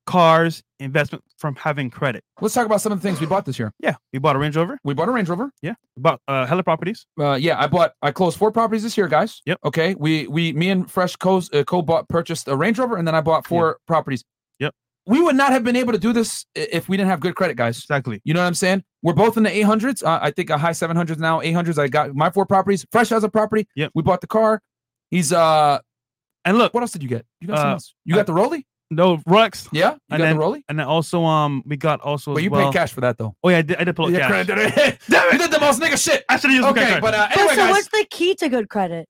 cars, investment from having credit. Let's talk about some of the things we bought this year. Yeah. We bought a Range Rover. We bought a Range Rover. Yeah. We bought uh, hella properties. Uh, yeah, I bought. I closed four properties this year, guys. Yep. Okay. We we me and Fresh co uh, co bought purchased a Range Rover, and then I bought four properties. Yep. We would not have been able to do this i- if we didn't have good credit, guys. Exactly. You know what I'm saying? We're both in the 800s. Uh, I think a high 700s now. 800s. I got my four properties. Fresh has a property. Yep. We bought the car. He's uh, and look, what else did you get? You got Uh, something else. You got the Rolly? No, Rolex. Yeah, you got and then, the Rolly. and then also um, we got also. But as you paid well- cash for that though. Oh yeah, I did, I did pull out Yeah, cash. credit. [laughs] Damn it! You did the most nigga shit. I should have used Okay, my credit. but, uh, But so what's the key to good credit?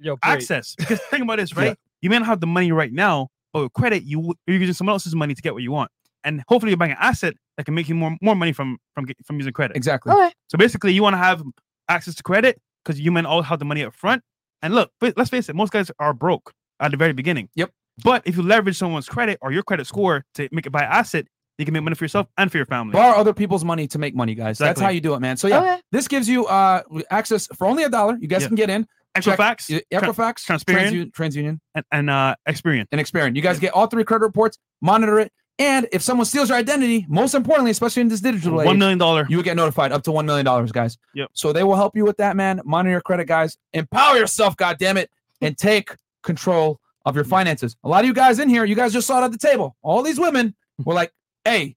Yo, access. [laughs] Because think about this, right? You may not have the money right now, but with credit, you w- you're using someone else's money to get what you want, and hopefully you're buying an asset that can make you more more money from from get- from using credit. Exactly. Okay. So basically, you want to have access to credit because you may all have the money up front. And look, but let's face it, most guys are broke at the very beginning. Yep. But if you leverage someone's credit or your credit score to make it buy an asset, you can make money for yourself and for your family. Borrow other people's money to make money, guys. That's Exactly. how you do it, man. So yeah, Okay. this gives you uh access for only a dollar. You guys Yeah. can get in. Check- Equifax, Yeah, Tran- Equifax, Transperian, TransU- TransUnion, and, and uh, Experian. and Experian. You guys get all three credit reports. Monitor it. And if someone steals your identity, most importantly, especially in this digital age, One million dollar, you would get notified up to one million dollars, guys. Yep. So they will help you with that, man. Monitor your credit, guys. Empower yourself, god damn it, and take control of your finances. A lot of you guys in here, you guys just saw it at the table. All these women were like, "Hey,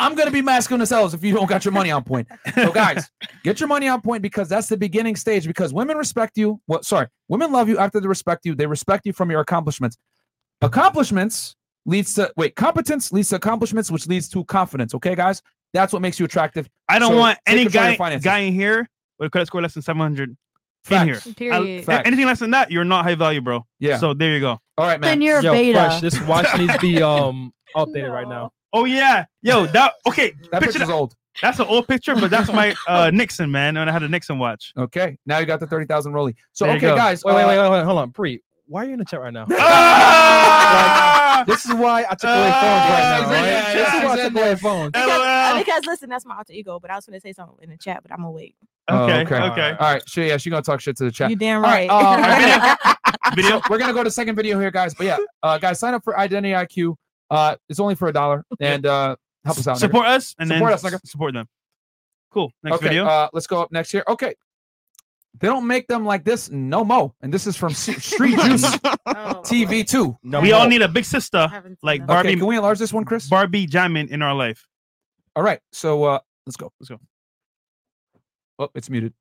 I'm gonna be masculine as hell if you don't got your money on point." So [laughs] guys, get your money on point because that's the beginning stage. Because women respect you. Well, sorry, women love you after they respect you. They respect you from your accomplishments. Accomplishments leads to wait, competence leads to accomplishments, which leads to confidence. Okay, guys, that's what makes you attractive. I don't So want take any control of your guy finances. guy in here with a credit score less than 700 in here. Facts. I- Period. a- Facts. anything less than that, you're not high value, bro. Yeah. So there you go. All right, man. Yo, Fresh, [laughs] this watch needs to be um updated right now. Oh yeah, yo, that okay. [laughs] That picture picture's old. That's an old picture, but that's [laughs] my uh, Nixon man when I had a Nixon watch. Okay, now you got the thirty thousand rolly. So There you okay, go. guys, Wait, wait, uh, wait, wait, wait, hold on, Bree. Why are you in the chat [laughs] right now? this is why I took away phones right now. yeah, right? Ah, yeah, this yeah, is why I yeah, took away phones. Because, uh, because listen, that's my alter ego, but I was gonna say something in the chat, but I'm gonna wait. Oh, Okay, okay. All right. She, yeah, she gonna talk shit to the chat. You damn All right. uh, [laughs] video. [laughs] We're gonna go to second video here, guys. But yeah, uh, guys, sign up for Identity IQ. Uh, it's only for a dollar, and uh, help us out. nigga. Support us and support then us, nigga. s- support them. Cool. Next okay, video. Uh, let's go up next here. Okay. They don't make them like this no mo. And this is from S- [laughs] Street Juice TV2. No Oh. we all need a big sister like Barbie. can we enlarge this one, Chris? Barbie Diamond in our life. All right. So uh, let's go. Let's go. Oh, it's muted.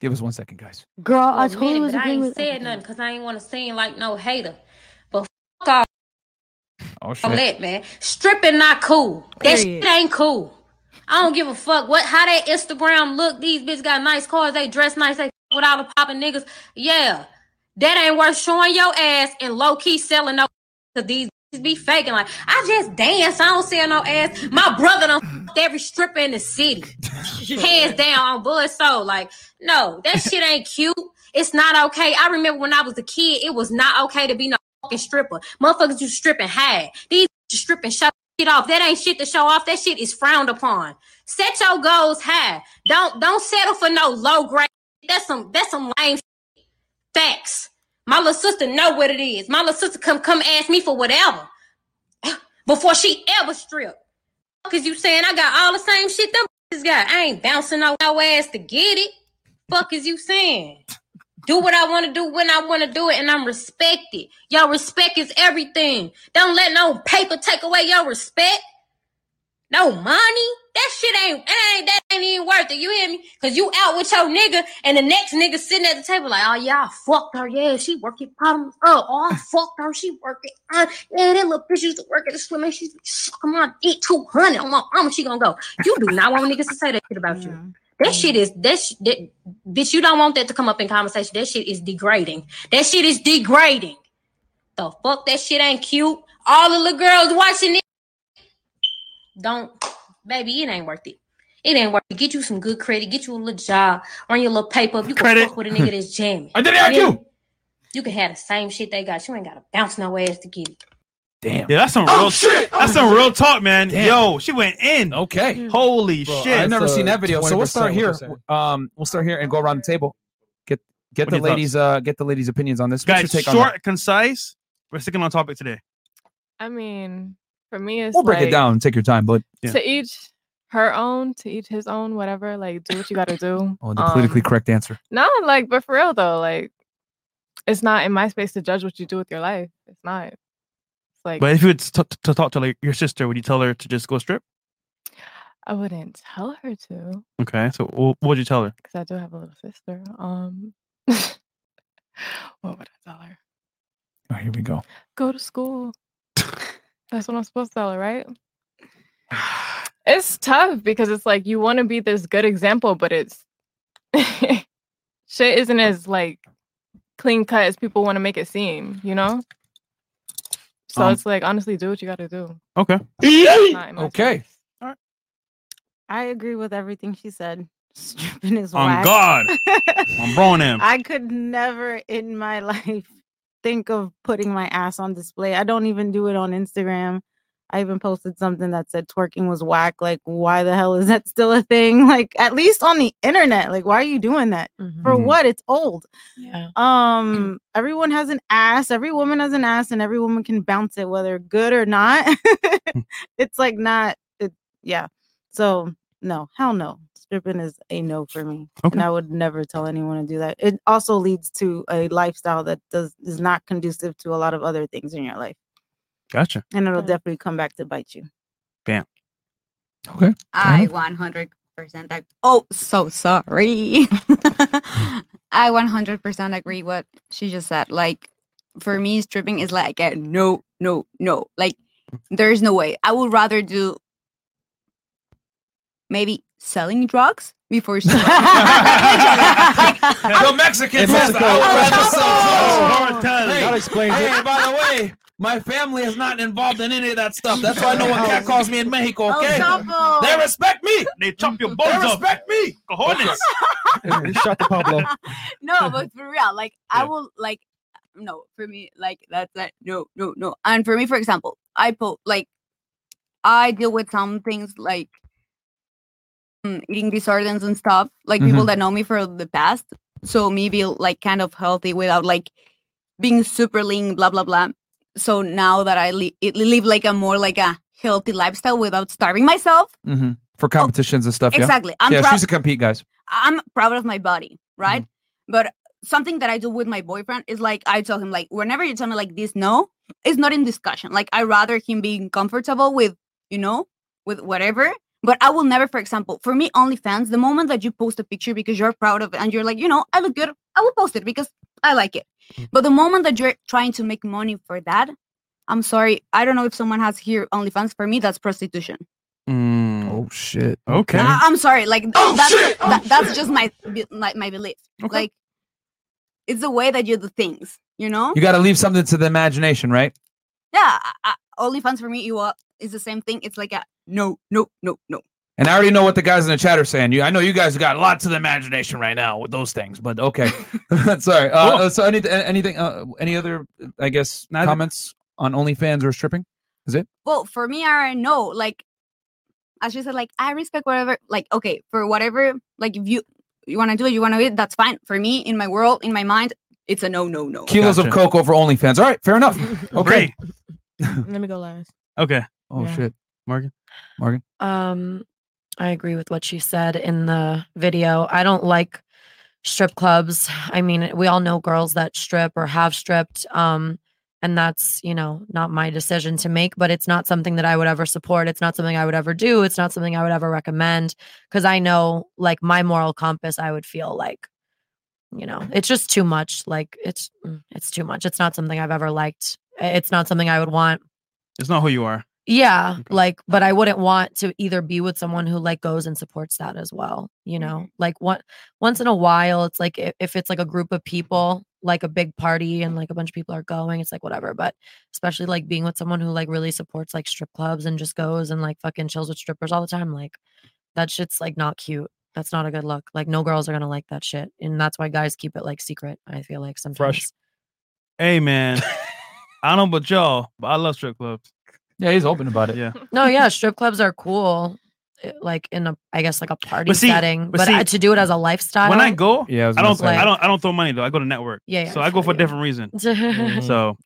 Give us one second, guys. Girl, I a told you it minute, was but I agreeing ain't with. said nothing because I ain't want to seem like no hater. But fuck all Oh that, man. Stripping not cool. That shit ain't cool. I don't give a fuck what how that Instagram look. These bitches got nice cars. They dress nice. They fuck with all the popping niggas. Yeah, that ain't worth showing your ass and low key selling no. Cause these bitches be faking like I just dance. I don't sell no ass. My brother done fucked every stripper in the city. hands down on Bud Soul. Like, no, that shit ain't cute. It's not okay. I remember when I was a kid, it was not okay to be no fucking stripper. Motherfuckers you stripping high. These you stripping show shit off. That ain't shit to show off. That shit is frowned upon. Set your goals high. Don't don't settle for no low grade. That's some that's some lame shit. facts. My little sister know what it is. My little sister come come ask me for whatever [laughs] before she ever stripped. Cause you saying I got all the same shit them bitches got. I ain't bouncing on your ass to get it. Fuck is you saying? Do what I want to do when I want to do it, and I'm respected. Y'all respect is everything. Don't let no paper take away your respect. No money. That shit ain't that ain't that ain't even worth it. You hear me? Cause you out with your nigga, and the next nigga sitting at the table like, oh yeah, I fucked her. Yeah, she working bottoms up. Oh, I fucked her. She working. Uh, yeah, that little bitch used to work at the swimming. She's sucking my dick two hundred. On my mama, she gonna go. You do not want niggas to say that shit about you. That shit is that, sh- that bitch. You don't want that to come up in conversation. That shit is degrading. That shit is degrading. The fuck that shit ain't cute. All the little girls watching it don't baby it ain't worth it it ain't worth it get you some good credit get you a little job earn your little paper if you can Credit. fuck with a nigga that's jamming I did it, I Yeah. do. you can have the same shit they got you ain't gotta bounce no ass to get it Damn. Yeah, that's some Oh, real shit! That's some real talk, man. Yo, she went in. Mm-hmm. Okay. Holy shit. I've never seen that video. So we'll start here. Um, we'll start here and go around the table. Get get What the are your thoughts? ladies uh get the ladies' opinions on this. What's Guys, your take on short, that? concise. We're sticking on topic today. I mean, for me, it's We'll break like, it down. Take your time, but To each her own, to each his own, whatever. Like, do what you [laughs] gotta do. Um, Oh, the politically um, correct answer. No, like, but for real though, like, it's not in my space to judge what you do with your life. It's not. It's like, But if you were to, t- to talk to like your sister, would you tell her to just go strip? I wouldn't tell her to, Okay. So wh- what would you tell her? [laughs] because I do have a little sister. Um, What would I tell her? Oh, here we go. Go to school. That's what I'm supposed to tell her, right? [sighs] It's tough because it's like you want to be this good example, but it's [laughs] shit isn't as like clean cut as people want to make it seem, you know? So Um, it's like honestly do what you gotta [laughs] do. Okay. okay. I agree with everything she said. [laughs] Stripping is On whack. [laughs] God. I'm bro [laughs] him. I could never in my [laughs] life think of putting my ass on display. I don't even do it on Instagram. I even posted something that said twerking was whack. Like, why the hell is that still a thing? [laughs] Like, at least on the internet, like, why are you doing that? For Mm-hmm. Mhm. what? It's old. Yeah. Um, everyone has an ass. Every woman has an ass, and every woman can bounce it, whether good or not. [laughs] it's like not. It, yeah. So no, hell no. Stripping is a no for me, and I would never tell anyone to do that. It also leads to a lifestyle that does is not conducive to a lot of other things in your life, Gotcha. and it'll definitely come back to bite you. Bam. I 100% ag- Oh, [laughs] so sorry. I 100% agree what she just said. Like for me stripping is like a no, no, no. Like there's no way. I would rather do maybe selling drugs before [laughs] stripping. The Mexicans. In says Mexico. I would rather sell Oh, drugs. cartel. Hey, That explains hey, it. by the way, my family is not involved in any of that stuff. That's why no one cat calls me in Mexico. Oh, El Okay, Chapo. they respect me. They chop your They bones up. respect me. Cojones. Shut the [laughs] Pablo. [laughs] no, but for real, like I will like no, for me, like that's that no, no, no. And for me, for example, I po like I deal with some things like mm, eating disorders and stuff, like people Mhm. that know me for the past. So me be like kind of healthy without like being super lean, blah blah blah. So now that I li- it- live like a more like a healthy lifestyle without starving myself, hmm For competitions and stuff. yeah? exactly. I'm Yeah, proud- she's a compete, guys. I'm proud of my body, right? But something that I do with my boyfriend is like I tell him like whenever you tell me like this no, it's not in discussion. Like I rather him being comfortable with, you know, with whatever. But I will never, for example, for me, OnlyFans, the moment that you post a picture because you're proud of it and you're like, you know, I look good, I will post it because I like it. But the moment that you're trying to make money for that, I'm sorry. I don't know if someone has here OnlyFans. For me, that's prostitution. Oh shit. Okay. I- I'm sorry. Like that's that, that's just my be- my, my belief. Like it's the way that you do things. You know. You got to leave something to the imagination, right? Yeah. I, I, OnlyFans for me, you are is the same thing. It's like a no, no, no, no. And I already know what the guys in the chat are saying. You, I know you guys got lots of the imagination right now with those things, but okay. [laughs] Sorry. Uh, So any, anything, uh, any other, I guess, comments on OnlyFans or stripping? Is it? Well, for me, I know. Like as you said, like I respect whatever. Like okay, for whatever. Like if you you want to do it, you want to do it. That's fine. For me, in my world, in my mind, it's a no, no, no. Kilos of coke over OnlyFans. All right, fair [laughs] enough. Okay. Let me go last. Okay. Oh Yeah. shit, Morgan. Morgan. Um, I agree with what she said in the video. I don't like strip clubs. I mean, we all know girls that strip or have stripped. Um, and that's, you know, not my decision to make, but it's not something that I would ever support. It's not something I would ever do. It's not something I would ever recommend because I know, like, my moral compass, I would feel like, you know, it's just too much. Like, it's mm, it's too much. It's not something I've ever liked. It's not something I would want. It's not who you are. Yeah, like, but I wouldn't want to either be with someone who like goes and supports that as well. You know, like what once in a while, it's like if, if it's like a group of people, like a big party and like a bunch of people are going, it's like whatever. But especially like being with someone who like really supports like strip clubs and just goes and like fucking chills with strippers all the time, like that shit's like not cute. That's not a good look. Like no girls are gonna like that shit, and that's why guys keep it like secret. I feel like sometimes. Hey [laughs] man. I don't know about y'all, but I love strip clubs. Yeah, he's open about it. Yeah. No, yeah, strip clubs are cool. eh, Like in a, I guess like a party see- setting, but but I, see, to do it as a lifestyle. when I go, yeah, I, was gonna don't, say. I don't, I don't throw money though. I go to network. Yeah, yeah, So I I go feel for a different reason. Mhm. so,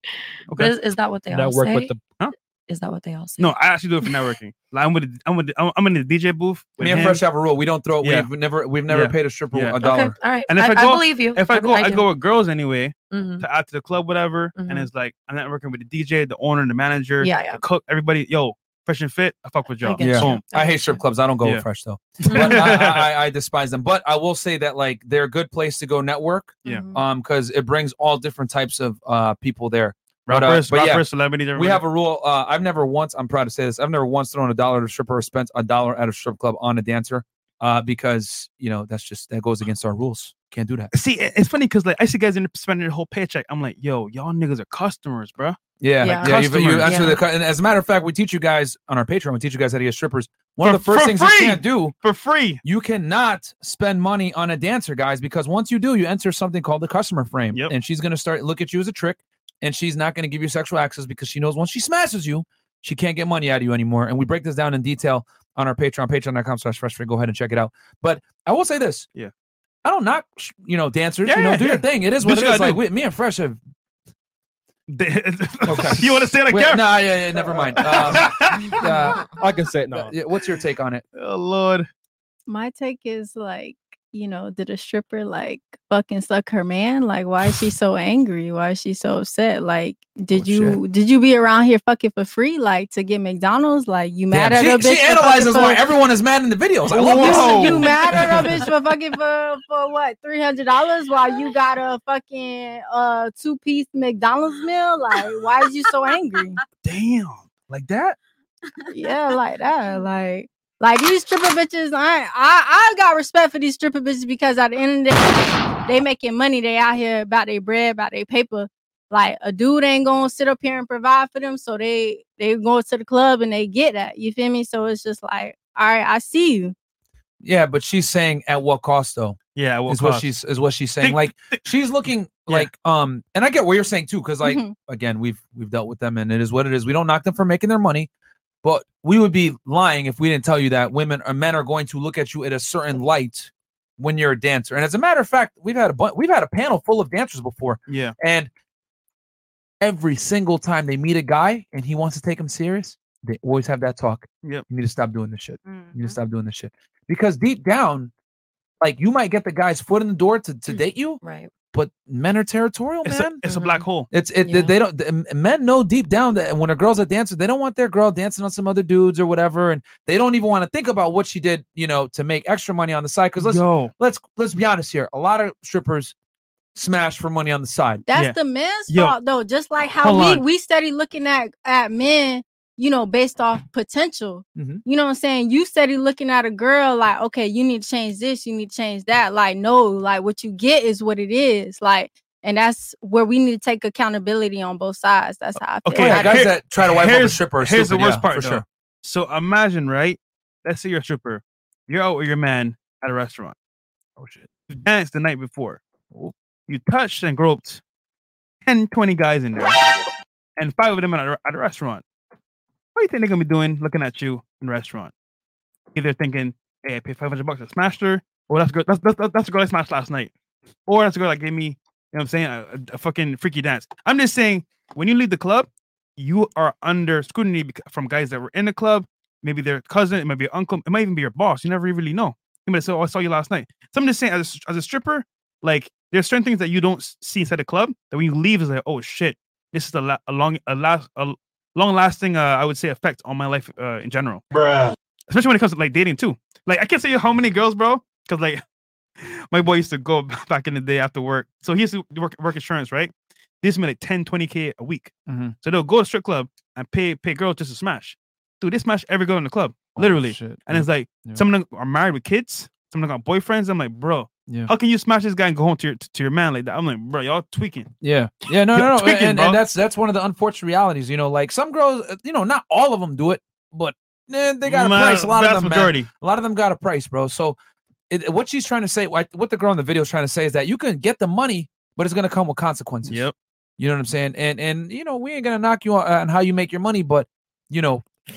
But is, is that what they all say? Huh? Is that what they all say? No, I actually do it for networking. [laughs] Like I'm with, the- I'm with, the- I'm I'm in the DJ booth. with Me and him. Fresh have a rule. We don't throw. Yeah. We've never. We've never Yeah. paid a stripper Yeah. a dollar. all right. And if I, I- I go, believe you. If I I- go, I, I do. go with girls anyway Mhm. to out to the club, whatever. And Mhm. it's like I'm networking with the DJ, the owner, the manager, Yeah, yeah. the cook, everybody. Yo, fresh and fit. I fuck with y'all. Yeah. Boom. I hate strip clubs. I don't go Yeah. with fresh [laughs] though. But I, I, I despise them. But I will say that like they're a good place to go network. Yeah. Um, because it brings all different types of uh people there. But, uh, Rappers, but yeah, rappers, celebrities, We everybody. have a rule. Uh, I've never once. I'm proud to say this. I've never once thrown a dollar at a stripper or spent a dollar at a strip club on a dancer. Uh, because you know that's just that goes against our rules. Can't do that. See, it- it's funny because like I see guys in the- spending their whole paycheck. I'm like, yo, y'all niggas are customers, bro. Yeah, yeah. Like, you've- you customers. answer the cu- and as a matter of fact, we teach you guys on our Patreon. We teach you guys how to get strippers. One of the For- first for things free! you can't do for free. You cannot spend money on a dancer, guys, because once you do, you enter something called the customer frame, and she's gonna start look at you as a trick, and she's not gonna give you sexual access because she knows once she smashes you, she can't get money out of you anymore. And we break this down in detail on our Patreon, Patreon.com/slash Fresh Free. Go ahead and check it out. But I will say this: Yeah. I don't knock, sh- you know, dancers. Yeah, you know, yeah, do your yeah. thing. It is Do what what it you is. gotta Like do. we, me and Fresh have [laughs] you want to say it like Wait, that? No, yeah, yeah, never [laughs] mind. I can say it now. What's your take on it? Oh Lord. My take is like, you know, did a stripper like fucking suck her man? Like, why is she so angry? Why is she so upset? Like, Oh, did you did you be around here fucking for free? Like to get McDonald's? Like you mad Damn, at a she, bitch? she for fucking analyzes for- why everyone is mad in the videos. I love You- this. You mad at a bitch for fucking for, for what three hundred dollars while you got a fucking uh two piece McDonald's meal? Like, why is you so angry? Damn, like that? Yeah, like that. Like, like these stripper bitches. I I I got respect for these stripper bitches because at the end of the day, they making money. They out here about their bread, about their paper. Like a dude ain't gonna sit up here and provide for them, so they they go to the club and they get that. You feel me? So it's just like, all right, I see you. Yeah, but she's saying at what cost though? Yeah, at what is what cost? she's is what she's [laughs] saying. like she's looking like um, and I get what you're saying too, because like Mhm. again, we've we've dealt with them, and it is what it is. We don't knock them for making their money, but we would be lying if we didn't tell you that women or men are going to look at you at a certain light when you're a dancer. And as a matter of fact, we've had a bu- we've had a panel full of dancers before, Yeah. and every single time they meet a guy and he wants to take him serious, they always have that talk. Yep. You need to stop doing this shit. Mm-hmm. You need to stop doing this shit. Because deep down, like you might get the guy's foot in the door to, to date you. Right. But men are territorial, Mm. It's a, man. it's a Mm-hmm. black hole. It's it. they- They don't. the- m- Men know deep down that when a girl's a dancer, they don't want their girl dancing on some other dudes or whatever, and they don't even want to think about what she did, you know, to make extra money on the side. Because let's Yo. let's let's be honest here. A lot of strippers smash for money on the side. That's the men's fault though. Just like how Hold we on. we steady looking at at men, you know, based off potential. Mm-hmm. Mhm. You know what I'm saying? You steady looking at a girl like, okay, you need to change this, you need to change that. Like, no, like what you get is what it is. Like, and that's where we need to take accountability on both sides. That's how I feel. Okay, Oh, yeah, I guys don't- that try to wipe up a here's- stripper are Here's stupid, the worst yeah, part, for though. sure. So imagine, right? Let's say you're a stripper. You're out with your man at a restaurant. Oh shit! You danced the night before. You touched and groped 10, 20 guys in there, and five of them at a, at a restaurant. What do you think they're gonna be doing, looking at you in the restaurant? Either thinking, "Hey, I paid five hundred bucks, I smashed her," or "That's good. That's that's that's the girl I smashed last night," or "That's the girl that gave me." You know what I'm saying? A, a- a fucking freaky dance. I'm just saying, when you leave the club, you are under scrutiny bec- from guys that were in the club. Maybe their cousin, it might be your uncle, it might even be your boss. You never e-, really know. You might say, "Oh, I saw you last night." So I'm just saying, as a, s- as a stripper, like there's certain things that you don't s- see inside the club that when you leave is like, "Oh shit, this is a, la- a long, a last, a long lasting, uh, I would say, effect on my life uh, in general." Bruh. Especially when it comes to like dating too. Like I can't tell you how many girls, bro, because like [laughs] my boy used to go [laughs] back in the day after work. So he used to work, work insurance, right? This made like 10, 20K a week. Mhm. So they'll go to strip club and pay pay girls just to smash. Dude, they smash every girl in the club, Oh, literally. And it's like some of them are married with kids, some of them got boyfriends. I'm like, bro, Yeah. how can you smash this guy and go home to your to your man like that? I'm like, bro, y'all tweaking. Yeah, yeah, no, You're no, no, tweaking, and, bro. and that's that's one of the unfortunate realities. You know, like some girls, uh, you know, not all of them do it, but eh, they got a Ma- price. A lot of vast them, man. majority. a lot of them got a price, bro. So, it, what she's trying to say, what what the girl in the video is trying to say, is that you can get the money, but it's gonna come with consequences. Yep. You know what I'm saying? And and you know, we ain't gonna knock you on, uh, on how you make your money, but you know, it,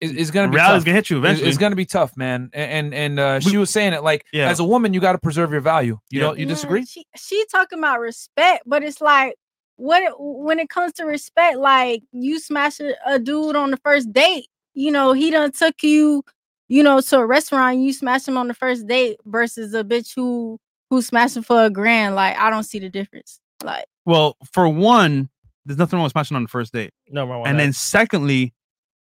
it's gonna be Reality's tough. gonna hit you It- eventually. it's gonna be tough, man. A- And and uh, she was saying it like, Yeah. as a woman, you got to preserve your value. You Yeah. know, you Yeah, disagree? she she talking about respect, but it's like what it- when it comes to respect, like you smash a, a dude on the first date, you know, he done took you, you know, to a restaurant, you smash him on the first date versus a bitch who who smashing for a grand. Like I don't see the difference. Like Well, for one, there's nothing wrong with smashing on the first date. No wrong with And that. then secondly,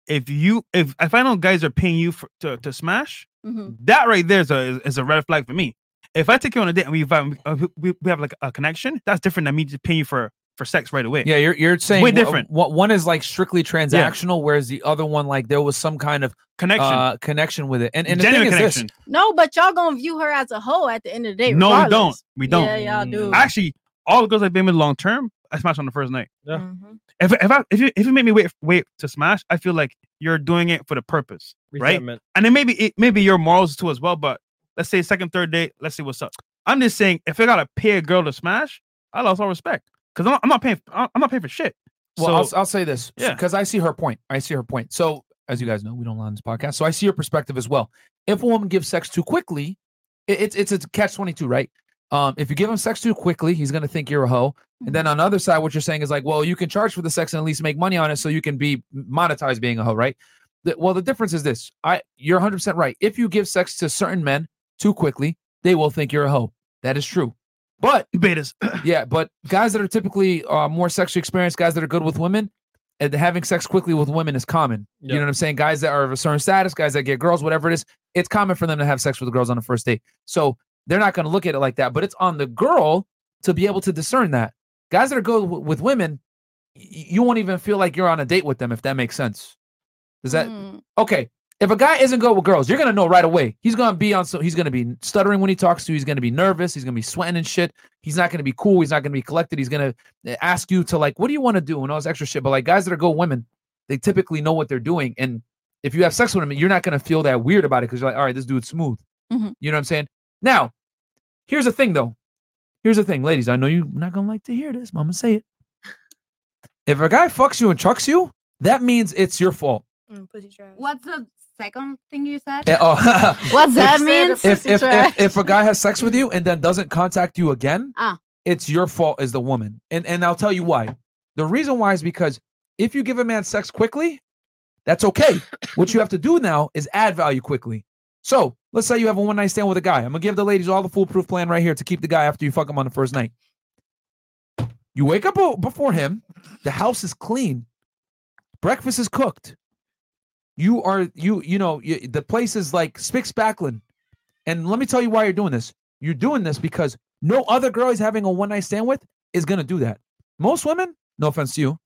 if you if if I know guys are paying you for, to to smash, Mm-hmm. that right there is a is- is a red flag for me. If I take you on a date and we vibe- uh, we, we have like a connection, that's different than me just paying you for for sex right away. Yeah, you're you're saying way w- different. w- one is like strictly transactional, whereas the other one, like there was some kind of Connection. uh, connection with it. And, and the thing Genuine is this, connection. No, but y'all gonna view her as a hoe at the end of the day. No, we don't. regardless. Mm. We don't. Yeah, y'all do. Actually, all the girls I've been with long term, I smash on the first night. Yeah. If if I if you if you make me wait wait to smash, I feel like you're doing it for the purpose, Resentment. right? And then maybe it maybe your morals too as well. But let's say second third date, let's see what's up. I'm just saying if I gotta pay a girl to smash, I lost all respect because I'm, not- I'm not paying I'm not paying for shit. Well, so, I'll, I'll say this yeah. because I see her point. I see her point. So, as you guys know, we don't lie on this podcast. So, I see your perspective as well. If a woman gives sex too quickly, it, it's it's a catch twenty two, right? Um, if you give him sex too quickly, he's gonna think you're a hoe. And then on the other side, what you're saying is like, well, you can charge for the sex and at least make money on it, so you can be monetized being a hoe, right? The- well, the difference is this: I you're 100 percent right. If you give sex to certain men too quickly, they will think you're a hoe. That is true. But betas, yeah, but guys that are typically uh, more sexually experienced, guys that are good with women, and having sex quickly with women is common. You know what I'm saying? Guys that are of a certain status, guys that get girls, whatever it is, it's common for them to have sex with girls on the first date. So they're not going to look at it like that. But it's on the girl to be able to discern that. Guys that are good w- with women, y- you won't even feel like you're on a date with them if that makes sense. Does that okay? If a guy isn't good with girls, you're gonna know right away. He's gonna be on so he's gonna be stuttering when he talks to you. He's gonna be nervous. He's gonna be sweating and shit. He's not gonna be cool. He's not gonna be collected. He's gonna uh, ask you to like, what do you want to do and all this extra shit. But like guys that are good with women, they typically know what they're doing. And if you have sex with them, you're not gonna feel that weird about it because you're like, all right, this dude's smooth. Mhm. You know what I'm saying? Now, here's the thing though. Here's the thing, ladies. I know you're not gonna like to hear this, but I'm gonna say it. If a guy fucks you and chucks you, that means it's your fault. What's the second thing you said? Eh, oh. [laughs] [laughs] What's that If- mean? If if, if if a guy has sex with you and then doesn't contact you again, Ah. it's your fault as the woman. And and I'll tell you why. The reason why is because if you give a man sex quickly, that's okay. what you have to do now is add value quickly. So let's say you have a one night stand with a guy. I'm gonna give the ladies all the foolproof plan right here to keep the guy after you fuck him on the first night. You wake up o- before him. The house is clean. Breakfast is cooked. You are you you know you, the place is like spick spacklin. And let me tell you why you're doing this. You're doing this because no other girl he's having a one night stand with is gonna do that. Most women, no offense to you,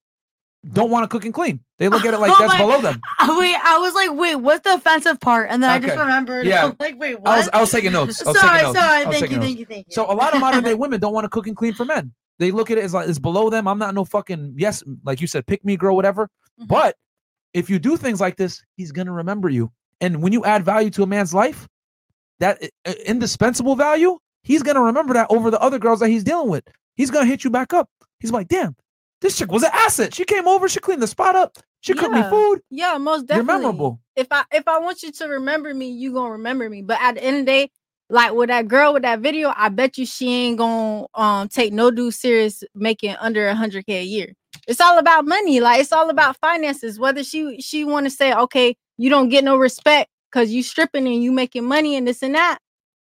don't want to cook and clean. They look at it like [laughs] Oh that's my- below them. Wait, I was like, wait, what's the offensive part? And then [laughs] I just Okay. remembered. Yeah. I'm like, wait, what? I was I was taking notes. I was [laughs] sorry, taking notes. sorry. I was Thank taking you, notes. thank you, thank you. So a lot of modern [laughs] day women don't want to cook and clean for men. They look at it as like it's below them. I'm not no fucking yes, like you said, pick me girl, whatever. Mm-hmm. But if you do things like this, he's gonna remember you. And when you add value to a man's life, that i- i- indispensable value, he's gonna remember that over the other girls that he's dealing with. He's gonna hit you back up. He's like, damn, this chick was an asset. She came over, she cleaned the spot up, she cooked me Yeah. food. Yeah, most You're definitely. memorable. If I if I want you to remember me, you gonna remember me. But at the end of the day, like with that girl with that video, I bet you she ain't gonna um take no dude serious making under hundred k a year. It's all about money. Like it's all about finances. Whether she she want to say, okay, you don't get no respect because you stripping and you making money and this and that.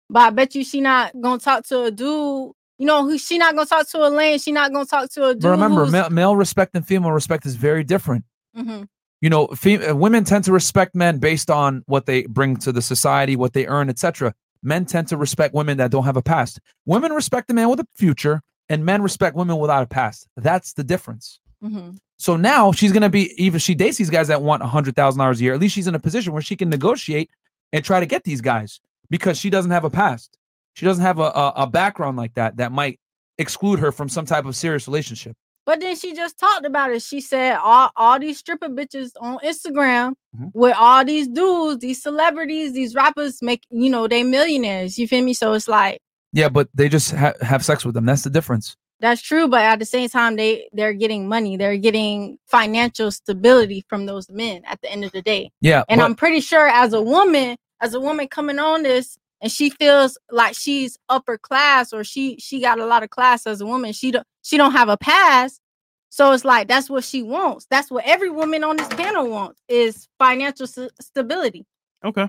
But I bet you she not gonna talk to a dude. You know who she not gonna talk to a lane. She not gonna talk to a dude. But remember, who's- male, male respect and female respect is very different. Mhm. you know fem- uh, women tend to respect men based on what they bring to the society what they earn etc men tend to respect women that don't have a past women respect a man with a future and men respect women without a past that's the difference Mm-hmm. so now she's going to be even she dates these guys that want $100000 a year at least she's in a position where she can negotiate and try to get these guys because she doesn't have a past she doesn't have a, a, a background like that that might exclude her from some type of serious relationship But then she just talked about it. She said all, all these stripper bitches on Instagram with all these dudes, these celebrities, these rappers make you know they millionaires. You feel me? So it's like yeah but they just ha- have sex with them that's the difference that's true, but at the same time they they're getting money, they're getting financial stability from those men at the end of the day. Yeah, and but- I'm pretty sure as a woman, as a woman coming on this. And she feels like she's upper class, or she she got a lot of class as a woman. She don't she don't have a past, so it's like that's what she wants. That's what every woman on this panel wants is financial s- stability. okay,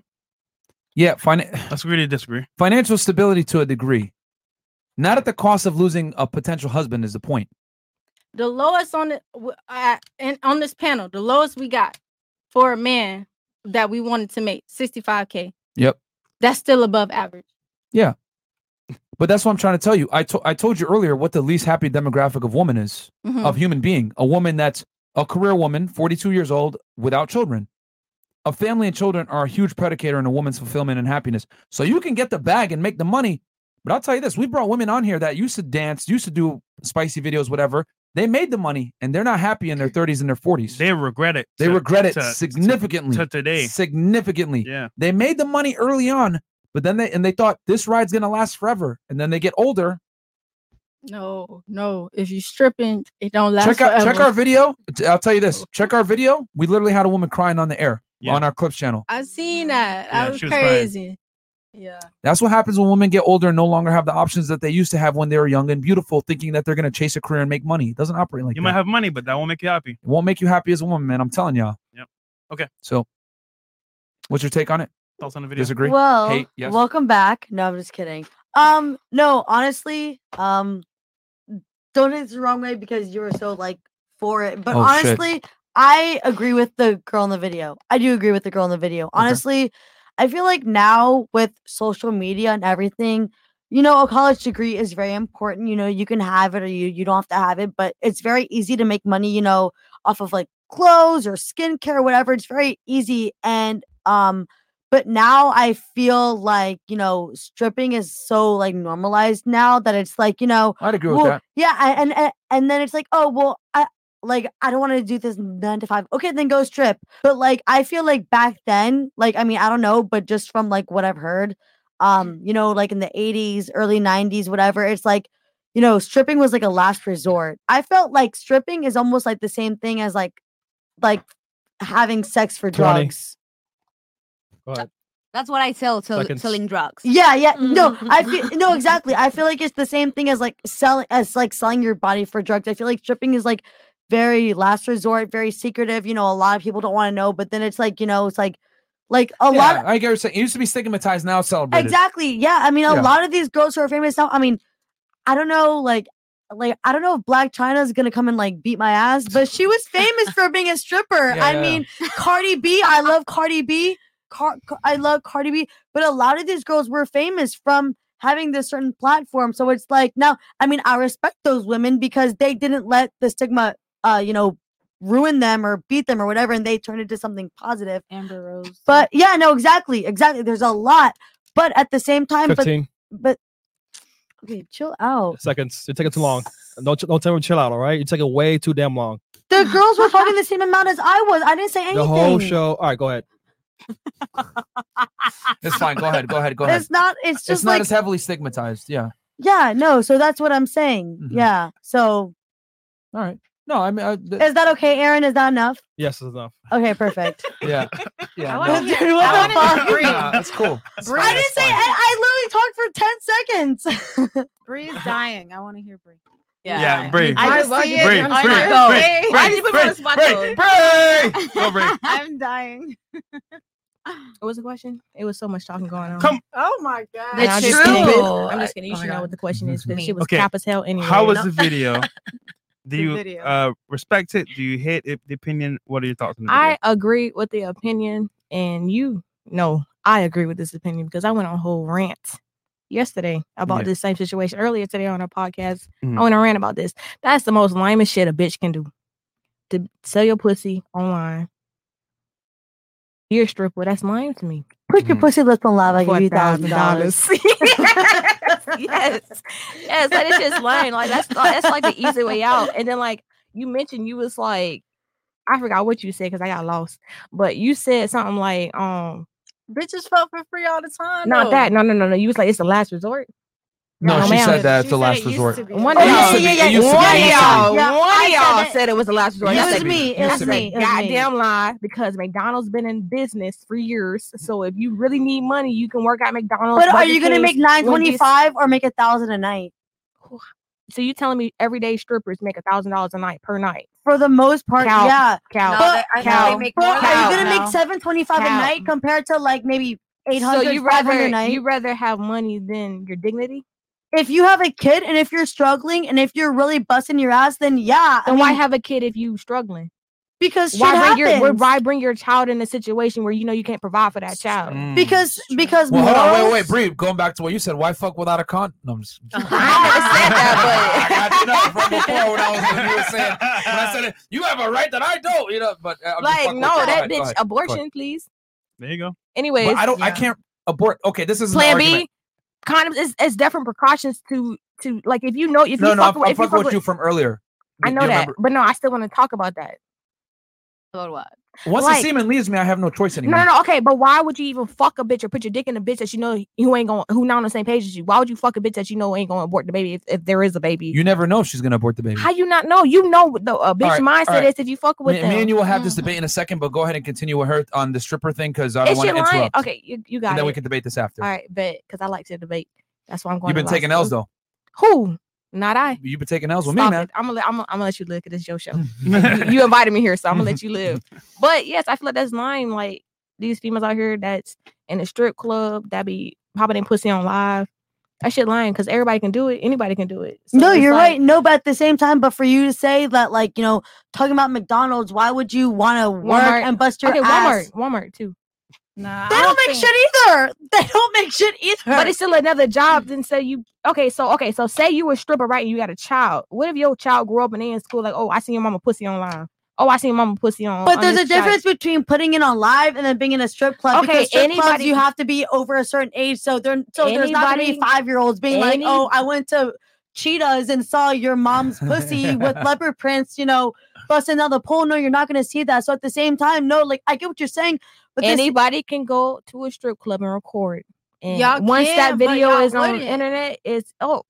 Yeah, finan- let's agree to disagree. Financial stability to a degree, not at the cost of losing a potential husband, is the point. The lowest on the w- uh, and on this panel, the lowest we got for a man that we wanted to make 65k. Yep. That's still above average. Yeah. But that's what I'm trying to tell you. I, to- I told you earlier what the least happy demographic of woman is, Mm-hmm. Mhm. of human being. A woman that's a career woman, 42 years old, without children. A family and children are a huge predicator in a woman's fulfillment and happiness. So you can get the bag and make the money. But I'll tell you this we brought women on here that used to dance, used to do spicy videos, whatever. They made the money and they're not happy in their 30s and their 40s. They regret it. They to- regret it to- to- significantly. to today. Significantly. Yeah. They made the money early on, but then they and they thought this ride's gonna last forever. And then they get older. No, no. If you stripping, it don't last. check out check forever. our video. T- I'll tell you this. Check our video. We literally had a woman crying on the air on our clips channel. I seen that. Yeah, that was, she was crying. crazy. That's what happens when women get older and no longer have the options that they used to have when they were young and beautiful, thinking that they're gonna chase a career and make money. It doesn't operate like You that. might have money, but that won't make you happy. it won't make you happy as a woman, man. I'm telling y'all. Yep. Okay. So what's your take on it? Thoughts on the video? Disagree? Well, Hate? Yes. welcome back. No, I'm just kidding. Um, no, honestly, um, don't take this the wrong way because you were so like for it. But Oh, shit. honestly, I agree with the girl in the video. I do agree with the girl in the video. Honestly, I feel like now with social media and everything, you know, a college degree is very important. You know, you can have it or you you don't have to have it, but it's very easy to make money, you know, off of like clothes or skincare, whatever. It's very easy. And um, but now I feel like, you know, stripping is so like normalized now that it's like, you know, I'd agree with well, that. Yeah, a- and and and then it's like, oh well, I like I don't want to do this nine to five. Okay, then go strip. But like I feel like back then, like I mean, I don't know, but just from like what I've heard, um, you know, like in the eighties, early nineties, whatever, it's like, you know, stripping was like a last resort. I felt like stripping is almost like the same thing as like like having sex for Twenty. drugs. That's what I tell to Seconds. selling drugs. Yeah, yeah. No, I feel no exactly. I feel like it's the same thing as like selling as like selling your body for drugs. I feel like stripping is like very last resort, very secretive. You know, a lot of people don't want to know, but then it's like you know, it's like like a yeah, lot. I get what you're saying. It used to be stigmatized, now it's celebrated. Exactly. Yeah. I mean, a Yeah. lot of these girls who are famous now. I mean, I don't know, like, like I don't know if Black China is gonna come and like beat my ass, but she was famous for being a stripper. Yeah, I yeah. mean, Cardi B. I love Cardi B. Car- Ca- I love Cardi B. But a lot of these girls were famous from having this certain platform. So it's like now. I mean, I respect those women because they didn't let the stigma, uh, you know, ruin them or beat them or whatever, and they turned it to something positive. Amber Rose. But yeah, no, exactly, exactly. There's a lot, but at the same time, but- 15. But, okay, chill out. Seconds. You're taking too long. Don't don't tell me to chill out. All right, you're taking way too damn long. The girls were talking the same amount as I was. I didn't say anything. The whole show. All right, go ahead. It's fine. Go ahead. Go ahead. Go ahead. It's not. It's just it's not like as heavily stigmatized. Yeah. yeah, no. So that's what I'm saying. Yeah. So. Mm-hmm. All right. No, I mean, I, is that okay, Aaron? Is that enough? Yes, is enough. [laughs] Okay, perfect. Yeah. Yeah. wanna [laughs] no. hear- Dude, what I the wanna fuck? hear- Nah, that's cool. [laughs] I didn't say. I, I literally talked for ten seconds. Bree [laughs] is dying. I want to hear Bree. Yeah, Bree. I Bree, just see Bree, it. I'm Bree, dying. Bree, Go. I Bree, need to put on the spot Bree, though. [laughs] Bree. Go, Bree. [laughs] I'm dying. What was the question? It was so much talking going on. Come. Oh my god. That's I'm just true. kidding. Oh, I'm just I- kidding. oh You my should know God. what the question is Mm-hmm. because she was Okay. cap as hell anyway. How was No. the [laughs] video? Do you video. uh respect it? Do you hate it, the opinion? What are your thoughts on the I agree with the opinion, and you know I agree with this opinion because I went on a whole rant yesterday about Yeah. this same situation. Earlier today on our podcast, Mhm. I went on a rant about this. That's the most lamest shit a bitch can do. To sell your pussy online. You're a stripper. That's lame to me. Mm-hmm. Put your pussy lips on live. I give you thousand dollars. [laughs] $1,000. yes, yes, that is just lame. Like that's that's like the easy way out. And then like you mentioned, you was like, I forgot what you said because I got lost. But you said something like, um, Mm-hmm. Bitches fuck for free all the time. not though. that. No, no, no, no. You was like, it's the last resort. No, she ma'am. said that it's the last resort. One It of used y'all, to be- it one of used to be- it used to y'all, be. Yeah, one I of said y'all it. said it was the last resort. It That's was a- me, it that's was a me, it was me. Goddamn lie, because McDonald's been in business for years. So if you really need money, you can work at McDonald's. But are Burger you gonna King's, make nine Wendy's. twenty five or make a thousand a night? [sighs] So you telling me everyday strippers make a thousand dollars a night per night? For the most part, Cow, yeah. cow, but, cow, cow, but are you gonna cow. make seven twenty five a Cow. night compared to like maybe eight So hundred? you rather a night? you rather have money than your dignity? if you have a kid and if you're struggling and if you're really busting your ass, then yeah. Then why have a kid if you struggling? because why shit bring your happens. why bring your child in a situation where you know you can't provide for that child? Because because Well, hold on, wait, morals- wait, Bree. Going back to what you said, why fuck without [laughs] a condom? No, I'm just [laughs] before when I was when you were saying when I said it, you have a right that I don't, you know. But uh, I'm just like fucking no, with you. Go that ahead, go bitch ahead, go ahead. abortion, please. There you go. Anyways, But I don't. I can't abort. Okay, this is an Plan argument. B, condoms is it's different precautions to to like if you know if No, you no, fuck I'm, with, I'm if you fucking fuck with you from earlier. I You- know you that, remember- but no, I still want to talk about that. About what? Once Like- the semen leaves me, I have no choice No, anymore. no, no, okay, but why would you even fuck a bitch or put your dick in a bitch that you know who ain't going to who not on the same page as you? Why would you fuck a bitch that you know ain't going to abort the baby if, if there is a baby? You never know if she's gonna abort the baby. How you not know? You know what the uh, bitch right, mindset all right. is if you fuck with me, them. Mm-hmm. me and you will have this debate in a second, but go ahead and continue with her on the stripper thing because I don't Is want she to lying? interrupt. Okay, you, you got and then it. we can debate this after. All right, bet because I like to debate. That's why I'm going. You've to been live taking school. L's though. Who? Not I. You've been taking L's with me, Stop man. it. I'm gonna, let- I'm gonna, I'm gonna let you live because it's your [laughs] show. you you invited me here, so I'm gonna let you live. But yes, I feel like that's lying. Like these females out here that's in a strip club that be popping in pussy on live. That shit lying because everybody can do it. Anybody can do it. no, it's you're like- right. No, but at the same time, but for you to say that, like you know, talking about McDonald's, why would you want to work Walmart. and bust your okay, ass? Walmart, Walmart too. Nah, They don't make shit either. [laughs] They don't make shit either. But it's still another job than say you okay, so okay, so say you were a stripper, right? And you got a child. What if your child grew up and they in school like, oh, I seen your mama pussy online. Oh, I seen your mama pussy on. But on there's this a difference between putting it on live and then being in a strip club. Okay, because strip clubs anybody- you have to be over a certain age, so there, so there's not gonna be Anybody- five year olds being like, any- oh, I went to Cheetahs and saw your mom's pussy with leopard prints, you know, busting down the pole. No, you're not gonna see that. So at the same time, no, like I get what you're saying, but this- Anybody can go to a strip club and record. And Y'all once can, that but video y'all is on wouldn't. the internet, it's oh. up.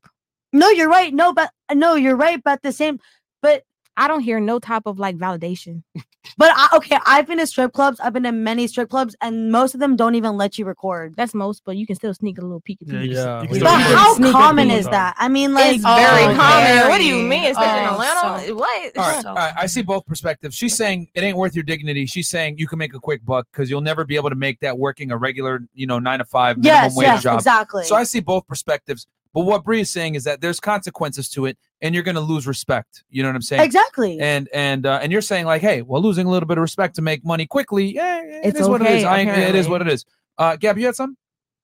No, you're right. No, but no, you're right. But the same, but I don't hear no type of like validation. [laughs] But I, okay, I've been to strip clubs. I've been to many strip clubs, and most of them don't even let you record. That's most, but you can still sneak a little peek. Yeah, you can- Yeah, you can but still peek. how Sneak a common peek. is that? I mean, like It's very Oh, common. What do you very. mean? Especially in Oh, Atlanta? so- What? [laughs] All right, So- all right, I see both perspectives. She's saying it ain't worth your dignity. She's saying you can make a quick buck because you'll never be able to make that working a regular, you know, nine to five minimum Yes, wage yes, job. exactly. So I see both perspectives. But what Bree is saying is that there's consequences to it, and you're going to lose respect. You know what I'm saying? Exactly. And and uh, and you're saying like, hey, well, losing a little bit of respect to make money quickly, yeah, It's it's what it okay, is. I, ain't- it is apparently. what it is. Uh, Gab, you had some?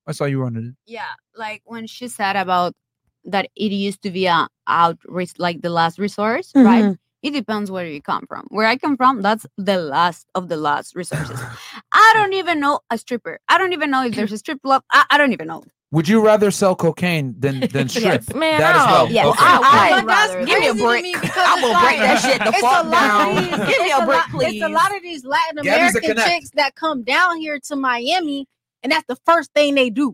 I saw you were on it. yeah like when she said about that it used to be a out res- like the last resource right Mhm. it depends where you come from where i come from that's the last of the last [laughs] resources i don't even know a stripper i don't even know if there's a strip club i, I don't even know Would you rather sell cocaine [laughs] than than strip? Yes, man, that as I- well. yes, Oh, Okay. I- I- Okay. I'd rather Give me a that. break. [laughs] Crazy to me because I will it's break [laughs] that like- shit the it's a fuck lot of down. these- Give me it's a break, lot- please. It's a lot of these Latin Gabby's a American connect. chicks that come down here to Miami, and that's the first thing they do: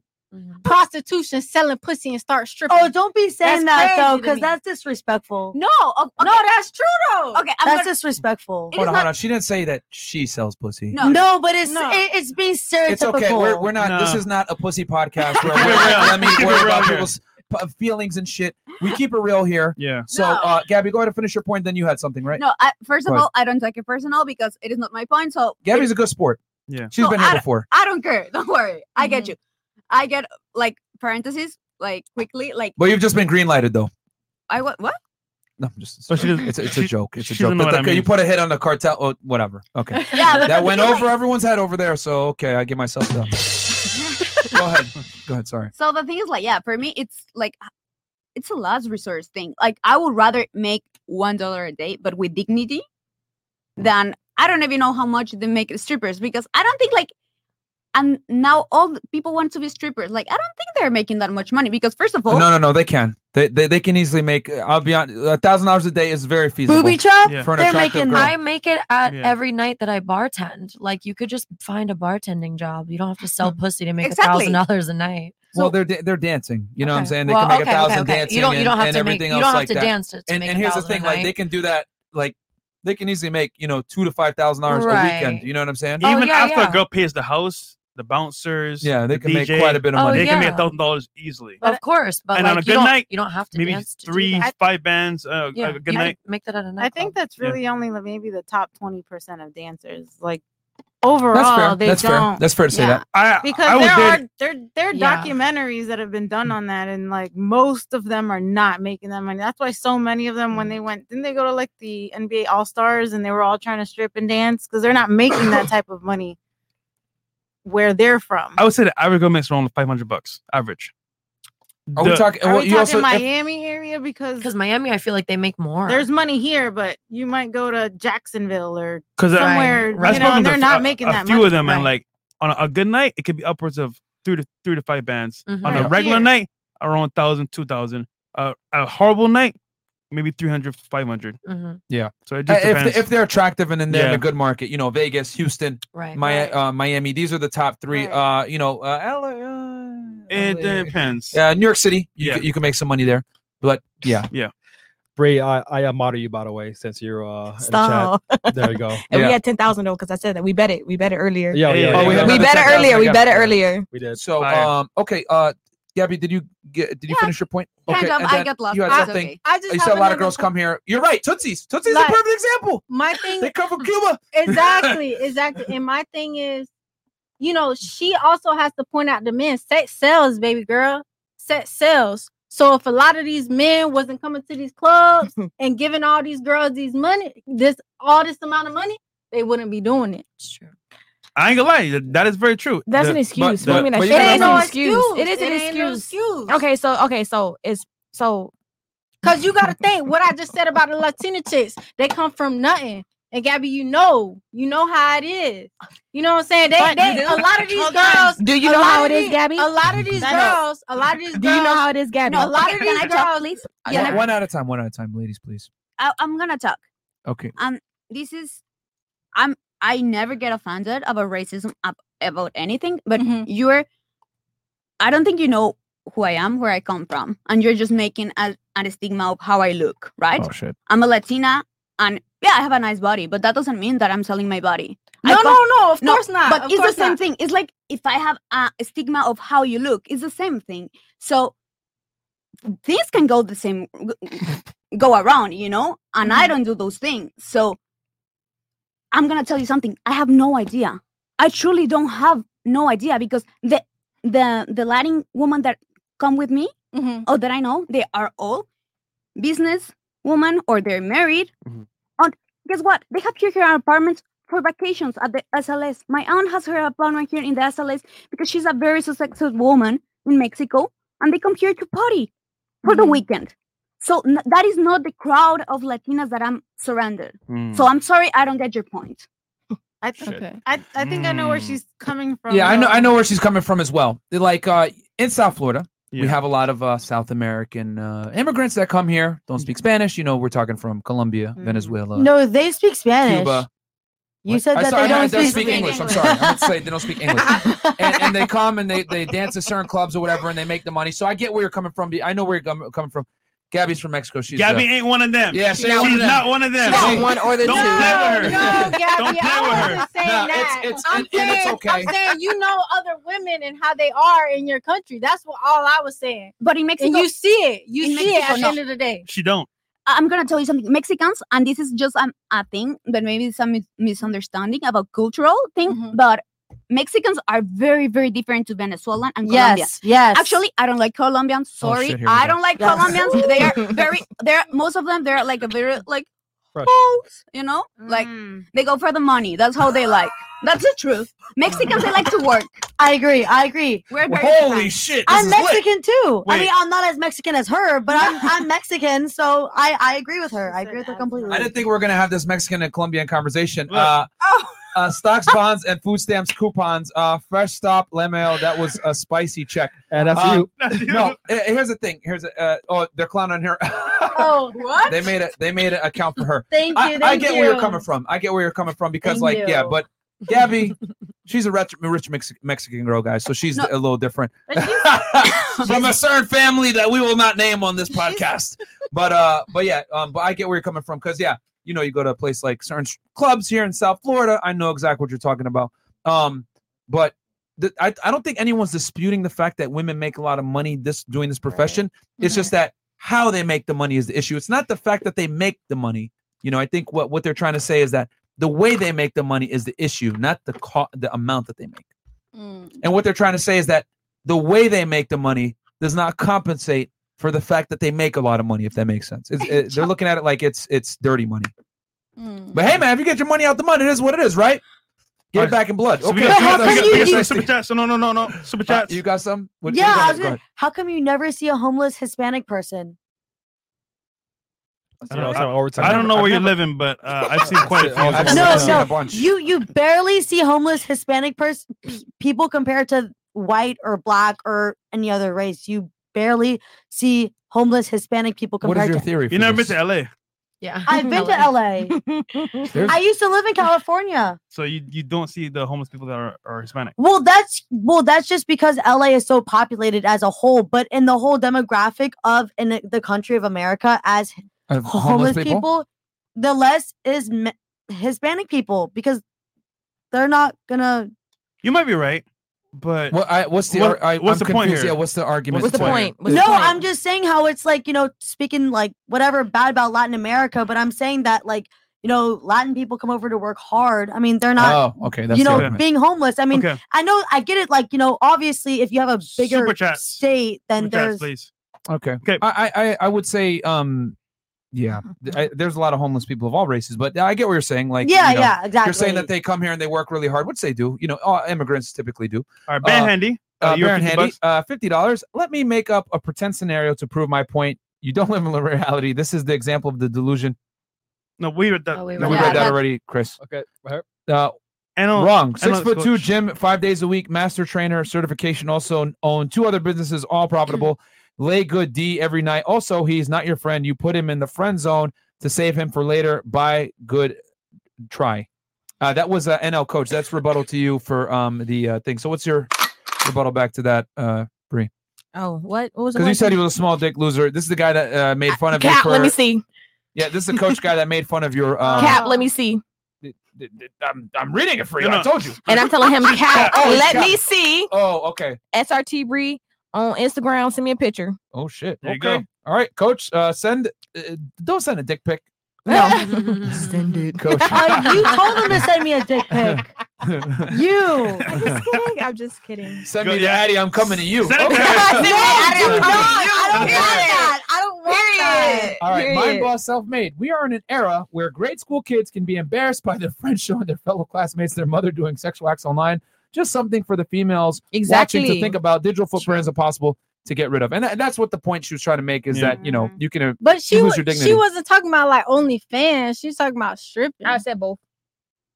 prostitution, selling pussy, and start stripping. Oh, don't be saying that though, because that's that's disrespectful. no, no, that's true though. Okay, that's disrespectful. Hold on, hold on. She didn't say that she sells pussy. No, but it's it- it's being stereotypical. It's okay. We're, we're not. This No. is not a [laughs] pussy podcast where we're, real. let me Keep it worry real about here. people's p- feelings and shit. We keep it real here. Yeah. So, uh, Gabby, go ahead and finish your point. Then you had something, right? no I, first of Go ahead. all i don't take it personal because it is not my point so Gabby's a good sport. Yeah. She's So been I here don't- before. I don't care. [laughs] Don't worry. I get you. I get like parentheses, like quickly, like But you've just been green lighted, though. I what what? No, I'm just. But she doesn't- it's, a, it's a she- joke. It's a she doesn't joke. know But what I okay, You mean. put a hit on the cartel. Oh, whatever. [laughs] Okay. Yeah, but- [laughs] that went [laughs] but over everyone's head over there. So okay, I give myself that. [laughs] go ahead. Go ahead. Sorry. So the thing is like, yeah, for me it's like uh, it's a last resource thing. Like I would rather make one dollar a day, but with dignity, than I don't even know how much they make as strippers because I don't think like and now all the people want to be strippers. Like I don't think they're making that much money because first of all, No, no, no. They can. They they, they can easily make. I'll be on. A thousand dollars a day is very feasible. Booby trap? For an attractive girl. I make it at Yeah. every night that I bartend. Like you could just find a bartending job. You don't have to sell Mm. pussy to make a Exactly. thousand dollars a night. well, they're da- they're dancing. You know what I'm saying? They Well, can make okay, a okay, thousand okay. You dancing. don't- you and- don't have and to make- everything you else don't have like to that. dance to- to and make and a here's the thousand a thing: like they night. can do that. Like they can easily make you know two to five thousand dollars a Right. Oh, weekend. You know what I'm saying? Even after a girl pays the house, the bouncers, Yeah, they the can make DJ, quite a bit of money. They can make Oh, yeah. thousand dollars easily. of course, but and like on a you good don't, night, you don't have to maybe dance to do three, that. five bands. Uh, Yeah, a good you night. could make that at a I night. think that's Yeah. really only like maybe the top twenty percent of dancers. Like overall That's Oh, fair. they That's fair. don't. That's fair to say that. I- because I was there are dating- there there are Yeah. documentaries that have been done on that, and like most of them are not making that money. That's why so many of them when they went didn't they go to like the NBA All Stars and they were all trying to strip and dance because they're not making that type of money where they're from. I would say the average girl makes around 500 bucks average. Are we talking- Are we talking Miami area because because Miami, I feel like they make more. There's money here, but you might go to Jacksonville or 'Cause I- somewhere. You I've know, spoken and to they're a- not a- making a that few money. of them, and like on a, a good night, it could be upwards of three to three to five bands. Mhm. On a Right. regular Yeah. night, around 1,000, 2,000. Uh, a horrible night, maybe 300, 500. Mm-hmm. Yeah. So it Uh, just if, depends. they- if they're attractive and then they're in Yeah. a good market, you know, Vegas, Houston, right, Mi- Uh, Miami, these are the top three. Uh, you know, uh, LA, it depends. uh, New York City, you, c- you can make some money there. But yeah, yeah. Bray, I, I admire you by the way, since you're uh Stop. in the chat. There you go. And we had ten thousand though, because I said that we bet it. We bet it earlier. Yeah, yeah, yeah. we, Oh, we had another bet it 10,000, earlier. I We got bet it. it earlier. We did. So um, okay, uh, Gabby, did you get? Did you finish your point? Kind okay, of, and I then got lost, You had but it's something. okay. I just you have said a lot another of girls come here. You're right. Tootsie's. Tootsie's Like- a perfect example. My thing. They come from Cuba. [laughs] Exactly. Exactly. And my thing is, you know, she also has to point out the men. Sex sells, baby girl. Sex sells. So if a lot of these men wasn't coming to these [laughs] clubs and giving all these girls these money, this all this amount of money, they wouldn't be doing it. I ain't gonna lie, th- that is very true. That's an excuse. What do you mean? It is an excuse. It is an excuse. Okay, so okay, so it's so Cause you gotta think what I just said about the Latina chicks. They come from nothing. And Gabby, you know, you know how it is. You know what I'm saying? They, But you they do? a lot of these Hold on. girls. Do you a know lot how of it is, these- Gabby? A lot of these I know. girls. A lot of these. Do you know girls- how it is, Gabby? No, a lot Okay, of can these I girls. talk, please. One- One at a time. One at a time, ladies, please. I, I'm gonna talk. Okay. Um, this is, I'm I never get offended about racism ab- about anything, but Mm-hmm. you're, I don't think you know who I am, where I come from, and you're just making a, a stigma of how I look, right? Oh shit. I'm a Latina, and yeah, I have a nice body, but that doesn't mean that I'm selling my body. I No, come- no, no, of course not, But of it's course the same not. thing. It's like if I have a a stigma of how you look, it's the same thing. So things can go the same go around, you know? And Mm-hmm. I don't do those things. So I'm gonna tell you something. I have no idea. I truly don't have no idea because the the the Latin woman that come with me Mm-hmm. or that I know, they are all business woman or they're married. And guess what? They have here her apartments for vacations at the SLS. My aunt has her apartment here in the SLS because she's a very successful woman in Mexico, and they come here to party for the weekend. So n- that is not the crowd of Latinas that I'm surrounded. So Mm. I'm sorry, I don't get your point. I I, I think I know where she's coming from. yeah, I know. though. I [laughs] know where she's coming from as well. They're Like uh, in South Florida, we have a lot of uh, South American uh, immigrants that come here, don't Mm-hmm. speak Spanish. You know, we're talking from Colombia, Venezuela, no, they speak Spanish. Cuba. You said I that saw- they I know don't they speak, English. I'm sorry. I meant to say they don't [laughs] speak English. And, and they come and they, they dance at certain clubs or whatever, and they make the money. So I get where you're coming from. I know where you're com- coming from. Gabby's from Mexico. She's uh, Gabby ain't one of them. Yeah, she she's ain't one of them. not one of them. She's not one or the Don't two. play with her. No, no, Gabby, Don't play I with her. wasn't saying No, that. it's- it's- I'm, and- saying, and it's okay. I'm saying you know other women and how they are in your country. That's what all I was saying. But in and Mexico- you see it. You in see it Mexico, at the no. end of the day. She don't. I- I'm gonna tell you something. Mexicans, and this is just um, a thing, but maybe it's a mis- misunderstanding about cultural thing. Mm-hmm. But Mexicans are very, very different to Venezuelan and Colombians. Yes, yes. Actually, I don't like Colombians. Oh, Sorry, shit, here we I go. don't like Yes. Colombians. They [laughs] are very. They're most of them. They're like a very like Fresh. hoes, you know, like Mm. they go for the money. That's how they like. That's the truth. Mexicans, they like to work. I agree. I agree. We're very Holy shit! this I'm is lit. Mexican too. I Wait. mean, I'm not as Mexican as her, but [laughs] I'm I'm Mexican, so I I agree with her. I agree with her completely. I didn't think we were gonna have this Mexican and Colombian conversation. Uh, Oh. [laughs] uh, stocks, bonds, and food stamps coupons. Uh, fresh stop, Lemel. That was a spicy check. And that's Uh, you. No, eh, here's the thing. Here's a, uh, oh, they're clowning on here. [laughs] oh, what? they made it. They made it account for her. [laughs] Thank I, you, I thank get where you're you. coming from. I get where you're coming from because, Thank like, yeah, you. but [laughs] Gabby, she's a rich, rich Mex- Mexican girl, guys. So she's a little different [laughs] from a certain family that we will not name on this podcast. but uh, but yeah, um, but I get where you're coming from because yeah, you know, you go to a place like certain s- clubs here in South Florida. I know exactly what you're talking about. Um, but th- I I don't think anyone's disputing the fact that women make a lot of money this doing this profession. It's just that how they make the money is the issue. It's not the fact that they make the money. You know, I think what what they're trying to say is that The way they make the money is the issue, not the co- the amount that they make. And what they're trying to say is that the way they make the money does not compensate for the fact that they make a lot of money. If that makes sense, it's, it, they're looking at it like it's it's dirty money. Mm. But hey, man, if you get your money out the mud, it is what it is, right? Get it back in blood. So we okay. got- we got- we got- we got some super chats. No, no, no, no. Super chats. you got some? What- yeah, go I ahead, was go gonna, ahead. how come you never see a homeless Hispanic person? I don't know, That's not overtime. I don't know I've where you're never- living, but uh, I've seen quite a few. I've of them. no, no, you you barely see homeless Hispanic person people compared to white or black or any other race. You barely see homeless Hispanic people compared to You never been to LA, Yeah. I've been to LA. There's- I used to live in California. so you, you don't see the homeless people that are, are Hispanic. Well, that's well, that's just because LA is so populated as a whole, but in the whole demographic of in the- the country of America as Of homeless, homeless people? people? the less is me- Hispanic people because they're not gonna. You might be right, but Well, I, what's the What- ar- I, what's I'm the point confused. here? Yeah, what's the argument? no, I'm just saying how it's like you know speaking like whatever bad about Latin America, but I'm saying that like you know Latin people come over to work hard. I mean they're not. Oh, okay, that's You the know, argument. being homeless. I mean, Okay. I know I get it. Like you know, obviously, if you have a bigger Super chats. state, then there's Okay. Okay. I, I I- I would say um yeah, Mm-hmm. th- I, there's a lot of homeless people of all races, but I get what you're saying. Like Yeah, you know, yeah, You're saying exactly. that they come here and they work really hard, which they do. You know, all immigrants typically do. All right, Bear Handy, uh, Uh, you're Baron 50 Handy, bucks. uh, fifty dollars. Let me make up a pretend scenario to prove my point. You don't [laughs] live in reality. This is the example of the delusion. No, we read that. No, we read that already, Chris. Okay. Where? Uh, Anal- wrong. anal Six foot two coach. gym, five days a week, master trainer certification. Also own two other businesses, all profitable. [clears throat] Lay good D every night. Also, he's not your friend. You put him in the friend zone to save him for later. Buy good try. Uh, that was uh, NL coach. That's rebuttal to you for um the uh, thing. So what's your rebuttal back to that, uh, Bree? Oh, what? What was? the Because you one said he thing? was a small dick loser. This is the guy that uh, made fun of you. Cat, For, let me see. Yeah, this is the coach guy that made fun of your. Um, Cap, let me see. I'm, I'm reading it for you. No, I no. told you. And I'm telling [laughs] him, Cap, [laughs] Oh, it's let Cap. me see. Oh, okay. SRT Bree on Instagram. Send me a picture. Oh shit. There you okay. go. All right, coach. Uh, send. Uh, don't send a dick pic. [laughs] [laughs] No. send it, coach. Uh, you told him to [laughs] [laughs] send me a dick pic. You. I'm just kidding. I'm just kidding. Send me the Addy. I'm coming to you. Send it Okay. to her. Send it to Addy, I'm coming to you. don't Period. want that. I don't want Period. All right, mind Period. boss self made. We are in an era where grade school kids can be embarrassed by their [laughs] friends showing their fellow classmates their mother doing sexual acts online. Just something for the females watching Exactly. to think about. Digital footprint is impossible to get rid of, and, tha- that's what the point she was trying to make is that you know you can uh, Mm-hmm. But she you was lose your dignity. she wasn't talking about like OnlyFans. She was talking about stripping. I said both.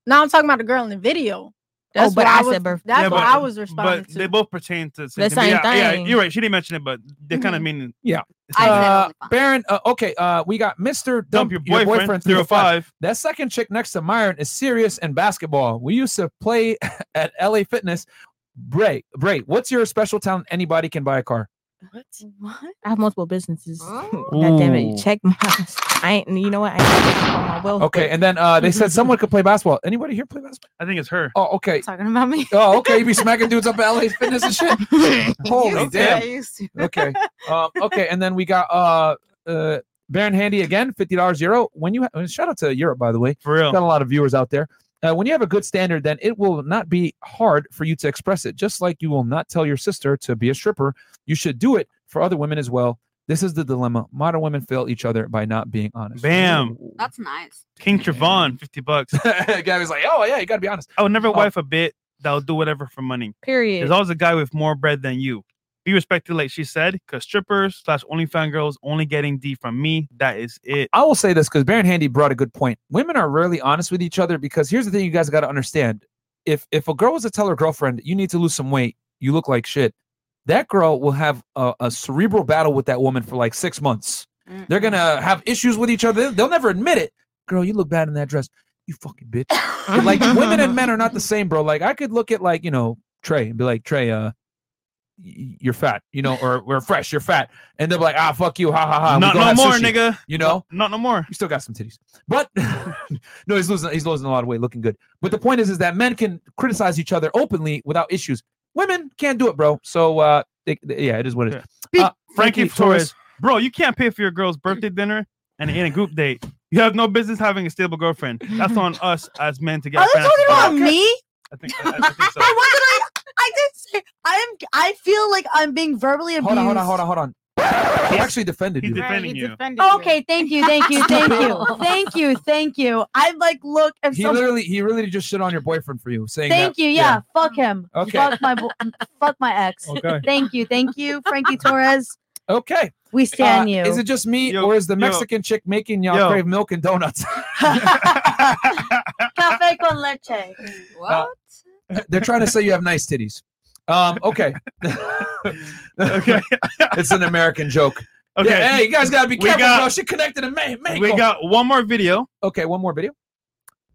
No, I'm talking about the girl in the video. That's but what I was, said both. That's Yeah, what but- I was responding But they both pertain to the same, The But same yeah, yeah, thing. you're right. She didn't mention it, but they kind of mean. Yeah. I said Uh, Baron, uh, okay, uh, we got Mr. Dump, Your your Boyfriend, boyfriend, 305. 305. That second chick next to Myron is serious in basketball. We used to play [laughs] at LA Fitness. Bray, Bray, what's your special talent? Anybody can buy [laughs] a car. What? What? I have multiple businesses. God damn it! You Ooh. check my. I ain't. You know what? I ain't checking on my wealth. Okay, and then uh, they said someone could play basketball. Anybody here play basketball? I think it's her. Oh, okay. Talking about me. Oh, okay. You be smacking dudes up at LA Fitness [laughs] and shit. Holy Used to, I damn. used to. Okay. Um, okay, and then we got uh, uh, Baron Handy again, fifty dollars euro. When you ha- shout out to Europe, by the way, for real, got a lot of viewers out there. Uh, when you have a good standard, then it will not be hard for you to express it. Just like you will not tell your sister to be a stripper, you should do it for other women as well. This is the dilemma. Modern women fail each other by not being honest. Bam. That's nice. King Trevon, 50 [laughs] bucks. Gabby's like, oh, yeah, you got to be honest. I would never wife a bit that'll do whatever for money. Period. There's always a guy with more bread than you. Be respected, like she said, because strippers slash OnlyFans girls only getting D from me. That is it. I will say this because Baron Handy brought a good point. Women are rarely honest with each other because here's the thing you guys got to understand. If if a girl was to tell her girlfriend, you need to lose some weight, you look like shit, that girl will have a, a cerebral battle with that woman for like six months. They're gonna have issues with each other. They'll never admit it. Girl, you look bad in that dress. You fucking [coughs] bitch. like women and men are not the same, bro. Like I could look at like, you know, Trey and be like, Trey, uh, y- you're fat, you know, or we're fresh, you're fat. And they'll be like, ah, fuck you, ha ha ha. we Not go no have more, nigga. You know? Not no more. You still got some titties. But [laughs] no, he's losing he's losing a lot of weight, looking good. But the point is is that men can criticize each other openly without issues. Women can't do it, bro. So uh they, they- yeah, it is what it is. Uh, [coughs] Frankie Torres, bro, you can't pay for your girl's birthday dinner and in a group date. You have no business having a stable girlfriend. That's [coughs] on us as men to get. Are they fancy. talking about me? I think, I, I think [laughs] so. I wasn't. I, I did say I am. I feel like I'm being verbally abused. Hold on, hold on, hold on, hold on. He actually defended you. Okay, thank you, thank you, thank you, thank you, thank you. I'm like, look, if He some- literally, he really just shit on your boyfriend for you, saying. thank that- you, yeah, fuck him, Okay. fuck my, bo- fuck my ex. Okay. Thank you, thank you, Frankie Torres. Okay. We stand you. Uh, Is it just me, or is the Mexican chick making y'all Yo. crave milk and donuts? [laughs] Cafe con leche. What? They're trying to say you have nice titties. Um, okay. okay. [laughs] it's an American joke. Okay. Yeah, hey, you guys gotta be We careful, got- bro. She connected to man. we got one more video. Okay, one more video.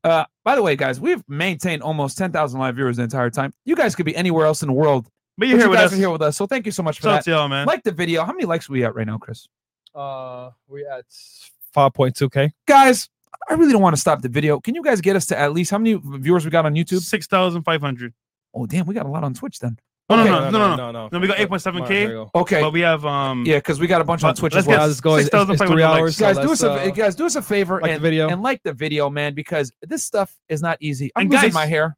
Uh, by the way, guys, we've maintained almost 10,000 live viewers the entire time. You guys could be anywhere else in the world, But you're here you with guys us. Are here with us. So thank you so much for Shout out that. to y'all, man. Like the video. How many likes are we at right now, Chris? Uh, we at five point two k. Guys, I really don't want to stop the video. Can you guys get us to at least how many viewers we got on YouTube? Six thousand five hundred. Oh damn, we got a lot on Twitch then. No, no, Okay. no, no, no, no, no. we got eight point seven There k. you go. Okay, but we have um. Yeah, because we got a bunch on Let- Twitch let's as well. get Guys, go- it's- 6,500 it's three likes. hours, so Guys, do let's, us a uh, guys, do us a favor like the and, video. and like the video, man, because this stuff is not easy. I'm And losing guys, my hair.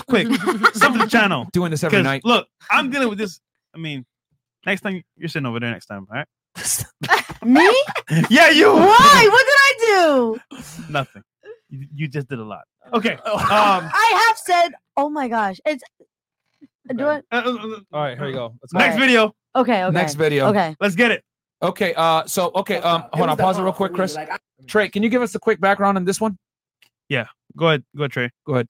[laughs] quick, sub to the channel. [laughs] Doing this every 'Cause, night. Look, I'm dealing with this. I mean, next time you're sitting over there next time, all right? [laughs] Me? [laughs] yeah, you. Why? What did I do? Nothing. You, you just did a lot. Oh, [laughs] Okay. Um. I have said, oh my gosh, it's. Do it. All right, here you go. Let's Next video. Okay. Okay. Uh, Next video. Okay. Let's get it. Okay. Uh. So okay. Um. Hold on. Pause it real Oh, quick, Chris. Trey, can you give us a quick background on this one? Yeah. Go ahead. Go ahead, Trey. Go ahead.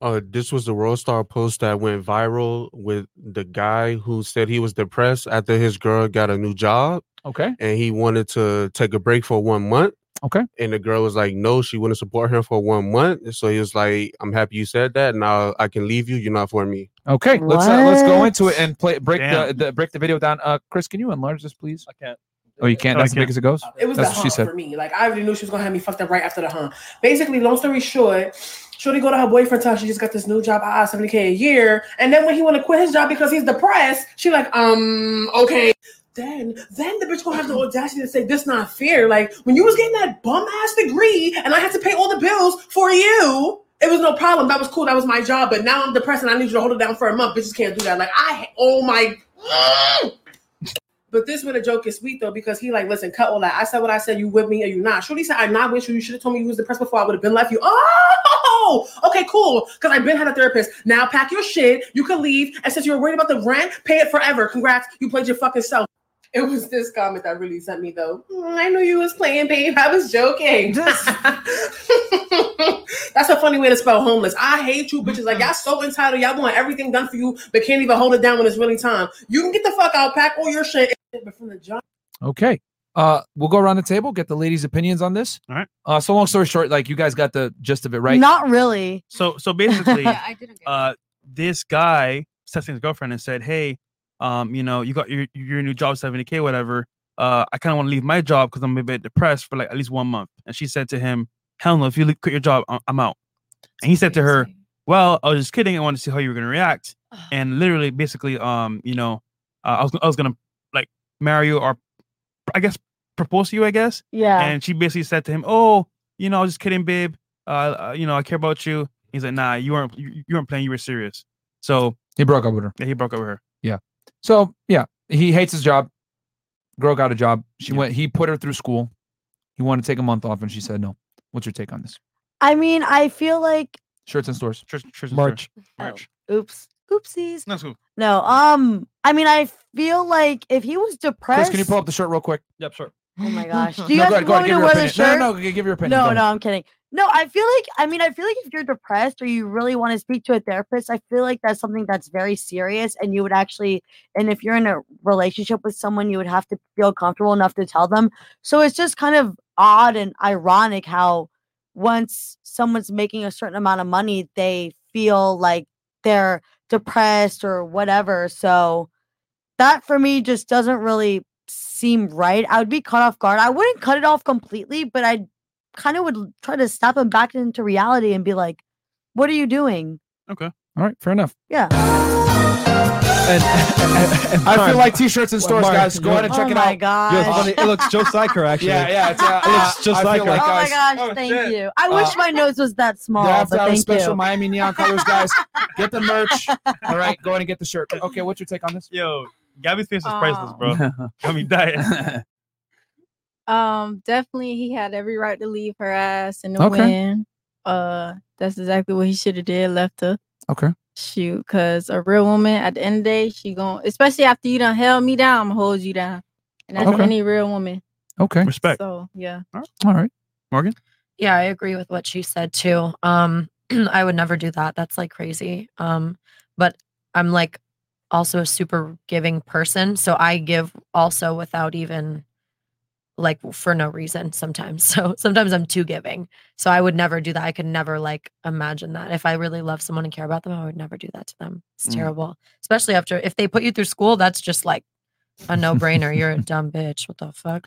Uh, this was the World Star post that went viral with the guy who said he was depressed after his girl got a new job Okay. and he wanted to take a break for one month. Okay. And the girl was like, no, she wouldn't support him for one month. And so he was like, I'm happy you said that. Now I can leave you. You're not for me. Okay. Let's uh, let's go What? into it and play break the, Damn. the break the video down. Uh, Chris, can you enlarge this, please? I can't. Oh, you can't. No, I That's as big can't. as it goes. It was That's the what she hunt said. for me. Like I already knew she was gonna have me fucked up right after the hunt. Basically, long story short, Shorty go to her boyfriend time. She just got this new job, ah, seventy k a year. And then when he want to quit his job because he's depressed, she like, um, okay. Then, then the bitch gonna have the audacity to say this not fair. Like when you was getting that bum ass degree, and I had to pay all the bills for you. It was no problem. That was cool. That was my job. But now I'm depressed, and I need you to hold it down for a month. Bitches can't do that. Like I, oh my. But this with a joke is sweet though because he like, listen, cut all that. I said what I said. You with me or you not? Shorty said I'm not with you. You should have told me you was depressed before. I would have been left you. Oh, okay, cool. Because I've been had a therapist. Now pack your shit. You can leave. And since you were worried about the rent, pay it forever. Congrats. You played your fucking self. It was this comment that really sent me though. "Mm, I knew you was playing, babe. I was joking. [laughs] That's a funny way to spell homeless. I hate you bitches. Like y'all so entitled. Y'all want everything done for you, but can't even hold it down when it's really time. You can get the fuck out, pack all your shit. But from the jump, Okay. Uh, we'll go around the table, get the ladies' opinions on this. All right. Uh, so long story short, like you guys got the gist of it, right? Not really. So [laughs] so basically, Yeah, I didn't uh, this guy was texting his girlfriend and said, "Hey, um, you know, you got your your new job, seventy k, whatever. Uh, I kind of want to leave my job because I'm a bit depressed for like at least one month." And she said to him, "Hell no! If you le- quit your job, I- I'm out." And he said to her, "Well, I was just kidding. I wanted to see how you were gonna react." And literally, basically, um, you know, uh, I was I was gonna like marry you or I guess propose to you, I guess. Yeah. And she basically said to him, "Oh, you know, I was just kidding, babe. Uh, uh you know, I care about you." He's like, "Nah, you weren't. You, you weren't playing. You were serious." So he broke up with her. Yeah, he broke up with her. Yeah. So yeah, he hates [laughs] his job. Girl got a job. She went. He put her through school. He wanted to take a month off, and she said no. What's your take on this? I mean, I feel like Shirts and stores. Shirts, shirts March. Oh, Oops. Oopsies. No, cool. No. Um. I mean, I feel like if he was Chris, depressed. can you pull up the shirt real quick? Yep, sure. Oh [laughs] my gosh. Do No, you go guys ahead, go want ahead, me to give your wear the opinion. No, shirt? no, no, g- give your opinion, go No, ahead. no, I'm kidding. No, I feel like I mean, I feel like if you're depressed or you really want to speak to a therapist, I feel like that's something that's very serious and you would actually and if you're in a relationship with someone, you would have to feel comfortable enough to tell them. So it's just kind of odd and ironic how once someone's making a certain amount of money, they feel like they're depressed or whatever. So that for me just doesn't really seem right. I would be caught off guard. I wouldn't cut it off completely, but I kind of would l- try to snap him back into reality and be like, what are you doing? Okay. [laughs] All right. Fair enough. Yeah. I feel like t-shirts in stores, guys. Go ahead and check Oh it out. Yo, it's funny. It looks just like her, actually. Yeah, yeah, it's, uh, it looks I just feel like her. like Oh my guys. gosh, thank you. I wish Uh, my nose was that small. They have but to have a thank special you. Miami neon colors, guys. Get the merch. All right, go ahead and get the shirt. Okay, what's your take on this? Yo, Gabby's face is priceless, bro. I mean, [laughs] diet. [laughs] Um, definitely he had every right to leave her ass and to Okay. win. Uh that's exactly what he should have did, left her. [laughs] Okay. Shoot, cause a real woman at the end of the day, she gon' especially after you done held me down, I'ma hold you down. And that's Okay. any real woman. Okay. Respect. So yeah. All right. Morgan? Yeah, I agree with what she said too. Um, [clears throat] I would never do that. That's like crazy. Um, but I'm like also a super giving person, so I give also without even like for no reason sometimes. [laughs] So sometimes I'm too giving. So I would never do that. I could never like imagine that. If I really love someone and care about them, I would never do that to them. It's Mm. terrible. Especially after if they put you through school, that's just like a no-brainer. You're a dumb bitch. What the fuck?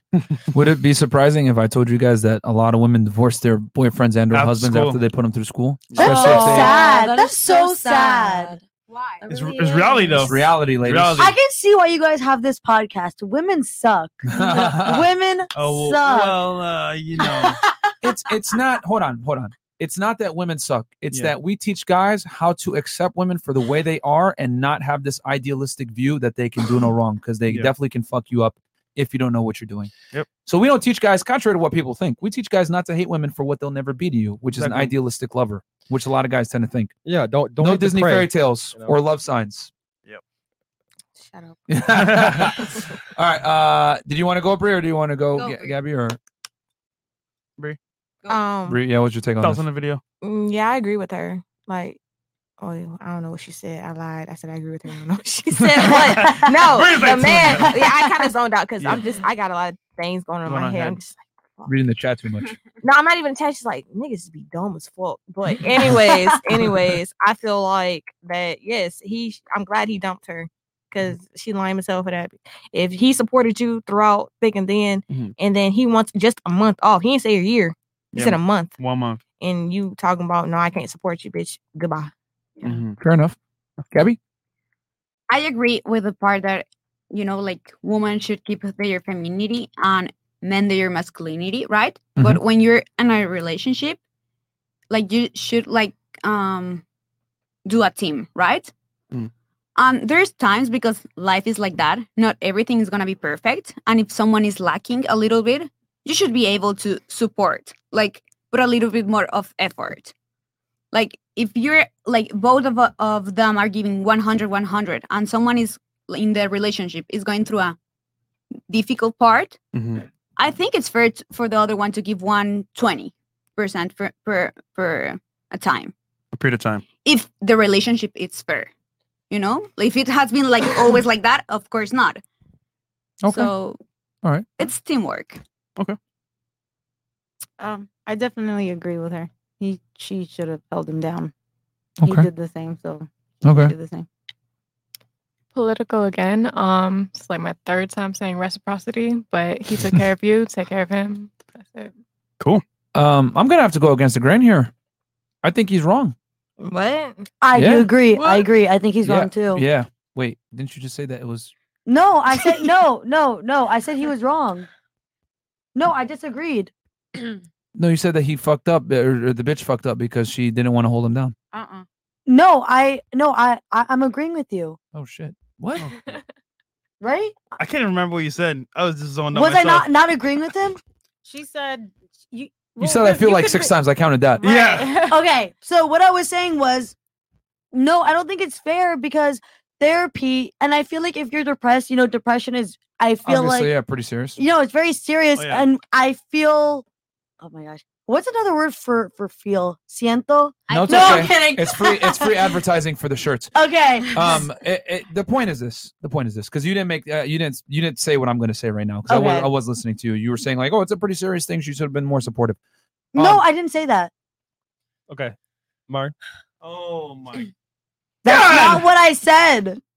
Would it be surprising if I told you guys that a lot of women divorce their boyfriends and or After husbands school. after they put them through school? That's Oh, so Especially if they- sad. that That's is so so sad. It's, it's reality though. It's reality, ladies. Reality. I can see why you guys have this podcast. [laughs] Women suck. Women Oh, well, suck. well, uh, you know. [laughs] it's it's not hold on hold on it's not that women suck it's Yeah. that we teach guys how to accept women for the way they are and not have this idealistic view that they can do [clears throat] no wrong because they Yeah. definitely can fuck you up if you don't know what you're doing Yep. so we don't teach guys contrary to what people think we teach guys not to hate women for what they'll never be to you which is an Exactly. idealistic lover which a lot of guys tend to think Yeah, don't don't no hate the disney prey, fairy tales you know? or love signs Shut up. all [laughs] right uh did you want to go Bri, or do you want to go, Go, Ga- Bri. gabby or Um, Bri, yeah what's your take on Thoughts this on the video mm, yeah, I agree with her. Like, oh, I don't know what she said. I lied. I said I agree with her. I don't know what [laughs] she said. What? Bring No, it back the to man. it. Yeah, I kind of zoned out because I'm Yeah. just I got a lot of things going on in Going my on head. I'm head. just reading the chat too much No, I'm not even attached. She's like, niggas be dumb as fuck. But [laughs] anyways, anyways, I feel like that yes, he I'm glad he dumped her because she lying herself for that. If he supported you throughout thick and thin, Mm-hmm. Mhm. and then he wants just a month off. He didn't say a year. He Yeah, said a month. One month. And you talking about no, I can't support you, bitch. Goodbye. fair enough gabby I agree with the part that you know, like women should keep their femininity and men their masculinity, right? But Mhm. when you're in a relationship, like you should like um do a team, right? Mm. Um, there's times because life is like that. Not everything is gonna be perfect, and if someone is lacking a little bit, you should be able to support, like put a little bit more of effort. Like if you're like both of a- of them are giving 100 100 and someone is in their relationship is going through a difficult part, I think it's fair t- for the other one to give one twenty percent per per per a time A period of time. if the relationship is fair. You know, if it has been like always like that, of course not. Okay. So all right it's teamwork. Okay. Um, I definitely agree with her. He she should have held him down. Okay. He did the same, so he Okay. should do the same. Political again. Um, it's like my third time saying reciprocity, but he took care of you, take care of him. [laughs] That's it. Cool. Um, I'm gonna have to go against the grain here. I think he's wrong. What? I Yeah. do agree. I agree. I think he's wrong too. Yeah. Wait, didn't you just say that it was? No, [laughs] I said no, no, no. I said he was wrong. No, [clears throat] I disagreed. No, you said that he fucked up, or, or the bitch fucked up because she didn't want to hold him down. Uh-uh. No, I no, I, I I'm agreeing with you. Oh shit! [laughs] What? Right? I can't even remember what you said. I was just Oh, zoned out. was I myself. not not agreeing with him? She said you You said I feel like six times. I counted that. [laughs] okay. So what I was saying was, no, I don't think it's fair because therapy, and I feel like if you're depressed, you know, depression is. I feel Obviously, like yeah, pretty serious. you know it's very serious, Oh, yeah. and I feel. Oh my gosh, what's another word for for feel? Siento. No, it's no, okay. I'm kidding. It's free. It's [laughs] [laughs] free advertising for the shirts. Okay. Um, it, it, the point is this. The point is this because you didn't make. Uh, you didn't. You didn't say what I'm going to say right now because I, was, Okay. I was listening to you. You were saying like, oh, it's a pretty serious thing. She should have been more supportive. um, no, I didn't say that. Okay, Mark. Oh my. That's not what I said. [laughs]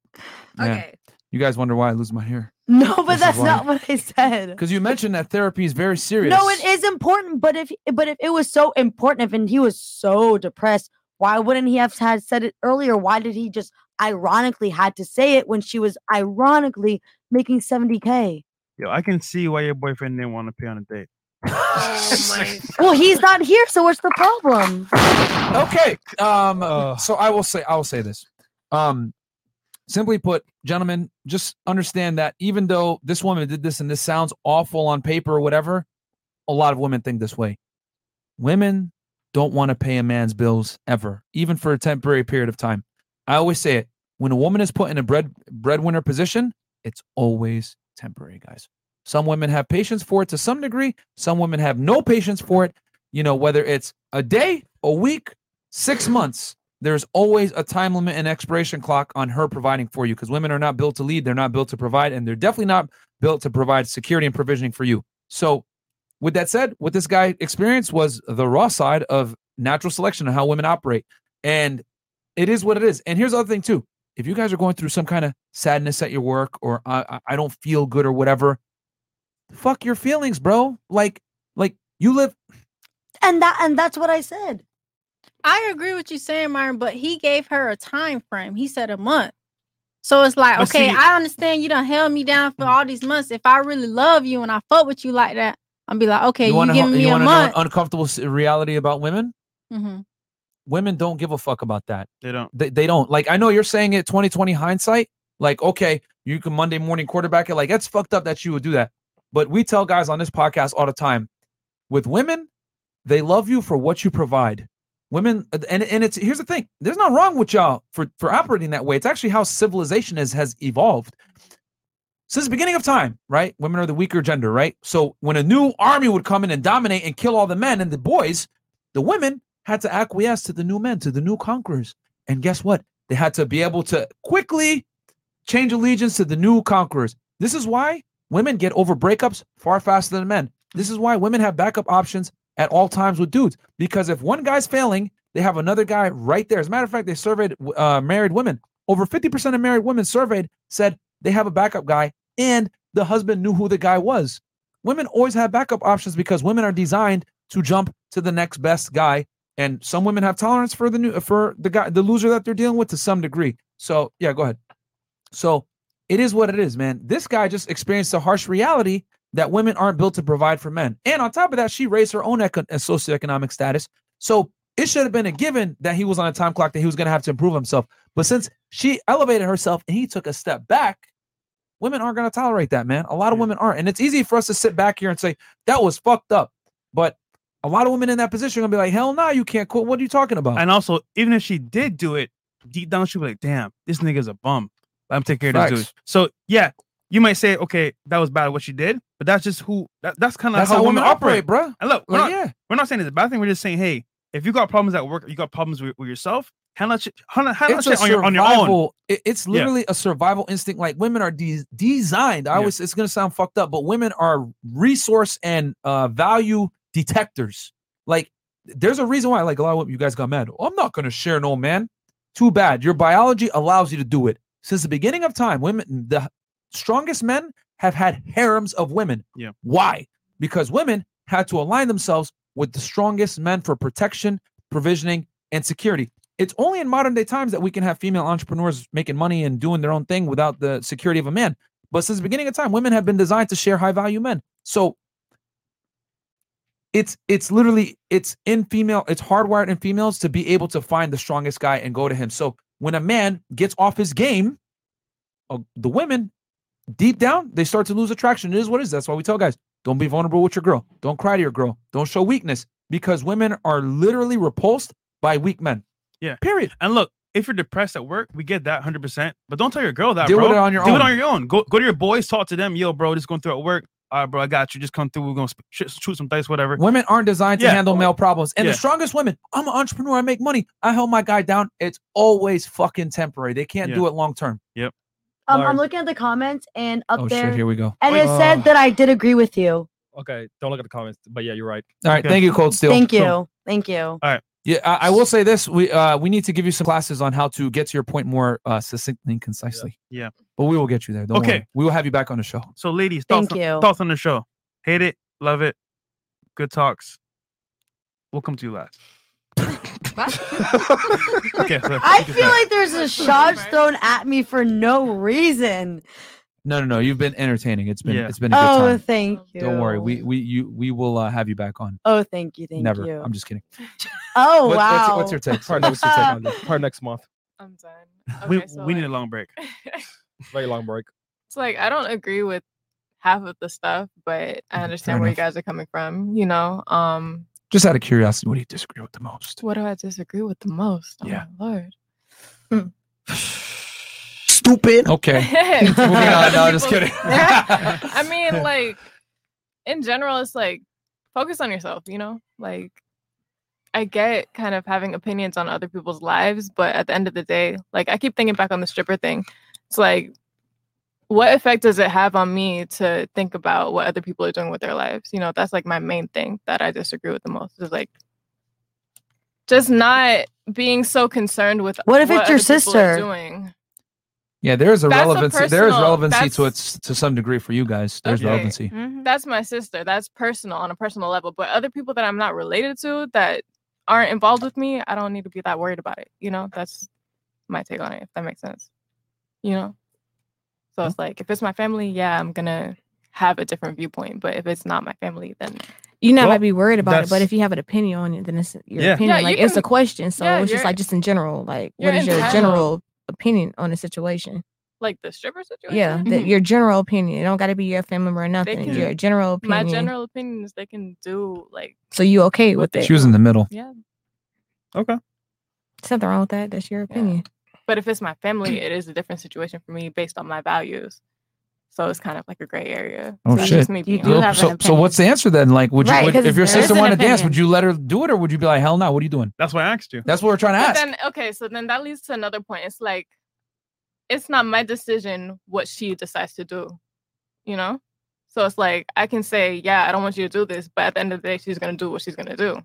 Okay. You guys wonder why I lose my hair No, This but is that's why. not what I said. because you mentioned that therapy is very serious. No, it is important, but if but if it was so important if- and he was so depressed, why wouldn't he have had said it earlier? Why did he just ironically had to say it when she was ironically making 70K. Yo, I can see why your boyfriend didn't want to pay on a date. Well, he's not here, so what's the problem? okay. Um, so I will say I will say this. Um, simply put, gentlemen, just understand that even though this woman did this and this sounds awful on paper or whatever, a lot of women think this way. Women don't want to pay a man's bills ever, even for a temporary period of time. I always say it: when a woman is put in a bread breadwinner position, it's always temporary, guys. Some women have patience for it to some degree. Some women have no patience for it. You know, whether it's a day, a week, six months, there's always a time limit and expiration clock on her providing for you because women are not built to lead. They're not built to provide, and they're definitely not built to provide security and provisioning for you. So, with that said, what this guy experienced was the raw side of natural selection and how women operate. And it is what it is. And here's the other thing, too. If you guys are going through some kind of sadness at your work or I, I- I don't feel good or whatever, fuck your feelings, bro. Like, like you live. And that and that's what I said. I agree with you saying, Myron, but he gave her a time frame. He said a month. So it's like, But okay, see- I understand you done held me down for all these months. If I really love you and I fuck with you like that, I'll be like, okay, you, wanna give ho- me a wanna know uh an month. uncomfortable s- reality about women? hmm women don't give a fuck about that. They don't. They, they don't. Like I know you're saying it 2020 hindsight. Like okay, you can Monday morning quarterback it. Like that's fucked up that you would do that. But we tell guys on this podcast all the time, with women, they love you for what you provide. Women, uh, and and it's here's the thing. There's not wrong with y'all for for operating that way. It's actually how civilization is has evolved since the beginning of time, right? Women are the weaker gender, right? So when a new army would come in and dominate and kill all the men and the boys, the women had to acquiesce to the new men, to the new conquerors. And guess what? They had to be able to quickly change allegiance to the new conquerors. This is why women get over breakups far faster than men. This is why women have backup options at all times with dudes because if one guy's failing, they have another guy right there. As a matter of fact, they surveyed uh, married women. Over 50% of married women surveyed said they have a backup guy and the husband knew who the guy was. Women always have backup options because women are designed to jump to the next best guy, and some women have tolerance for the new for the guy the loser that they're dealing with to some degree. So yeah, go ahead. So it is what it is, man. This guy just experienced the harsh reality that women aren't built to provide for men. And on top of that, she raised her own eco- uh, socioeconomic status. So it should have been a given that he was on a time clock that he was going to have to improve himself. But since she elevated herself and he took a step back, women aren't going to tolerate that, man. A lot of women aren't. And it's easy for us to sit back here and say, that was fucked up. But a lot of women in that position are going to be like, hell no, you can't quit. What are you talking about? And also, even if she did do it, deep down she'd be like, damn, this nigga's a bum. I'm taking care of this dude. Facts. So yeah, you might say, okay, that was bad what she did, but that's just who that, that's kind of That's how women operate, bruh. And look, we're, Like, not, yeah. we're not saying it's a bad thing. We're just saying, hey, if you got problems at work, you got problems with, with yourself, handle that shit, handle, handle that shit It's a on your on your own. survival- it- it's Yeah. literally a survival instinct. Like women are de- designed. I Yeah. always, it's going to sound fucked up, but women are resource and uh, value detectors. Like there's a reason why, like a lot of women, you guys got mad. "Oh, I'm not going to share no man. Too bad. Your biology allows you to do it. Since the beginning of time, women, the strongest men have had harems of women. Yeah. Why? Because women had to align themselves with the strongest men for protection, provisioning, and security. It's only in modern day times that we can have female entrepreneurs making money and doing their own thing without the security of a man. But since the beginning of time, women have been designed to share high value men. So it's it's literally it's in female it's hardwired in females to be able to find the strongest guy and go to him so when a man gets off his game uh, the women deep down they start to lose attraction it is what it is that's why we tell guys don't be vulnerable with your girl don't cry to your girl don't show weakness because women are literally repulsed by weak men Yeah. Period. And look, if you're depressed at work, we get that 100. percent But don't tell your girl that. Deal bro. with it on your Deal own. it on your own. Go go to your boys, talk to them. Yo, bro, just going through at work. All right, bro, I got you. Just come through. We're gonna sp- shoot, shoot some dice, whatever. women aren't designed to Yeah. handle male problems and Yeah. the strongest women i'm an entrepreneur i make money i held my guy down it's always fucking temporary they can't Yeah. do it long term yep Um, Large. I'm looking at the comments and up Oh, shit, there. here we go. Oh, And it Wait. said that I did agree with you. Okay, don't look at the comments, but yeah, you're right. all right thank you cold steel Thank you. Thank you. All right. Yeah, I, I will say this: we uh, we need to give you some classes on how to get to your point more uh, succinctly and concisely. Yeah. But we will get you there. Don't Okay. worry. We will have you back on the show. So, ladies, thoughts, Thank on, you. thoughts on the show. Hate it, love it, good talks. We'll come to you last. okay, so I feel like there's a shot thrown at me for no reason. No, no, no. You've been entertaining. It's been it's been a good Oh, time. thank you. Don't worry. We we you we will uh, have you back on. Oh, thank you, thank Never. you. I'm just kidding. Oh What- what's- wow. what's your [laughs] take? Part next, What's your take on this? Part next month. I'm done. we Okay, so we need a long [laughs] break. Very long break. It's like I don't agree with half of the stuff, but I understand where you guys are coming from. You know, um, Just out of curiosity, what do you disagree with the most? what do I disagree with the most? Oh yeah, my lord. Stupid. Okay. [laughs] Moving on. No, [laughs] just kidding. I mean, like in general, it's like focus on yourself. You know, like I get kind of having opinions on other people's lives, but at the end of the day, like I keep thinking back on the stripper thing. It's like, what effect does it have on me to think about what other people are doing with their lives? You know, that's like my main thing that I disagree with the most is like just not being so concerned with What if it's your other people are sister? Doing. Yeah, there is a That's a relevance. there is personal- relevancy to it that's- to some degree for you guys. There's Okay. Mm-hmm. relevancy. That's my sister. That's personal on a personal level. But other people that I'm not related to that aren't involved with me, I don't need to be that worried about it. You know, that's my take on it, if that makes sense. You know? So it's like if it's my family, yeah, I'm gonna have a different viewpoint. But if it's not my family, then You know, Well, might be worried about it, but that's- if you have an opinion on it, then it's your Yeah. opinion. Yeah, like you it's a can- question, so yeah, it's just you're- like just in general, like what you're is your entitled. general opinion on the situation? like the stripper situation. Yeah, the, your general opinion. It don't got to be your family member or They nothing. can- Your general opinion. My general opinion is they can do like so you okay with it? She was in the middle. yeah. Okay. Something wrong with that? That's your opinion. But if it's my family, it is a different situation for me based on my values. So it's kind of like a gray area. Oh so it's shit! just me being Well, honest. so, so what's the answer then? Like, would you Right, would, 'cause if your there is sister an wanted to dance, would opinion. you let her do it, or would you be like, hell no? What are you doing? That's what I asked you. That's what we're trying to But ask. then okay, so then that leads to another point. It's like it's not my decision what she decides to do. You know? So it's like I can say, yeah, I don't want you to do this, but at the end of the day, she's gonna do what she's gonna do.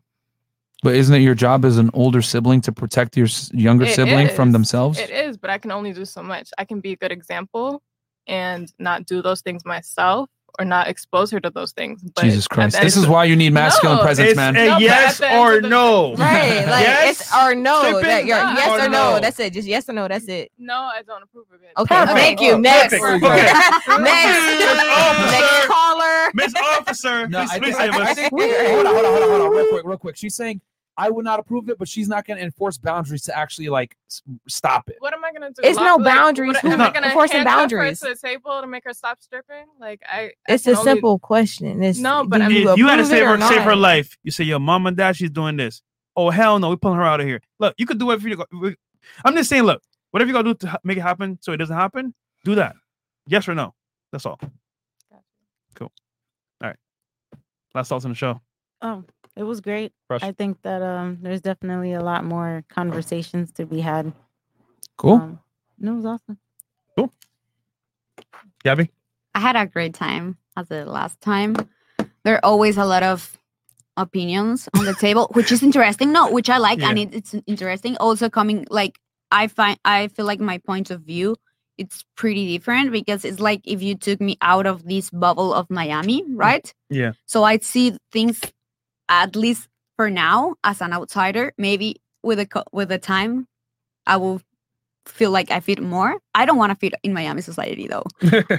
but isn't it your job as an older sibling to protect your s- younger It sibling from is. themselves? It is, but I can only do so much. I can be a good example and not do those things myself or not expose her to those things. But Jesus at Christ! the end This of is the- why you need masculine No, presence, it's man. a No, but yes at the end or of the- [laughs] no. Right, [laughs] like it's or no. Strip That it you're down yes or or no. no. That's it. Just yes or no. That's it. No, I don't approve of it. Okay. Thank you. Next. Next. Next caller. Miss Officer. No, please, I please think, save I us. think- wait, wait, hold on, hold on, hold on, hold on, real quick, real quick. She's saying I would not approve it, but she's not going to enforce boundaries to actually like s- stop it. What am I gonna do? It's no Lock- like, boundaries. what- am Who's I not gonna enforcing handcuff her boundaries? To the table to make her stop stripping? Like I. I It's can a only- simple question. It's, No, but do I mean- you, If you had to approve it save or her, save her not? life. You say, "Yo, mom and dad, she's doing this." Oh hell no, we pulling her out of here. Look, you could do whatever you. go- we- I'm just saying, look, whatever you gotta do to ha- make it happen, so it doesn't happen, do that. Yes or no. That's all. Cool. All right. Last thoughts on the show. Oh, it was great. Rush. I think that um, there's definitely a lot more conversations to be had. Cool. Um, and it was awesome. Gabby. I had a great time as the last time. There are always a lot of opinions on the table, which is interesting. No, which I like, and Yeah. it, it's interesting. Also, coming like I find, I feel like my point of view it's pretty different because it's like if you took me out of this bubble of Miami, right? Yeah. So I see things, at least for now, as an outsider. Maybe with a co- with the time, I will feel like I fit more. I don't want to fit in Miami society though.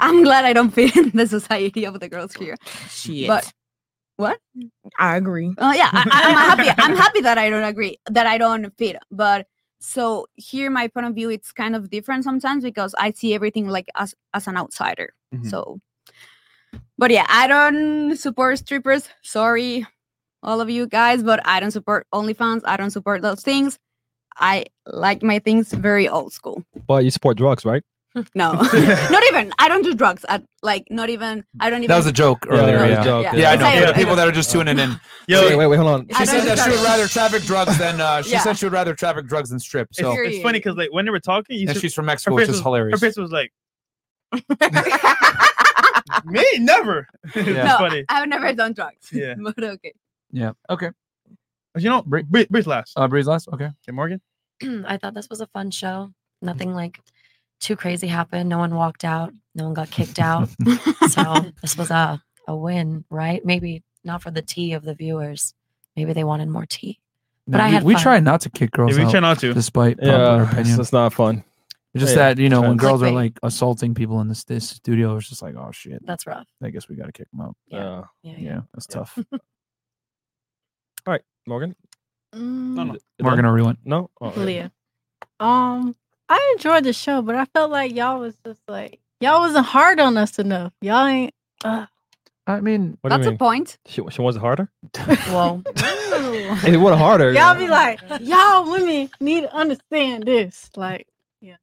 I'm glad I don't fit in the society of the girls here. Shit. But what? I agree. Uh, Oh yeah, I, I- I'm happy. I'm happy that I don't agree that I don't fit. But so here, my point of view it's kind of different sometimes because I see everything like as as an outsider. Mm-hmm. Mhm. So, but yeah, I don't support strippers. Sorry, all of you guys, but I don't support OnlyFans. I don't support those things. I like my things very old [laughs] school. But you support drugs, right? No, [laughs] not even. I don't do drugs. I, like not even. I don't even. That was a joke Yeah, earlier. that was a Yeah, joke, yeah. yeah. I know. Yeah. For the people that are just tuning in. Yo, wait, wait, wait, hold on. She said that she would drugs. rather traffic drugs than uh, she Yeah. said she would rather traffic drugs than strip. It's, So it's funny because like when they were talking, you And should- she's her from Mexico, face which is was- hilarious. Her face was like, [laughs] "Me never." [laughs] it's no, funny. I've never done drugs. Yeah. [laughs] [laughs] but okay. yeah. Okay. You know, Breeze, Breeze last. Uh, Breeze last. Okay. Okay, Morgan. [clears throat] I thought this was a fun show. Nothing like too crazy happened. No one walked out. No one got kicked out. so this was a a win, right? Maybe not for the tea of the viewers. Maybe they wanted more tea. But we, I had we fun. try not to kick girls. Yeah, we out, try not to. despite Yeah, popular it's- opinion. it's not fun. It's just Yeah, that you know when depends. girls are Clickbait. like assaulting people in this, this studio, it's just like oh shit. That's rough. I guess we got to kick them out. Yeah. Uh, yeah, Yeah, that's [laughs] tough. All right, Morgan. Mm. Is it Morgan, done? are we on? No. Oh, okay. Leah. Um, I enjoyed the show, but I felt like y'all was just like y'all wasn't hard on us enough. Y'all ain't. Uh, I mean, What do you [laughs] mean? point. She, she wants it harder. Ah, Well, It would harder. y'all be like, y'all women need to understand this. Like,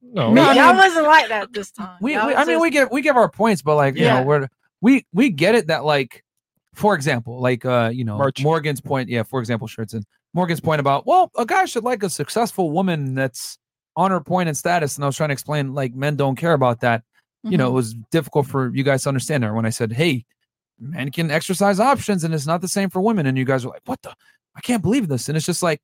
no, No, I y'all mean- wasn't like that this time. we, Y'all we was I mean, just- we give we give our points, but like you Yeah. know, we're we we get it that like, for example, like uh you know Morgan's point, yeah, for example, Shirtson Morgan's point about well, a guy should like a successful woman that's on her point and status, and I was trying to explain like men don't care about that. You know, Mm-hmm. it Mhm. was difficult for you guys to understand that when I said, hey, men can exercise options, and it's not the same for women, and you guys were like, what the. I can't believe this. And it's just like,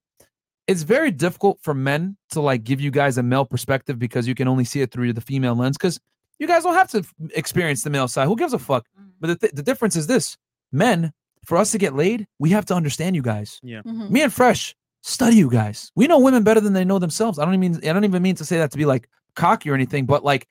it's very difficult for men to like give you guys a male perspective because you can only see it through the female lens because you guys don't have to f- experience the male side. Who gives a fuck? But the, th- the difference is this men, for us to get laid, we have to understand you guys. Yeah. Mm-hmm. Mhm. Me and Fresh study you guys. We know women better than they know themselves. I don't even I don't even mean to say that to be like cocky or anything, but like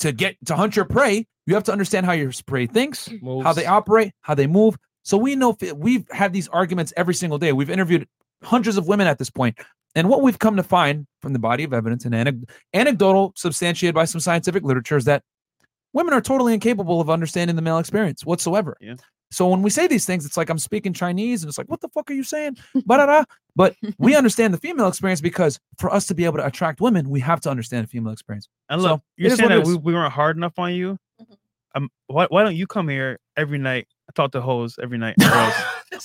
to get to hunt your prey, you have to understand how your prey thinks, how they operate, how they move. So we know fi- we've had these arguments every single day. We've interviewed hundreds of women at this point, and what we've come to find from the body of evidence and anec- anecdotal, substantiated by some scientific literature, is that women are totally incapable of understanding the male experience whatsoever. So when we say these things, it's like I'm speaking Chinese, and it's like, what the fuck are [laughs] you saying? Ba-da-da. But we understand the female experience because for us to be able to attract women, we have to understand the female experience. And look, So, it you're is saying what it that we, is. we weren't hard enough on you. Um, why, why don't you come here every night? I talk to hoes every [laughs] night. girls.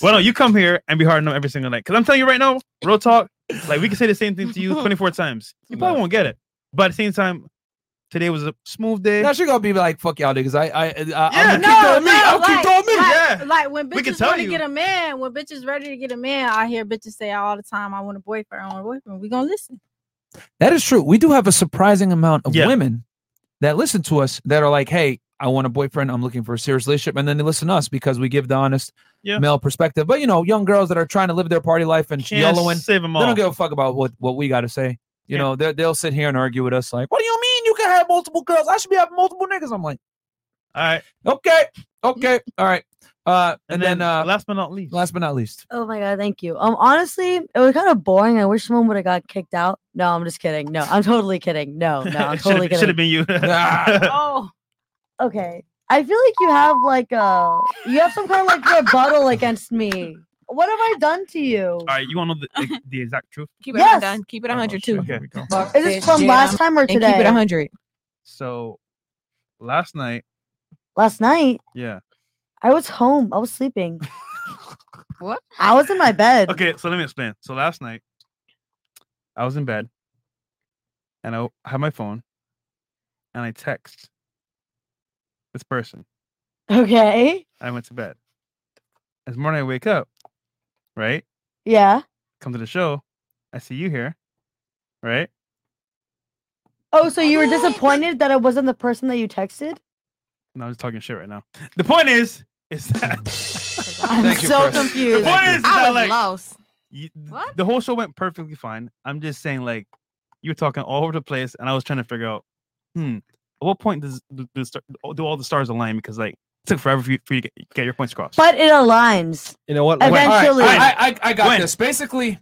why don't you come here and be hard on them every single night? Because I'm telling you right now, real talk, like we can say the same thing to you 24 times. You probably won't get it. But at the same time, today was a smooth day. Now she gonna be like, fuck y'all niggas. I I, I Yeah, I'm gonna keep doing me. Oh, I'm gonna keep doing me. Like, like when We can bitches tell want to you. get a man, when bitches ready to get a man, I hear bitches say all the time, "I want a boyfriend, I want a boyfriend." We gonna listen. That is true. We do have a surprising amount of women that listen to us that are like, hey, I want a boyfriend. I'm looking for a serious relationship. And then they listen to us because we give the honest Yeah. male perspective. But, you know, young girls that are trying to live their party life and Can't yellowing, save 'em they all. don't give a fuck about what, what we got to say. You know, they- they'll sit here and argue with us like, what do you mean you can have multiple girls? I should be having multiple niggas. I'm like, all right. Okay. Okay. All right. Uh, and, then, uh, last but not least, last but not least, Oh my god, thank you. Um, honestly, it was kind of boring. I wish someone would have got kicked out. No, I'm just kidding. No, I'm totally kidding. Oh, No, [laughs] no, I'm totally should have kidding. been [laughs] you. oh, okay. I feel like you have like a you have some kind of like rebuttal against me. What have I done to you? All right, you want to know [laughs] the, the, the exact truth? Oh, Keep it Yes. 100. Keep it 100 too. Okay. Is this from last time or And keep today? it 100. So last night, Last night, yeah. I was home. I was sleeping. What? I was in [laughs] my bed. Okay, so let me explain. So last night, I was in bed, and I had my phone, and I text this person. Okay. And I went to bed. This morning I wake up, right? Yeah. Come to the show. I see you here, right? Oh, so you were disappointed that I wasn't the person that you texted? No, I'm just talking shit right now. The point is, is [laughs] that I'm Thank you, so Chris. confused. The point is, is I that, was like, lost. you- the whole show went perfectly fine. I'm just saying, like, you were talking all over the place, and I was trying to figure out, hmm, at what point does do, do, star- do all the stars align? Because like, it took forever for you, for you to get, get your points across. But it aligns. You know what? Eventually. I, I, I got this. Basically,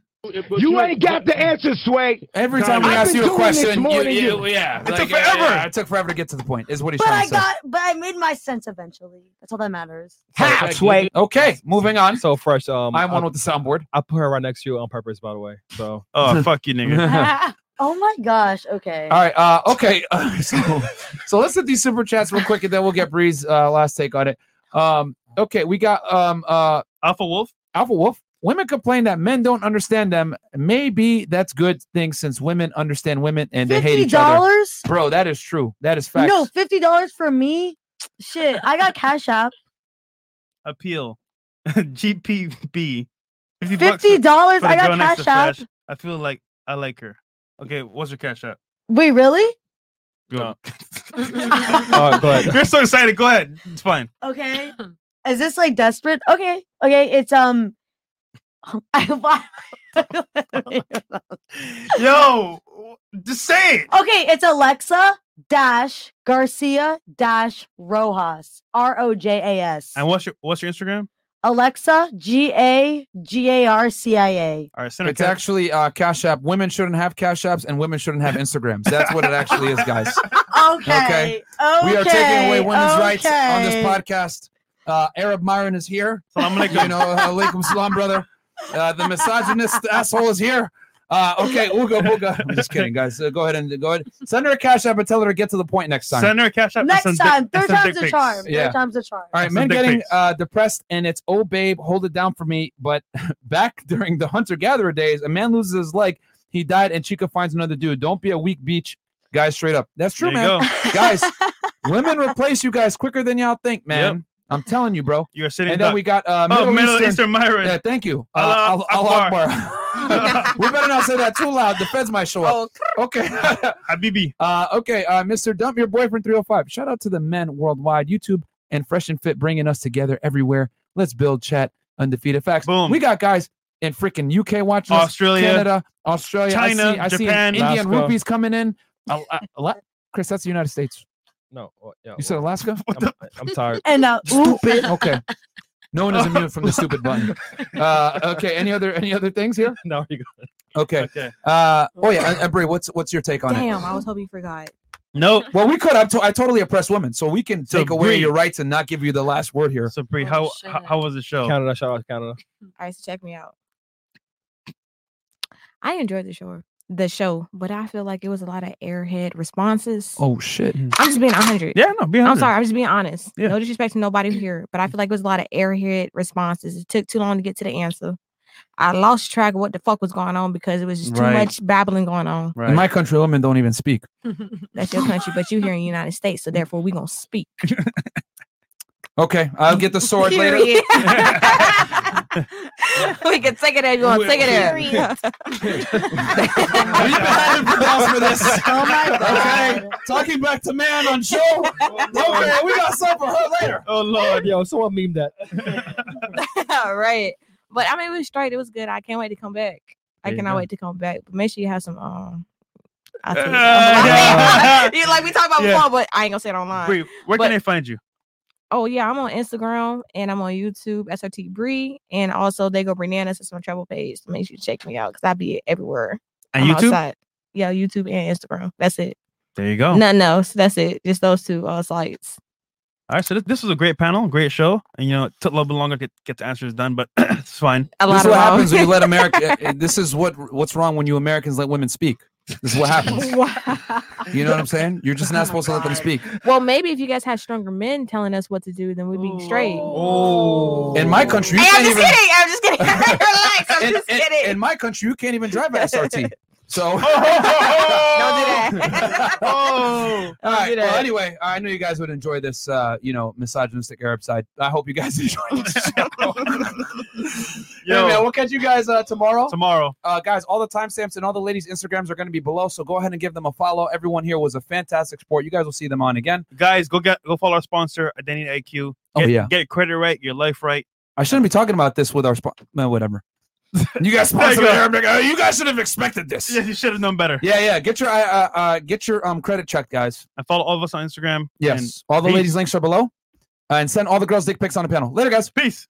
You ain't got the answer, Sway. every time we I've ask been you a doing this question, more you, than you. you, yeah, It took yeah, forever. yeah, it took forever to get to the point. Is what he's But trying I to say. got but I made my sense eventually. That's all [laughs] that matters. [laughs] Halfway. Okay, moving on. So fresh. Um, I'm one with the soundboard. I put her right next to you on purpose, by the way. [laughs] So. Oh fuck you, nigga. [laughs] oh my gosh. Okay. All right. Uh, okay. Uh, [laughs] so, so let's hit these super chats real quick, and then we'll get Bree's uh, last take on it. Um, okay, we got um, uh, Alpha Wolf. Alpha Wolf. Women complain that men don't understand them. Maybe that's good thing since women understand women and they hate each other. $50? Bro, that is true. That is facts. No, fifty dollars for me. Shit, I got Cash App. Appeal. [laughs] GPB. bucks Fifty dollars. for the I got girl next to Cash App. Flash. I feel like I like her. Okay, what's your cash app? Wait, really? Go. [laughs] [laughs] All right, Oh, go ahead. You're so excited. Go ahead. It's fine. Okay. Is this like desperate? Okay. Okay. It's um [laughs] [laughs] Yo, just say it. Okay, it's Alexa dash Garcia dash Rojas. R O J A S. And what's your what's your Instagram? Alexa G A G A R C I A. All right, send her It's actually uh, Cash App. Women shouldn't have Cash Apps and women shouldn't have Instagrams. That's what it actually is, guys. [laughs] [laughs] Okay. We are taking away women's rights on this okay. podcast. Uh, Arab Myron is here. Salam You know, uh, alaikum salam, brother. Uh, [laughs] the misogynist asshole is here. Uh, okay, Ooga Booga. I'm just kidding, guys. Uh, go ahead and go ahead. Send her a cash app and tell her to get to the point next time. Send her a cash app. Next time, third time's a charm. Third time's a charm. All right, men getting uh, depressed, and it's oh babe, hold it down for me. But [laughs] back during the hunter gatherer days, a man loses his leg, he died, and Chica finds another dude. Don't be a weak beach, guys. Straight up, that's true, There you man. [laughs] [laughs] guys, women replace you guys quicker than y'all think, man. Yep. I'm telling you, bro. You're sitting. And then we got uh, oh, Middle Eastern, Myron. Yeah, thank you. Uh, Allah Allah, Allah Akbar. Akbar. [laughs] we better not say that too loud. The feds might show Oh, up. Okay. [laughs] Habibi. Uh, okay, uh, Mr. Dump Your Boyfriend 305. Shout out to the men worldwide. YouTube and Fresh and Fit bringing us together everywhere. Let's build chat undefeated facts. Boom. We got guys in freaking UK watching us, Australia, Canada, Australia, I China, see- I see, Japan, Indian Alaska. rupees [laughs] coming in. A, a- a lot. Chris, that's the United States. [laughs] No, what- yeah, You said Alaska? I'm, I'm [laughs] tired. And uh, stupid. okay. No one is immune [laughs] from the stupid button. Uh, okay. Any other any other things here? No, you got Okay. Uh, oh yeah, and- and Brie, what's what's your take on it? Damn, I was hoping you forgot. No. Well, we could. I'm to- I totally oppress women, so we can So, take away Bree- your rights and not give you the last word here. So Oh, Bree, how, how how was the show? Canada, shout out Canada. Mm. All right, so check me out. I enjoyed the show, the show, but I feel like it was a lot of airhead responses. Oh shit. I'm just being 100. Yeah, no, be I'm 100. sorry, I'm just being honest. Yeah. Mm-hmm. No disrespect to nobody here, but I feel like it was a lot of airhead responses. It took too long to get to the answer. I lost track of what the fuck was going on because it was just too Right. much babbling going on. In my country, women don't even speak. That's your country, but you here in the United States, so therefore we gonna [laughs] speak. Okay, I'll get the sword later. Period. [laughs] we can take it as you want, We- take it period. there. [laughs] We've been having problems for this. [laughs] Oh my god. Okay, talking back to man on show. Okay, Oh, we [laughs] got something for her later. Oh lord, yo, someone meme that. All [laughs] right. But I mean, it was straight. It was good. I can't wait to come [laughs] back. [laughs] I There you cannot go. wait to come back. But make sure you have some. Um, I'll tell you. Uh, You- like we talked about yeah. before, but I ain't gonna say it online. Bree, where But- can they find you? Oh yeah, I'm on Instagram and I'm on YouTube, SRT Bree, and also they go bananas. It's my travel page. So make sure you check me out because I be everywhere. And I'm YouTube? Yeah, YouTube and Instagram. That's it. There you Oh. go. Nothing else. That's it. Just those two uh, sites. All right, so this, this was a great panel, great show, and you know it took a little bit longer to get, get the answers done, but [clears throat] it's fine. this is what happens when you [laughs] let America. eh, this is what what's wrong when you Americans let women speak. This is [laughs] what happens. You know what I'm saying? You're just not supposed to let them speak. Well, maybe if you guys had stronger men telling us what to do, then we'd be straight. Oh. In my country, you Hey, I'm can't just even. kidding. I'm just kidding. Relax. I'm in, just in- kidding. in my country, you can't even drive [laughs] an SRT. So [laughs] Don't do that. oh, All right. do Well, that. anyway, I knew you guys would enjoy this, uh, you know, misogynistic Arab side. I hope you guys [laughs] enjoy [laughs] this show. Yo. Yeah, man, we'll catch you guys uh, tomorrow. Tomorrow. Uh, guys, all the timestamps and all the ladies' Instagrams are going to be below, so go ahead and give them a follow. Everyone here was a fantastic sport. You guys will see them on again. Guys, go get go follow our sponsor, Identity IQ. Oh, Get, yeah. get credit right, your life right. I shouldn't be talking about this with our spot. No, whatever. You [laughs] guys There you sponsored go. Arab nigga. Uh, You guys should have expected this. Yeah, you should have known better. Yeah, yeah. Get your uh, uh, uh, get your um credit checked, guys. And follow all of us on Instagram. Yes. and all the peace. ladies' links are below. Uh, and send all the girls' dick pics on the panel. Later, guys. Peace.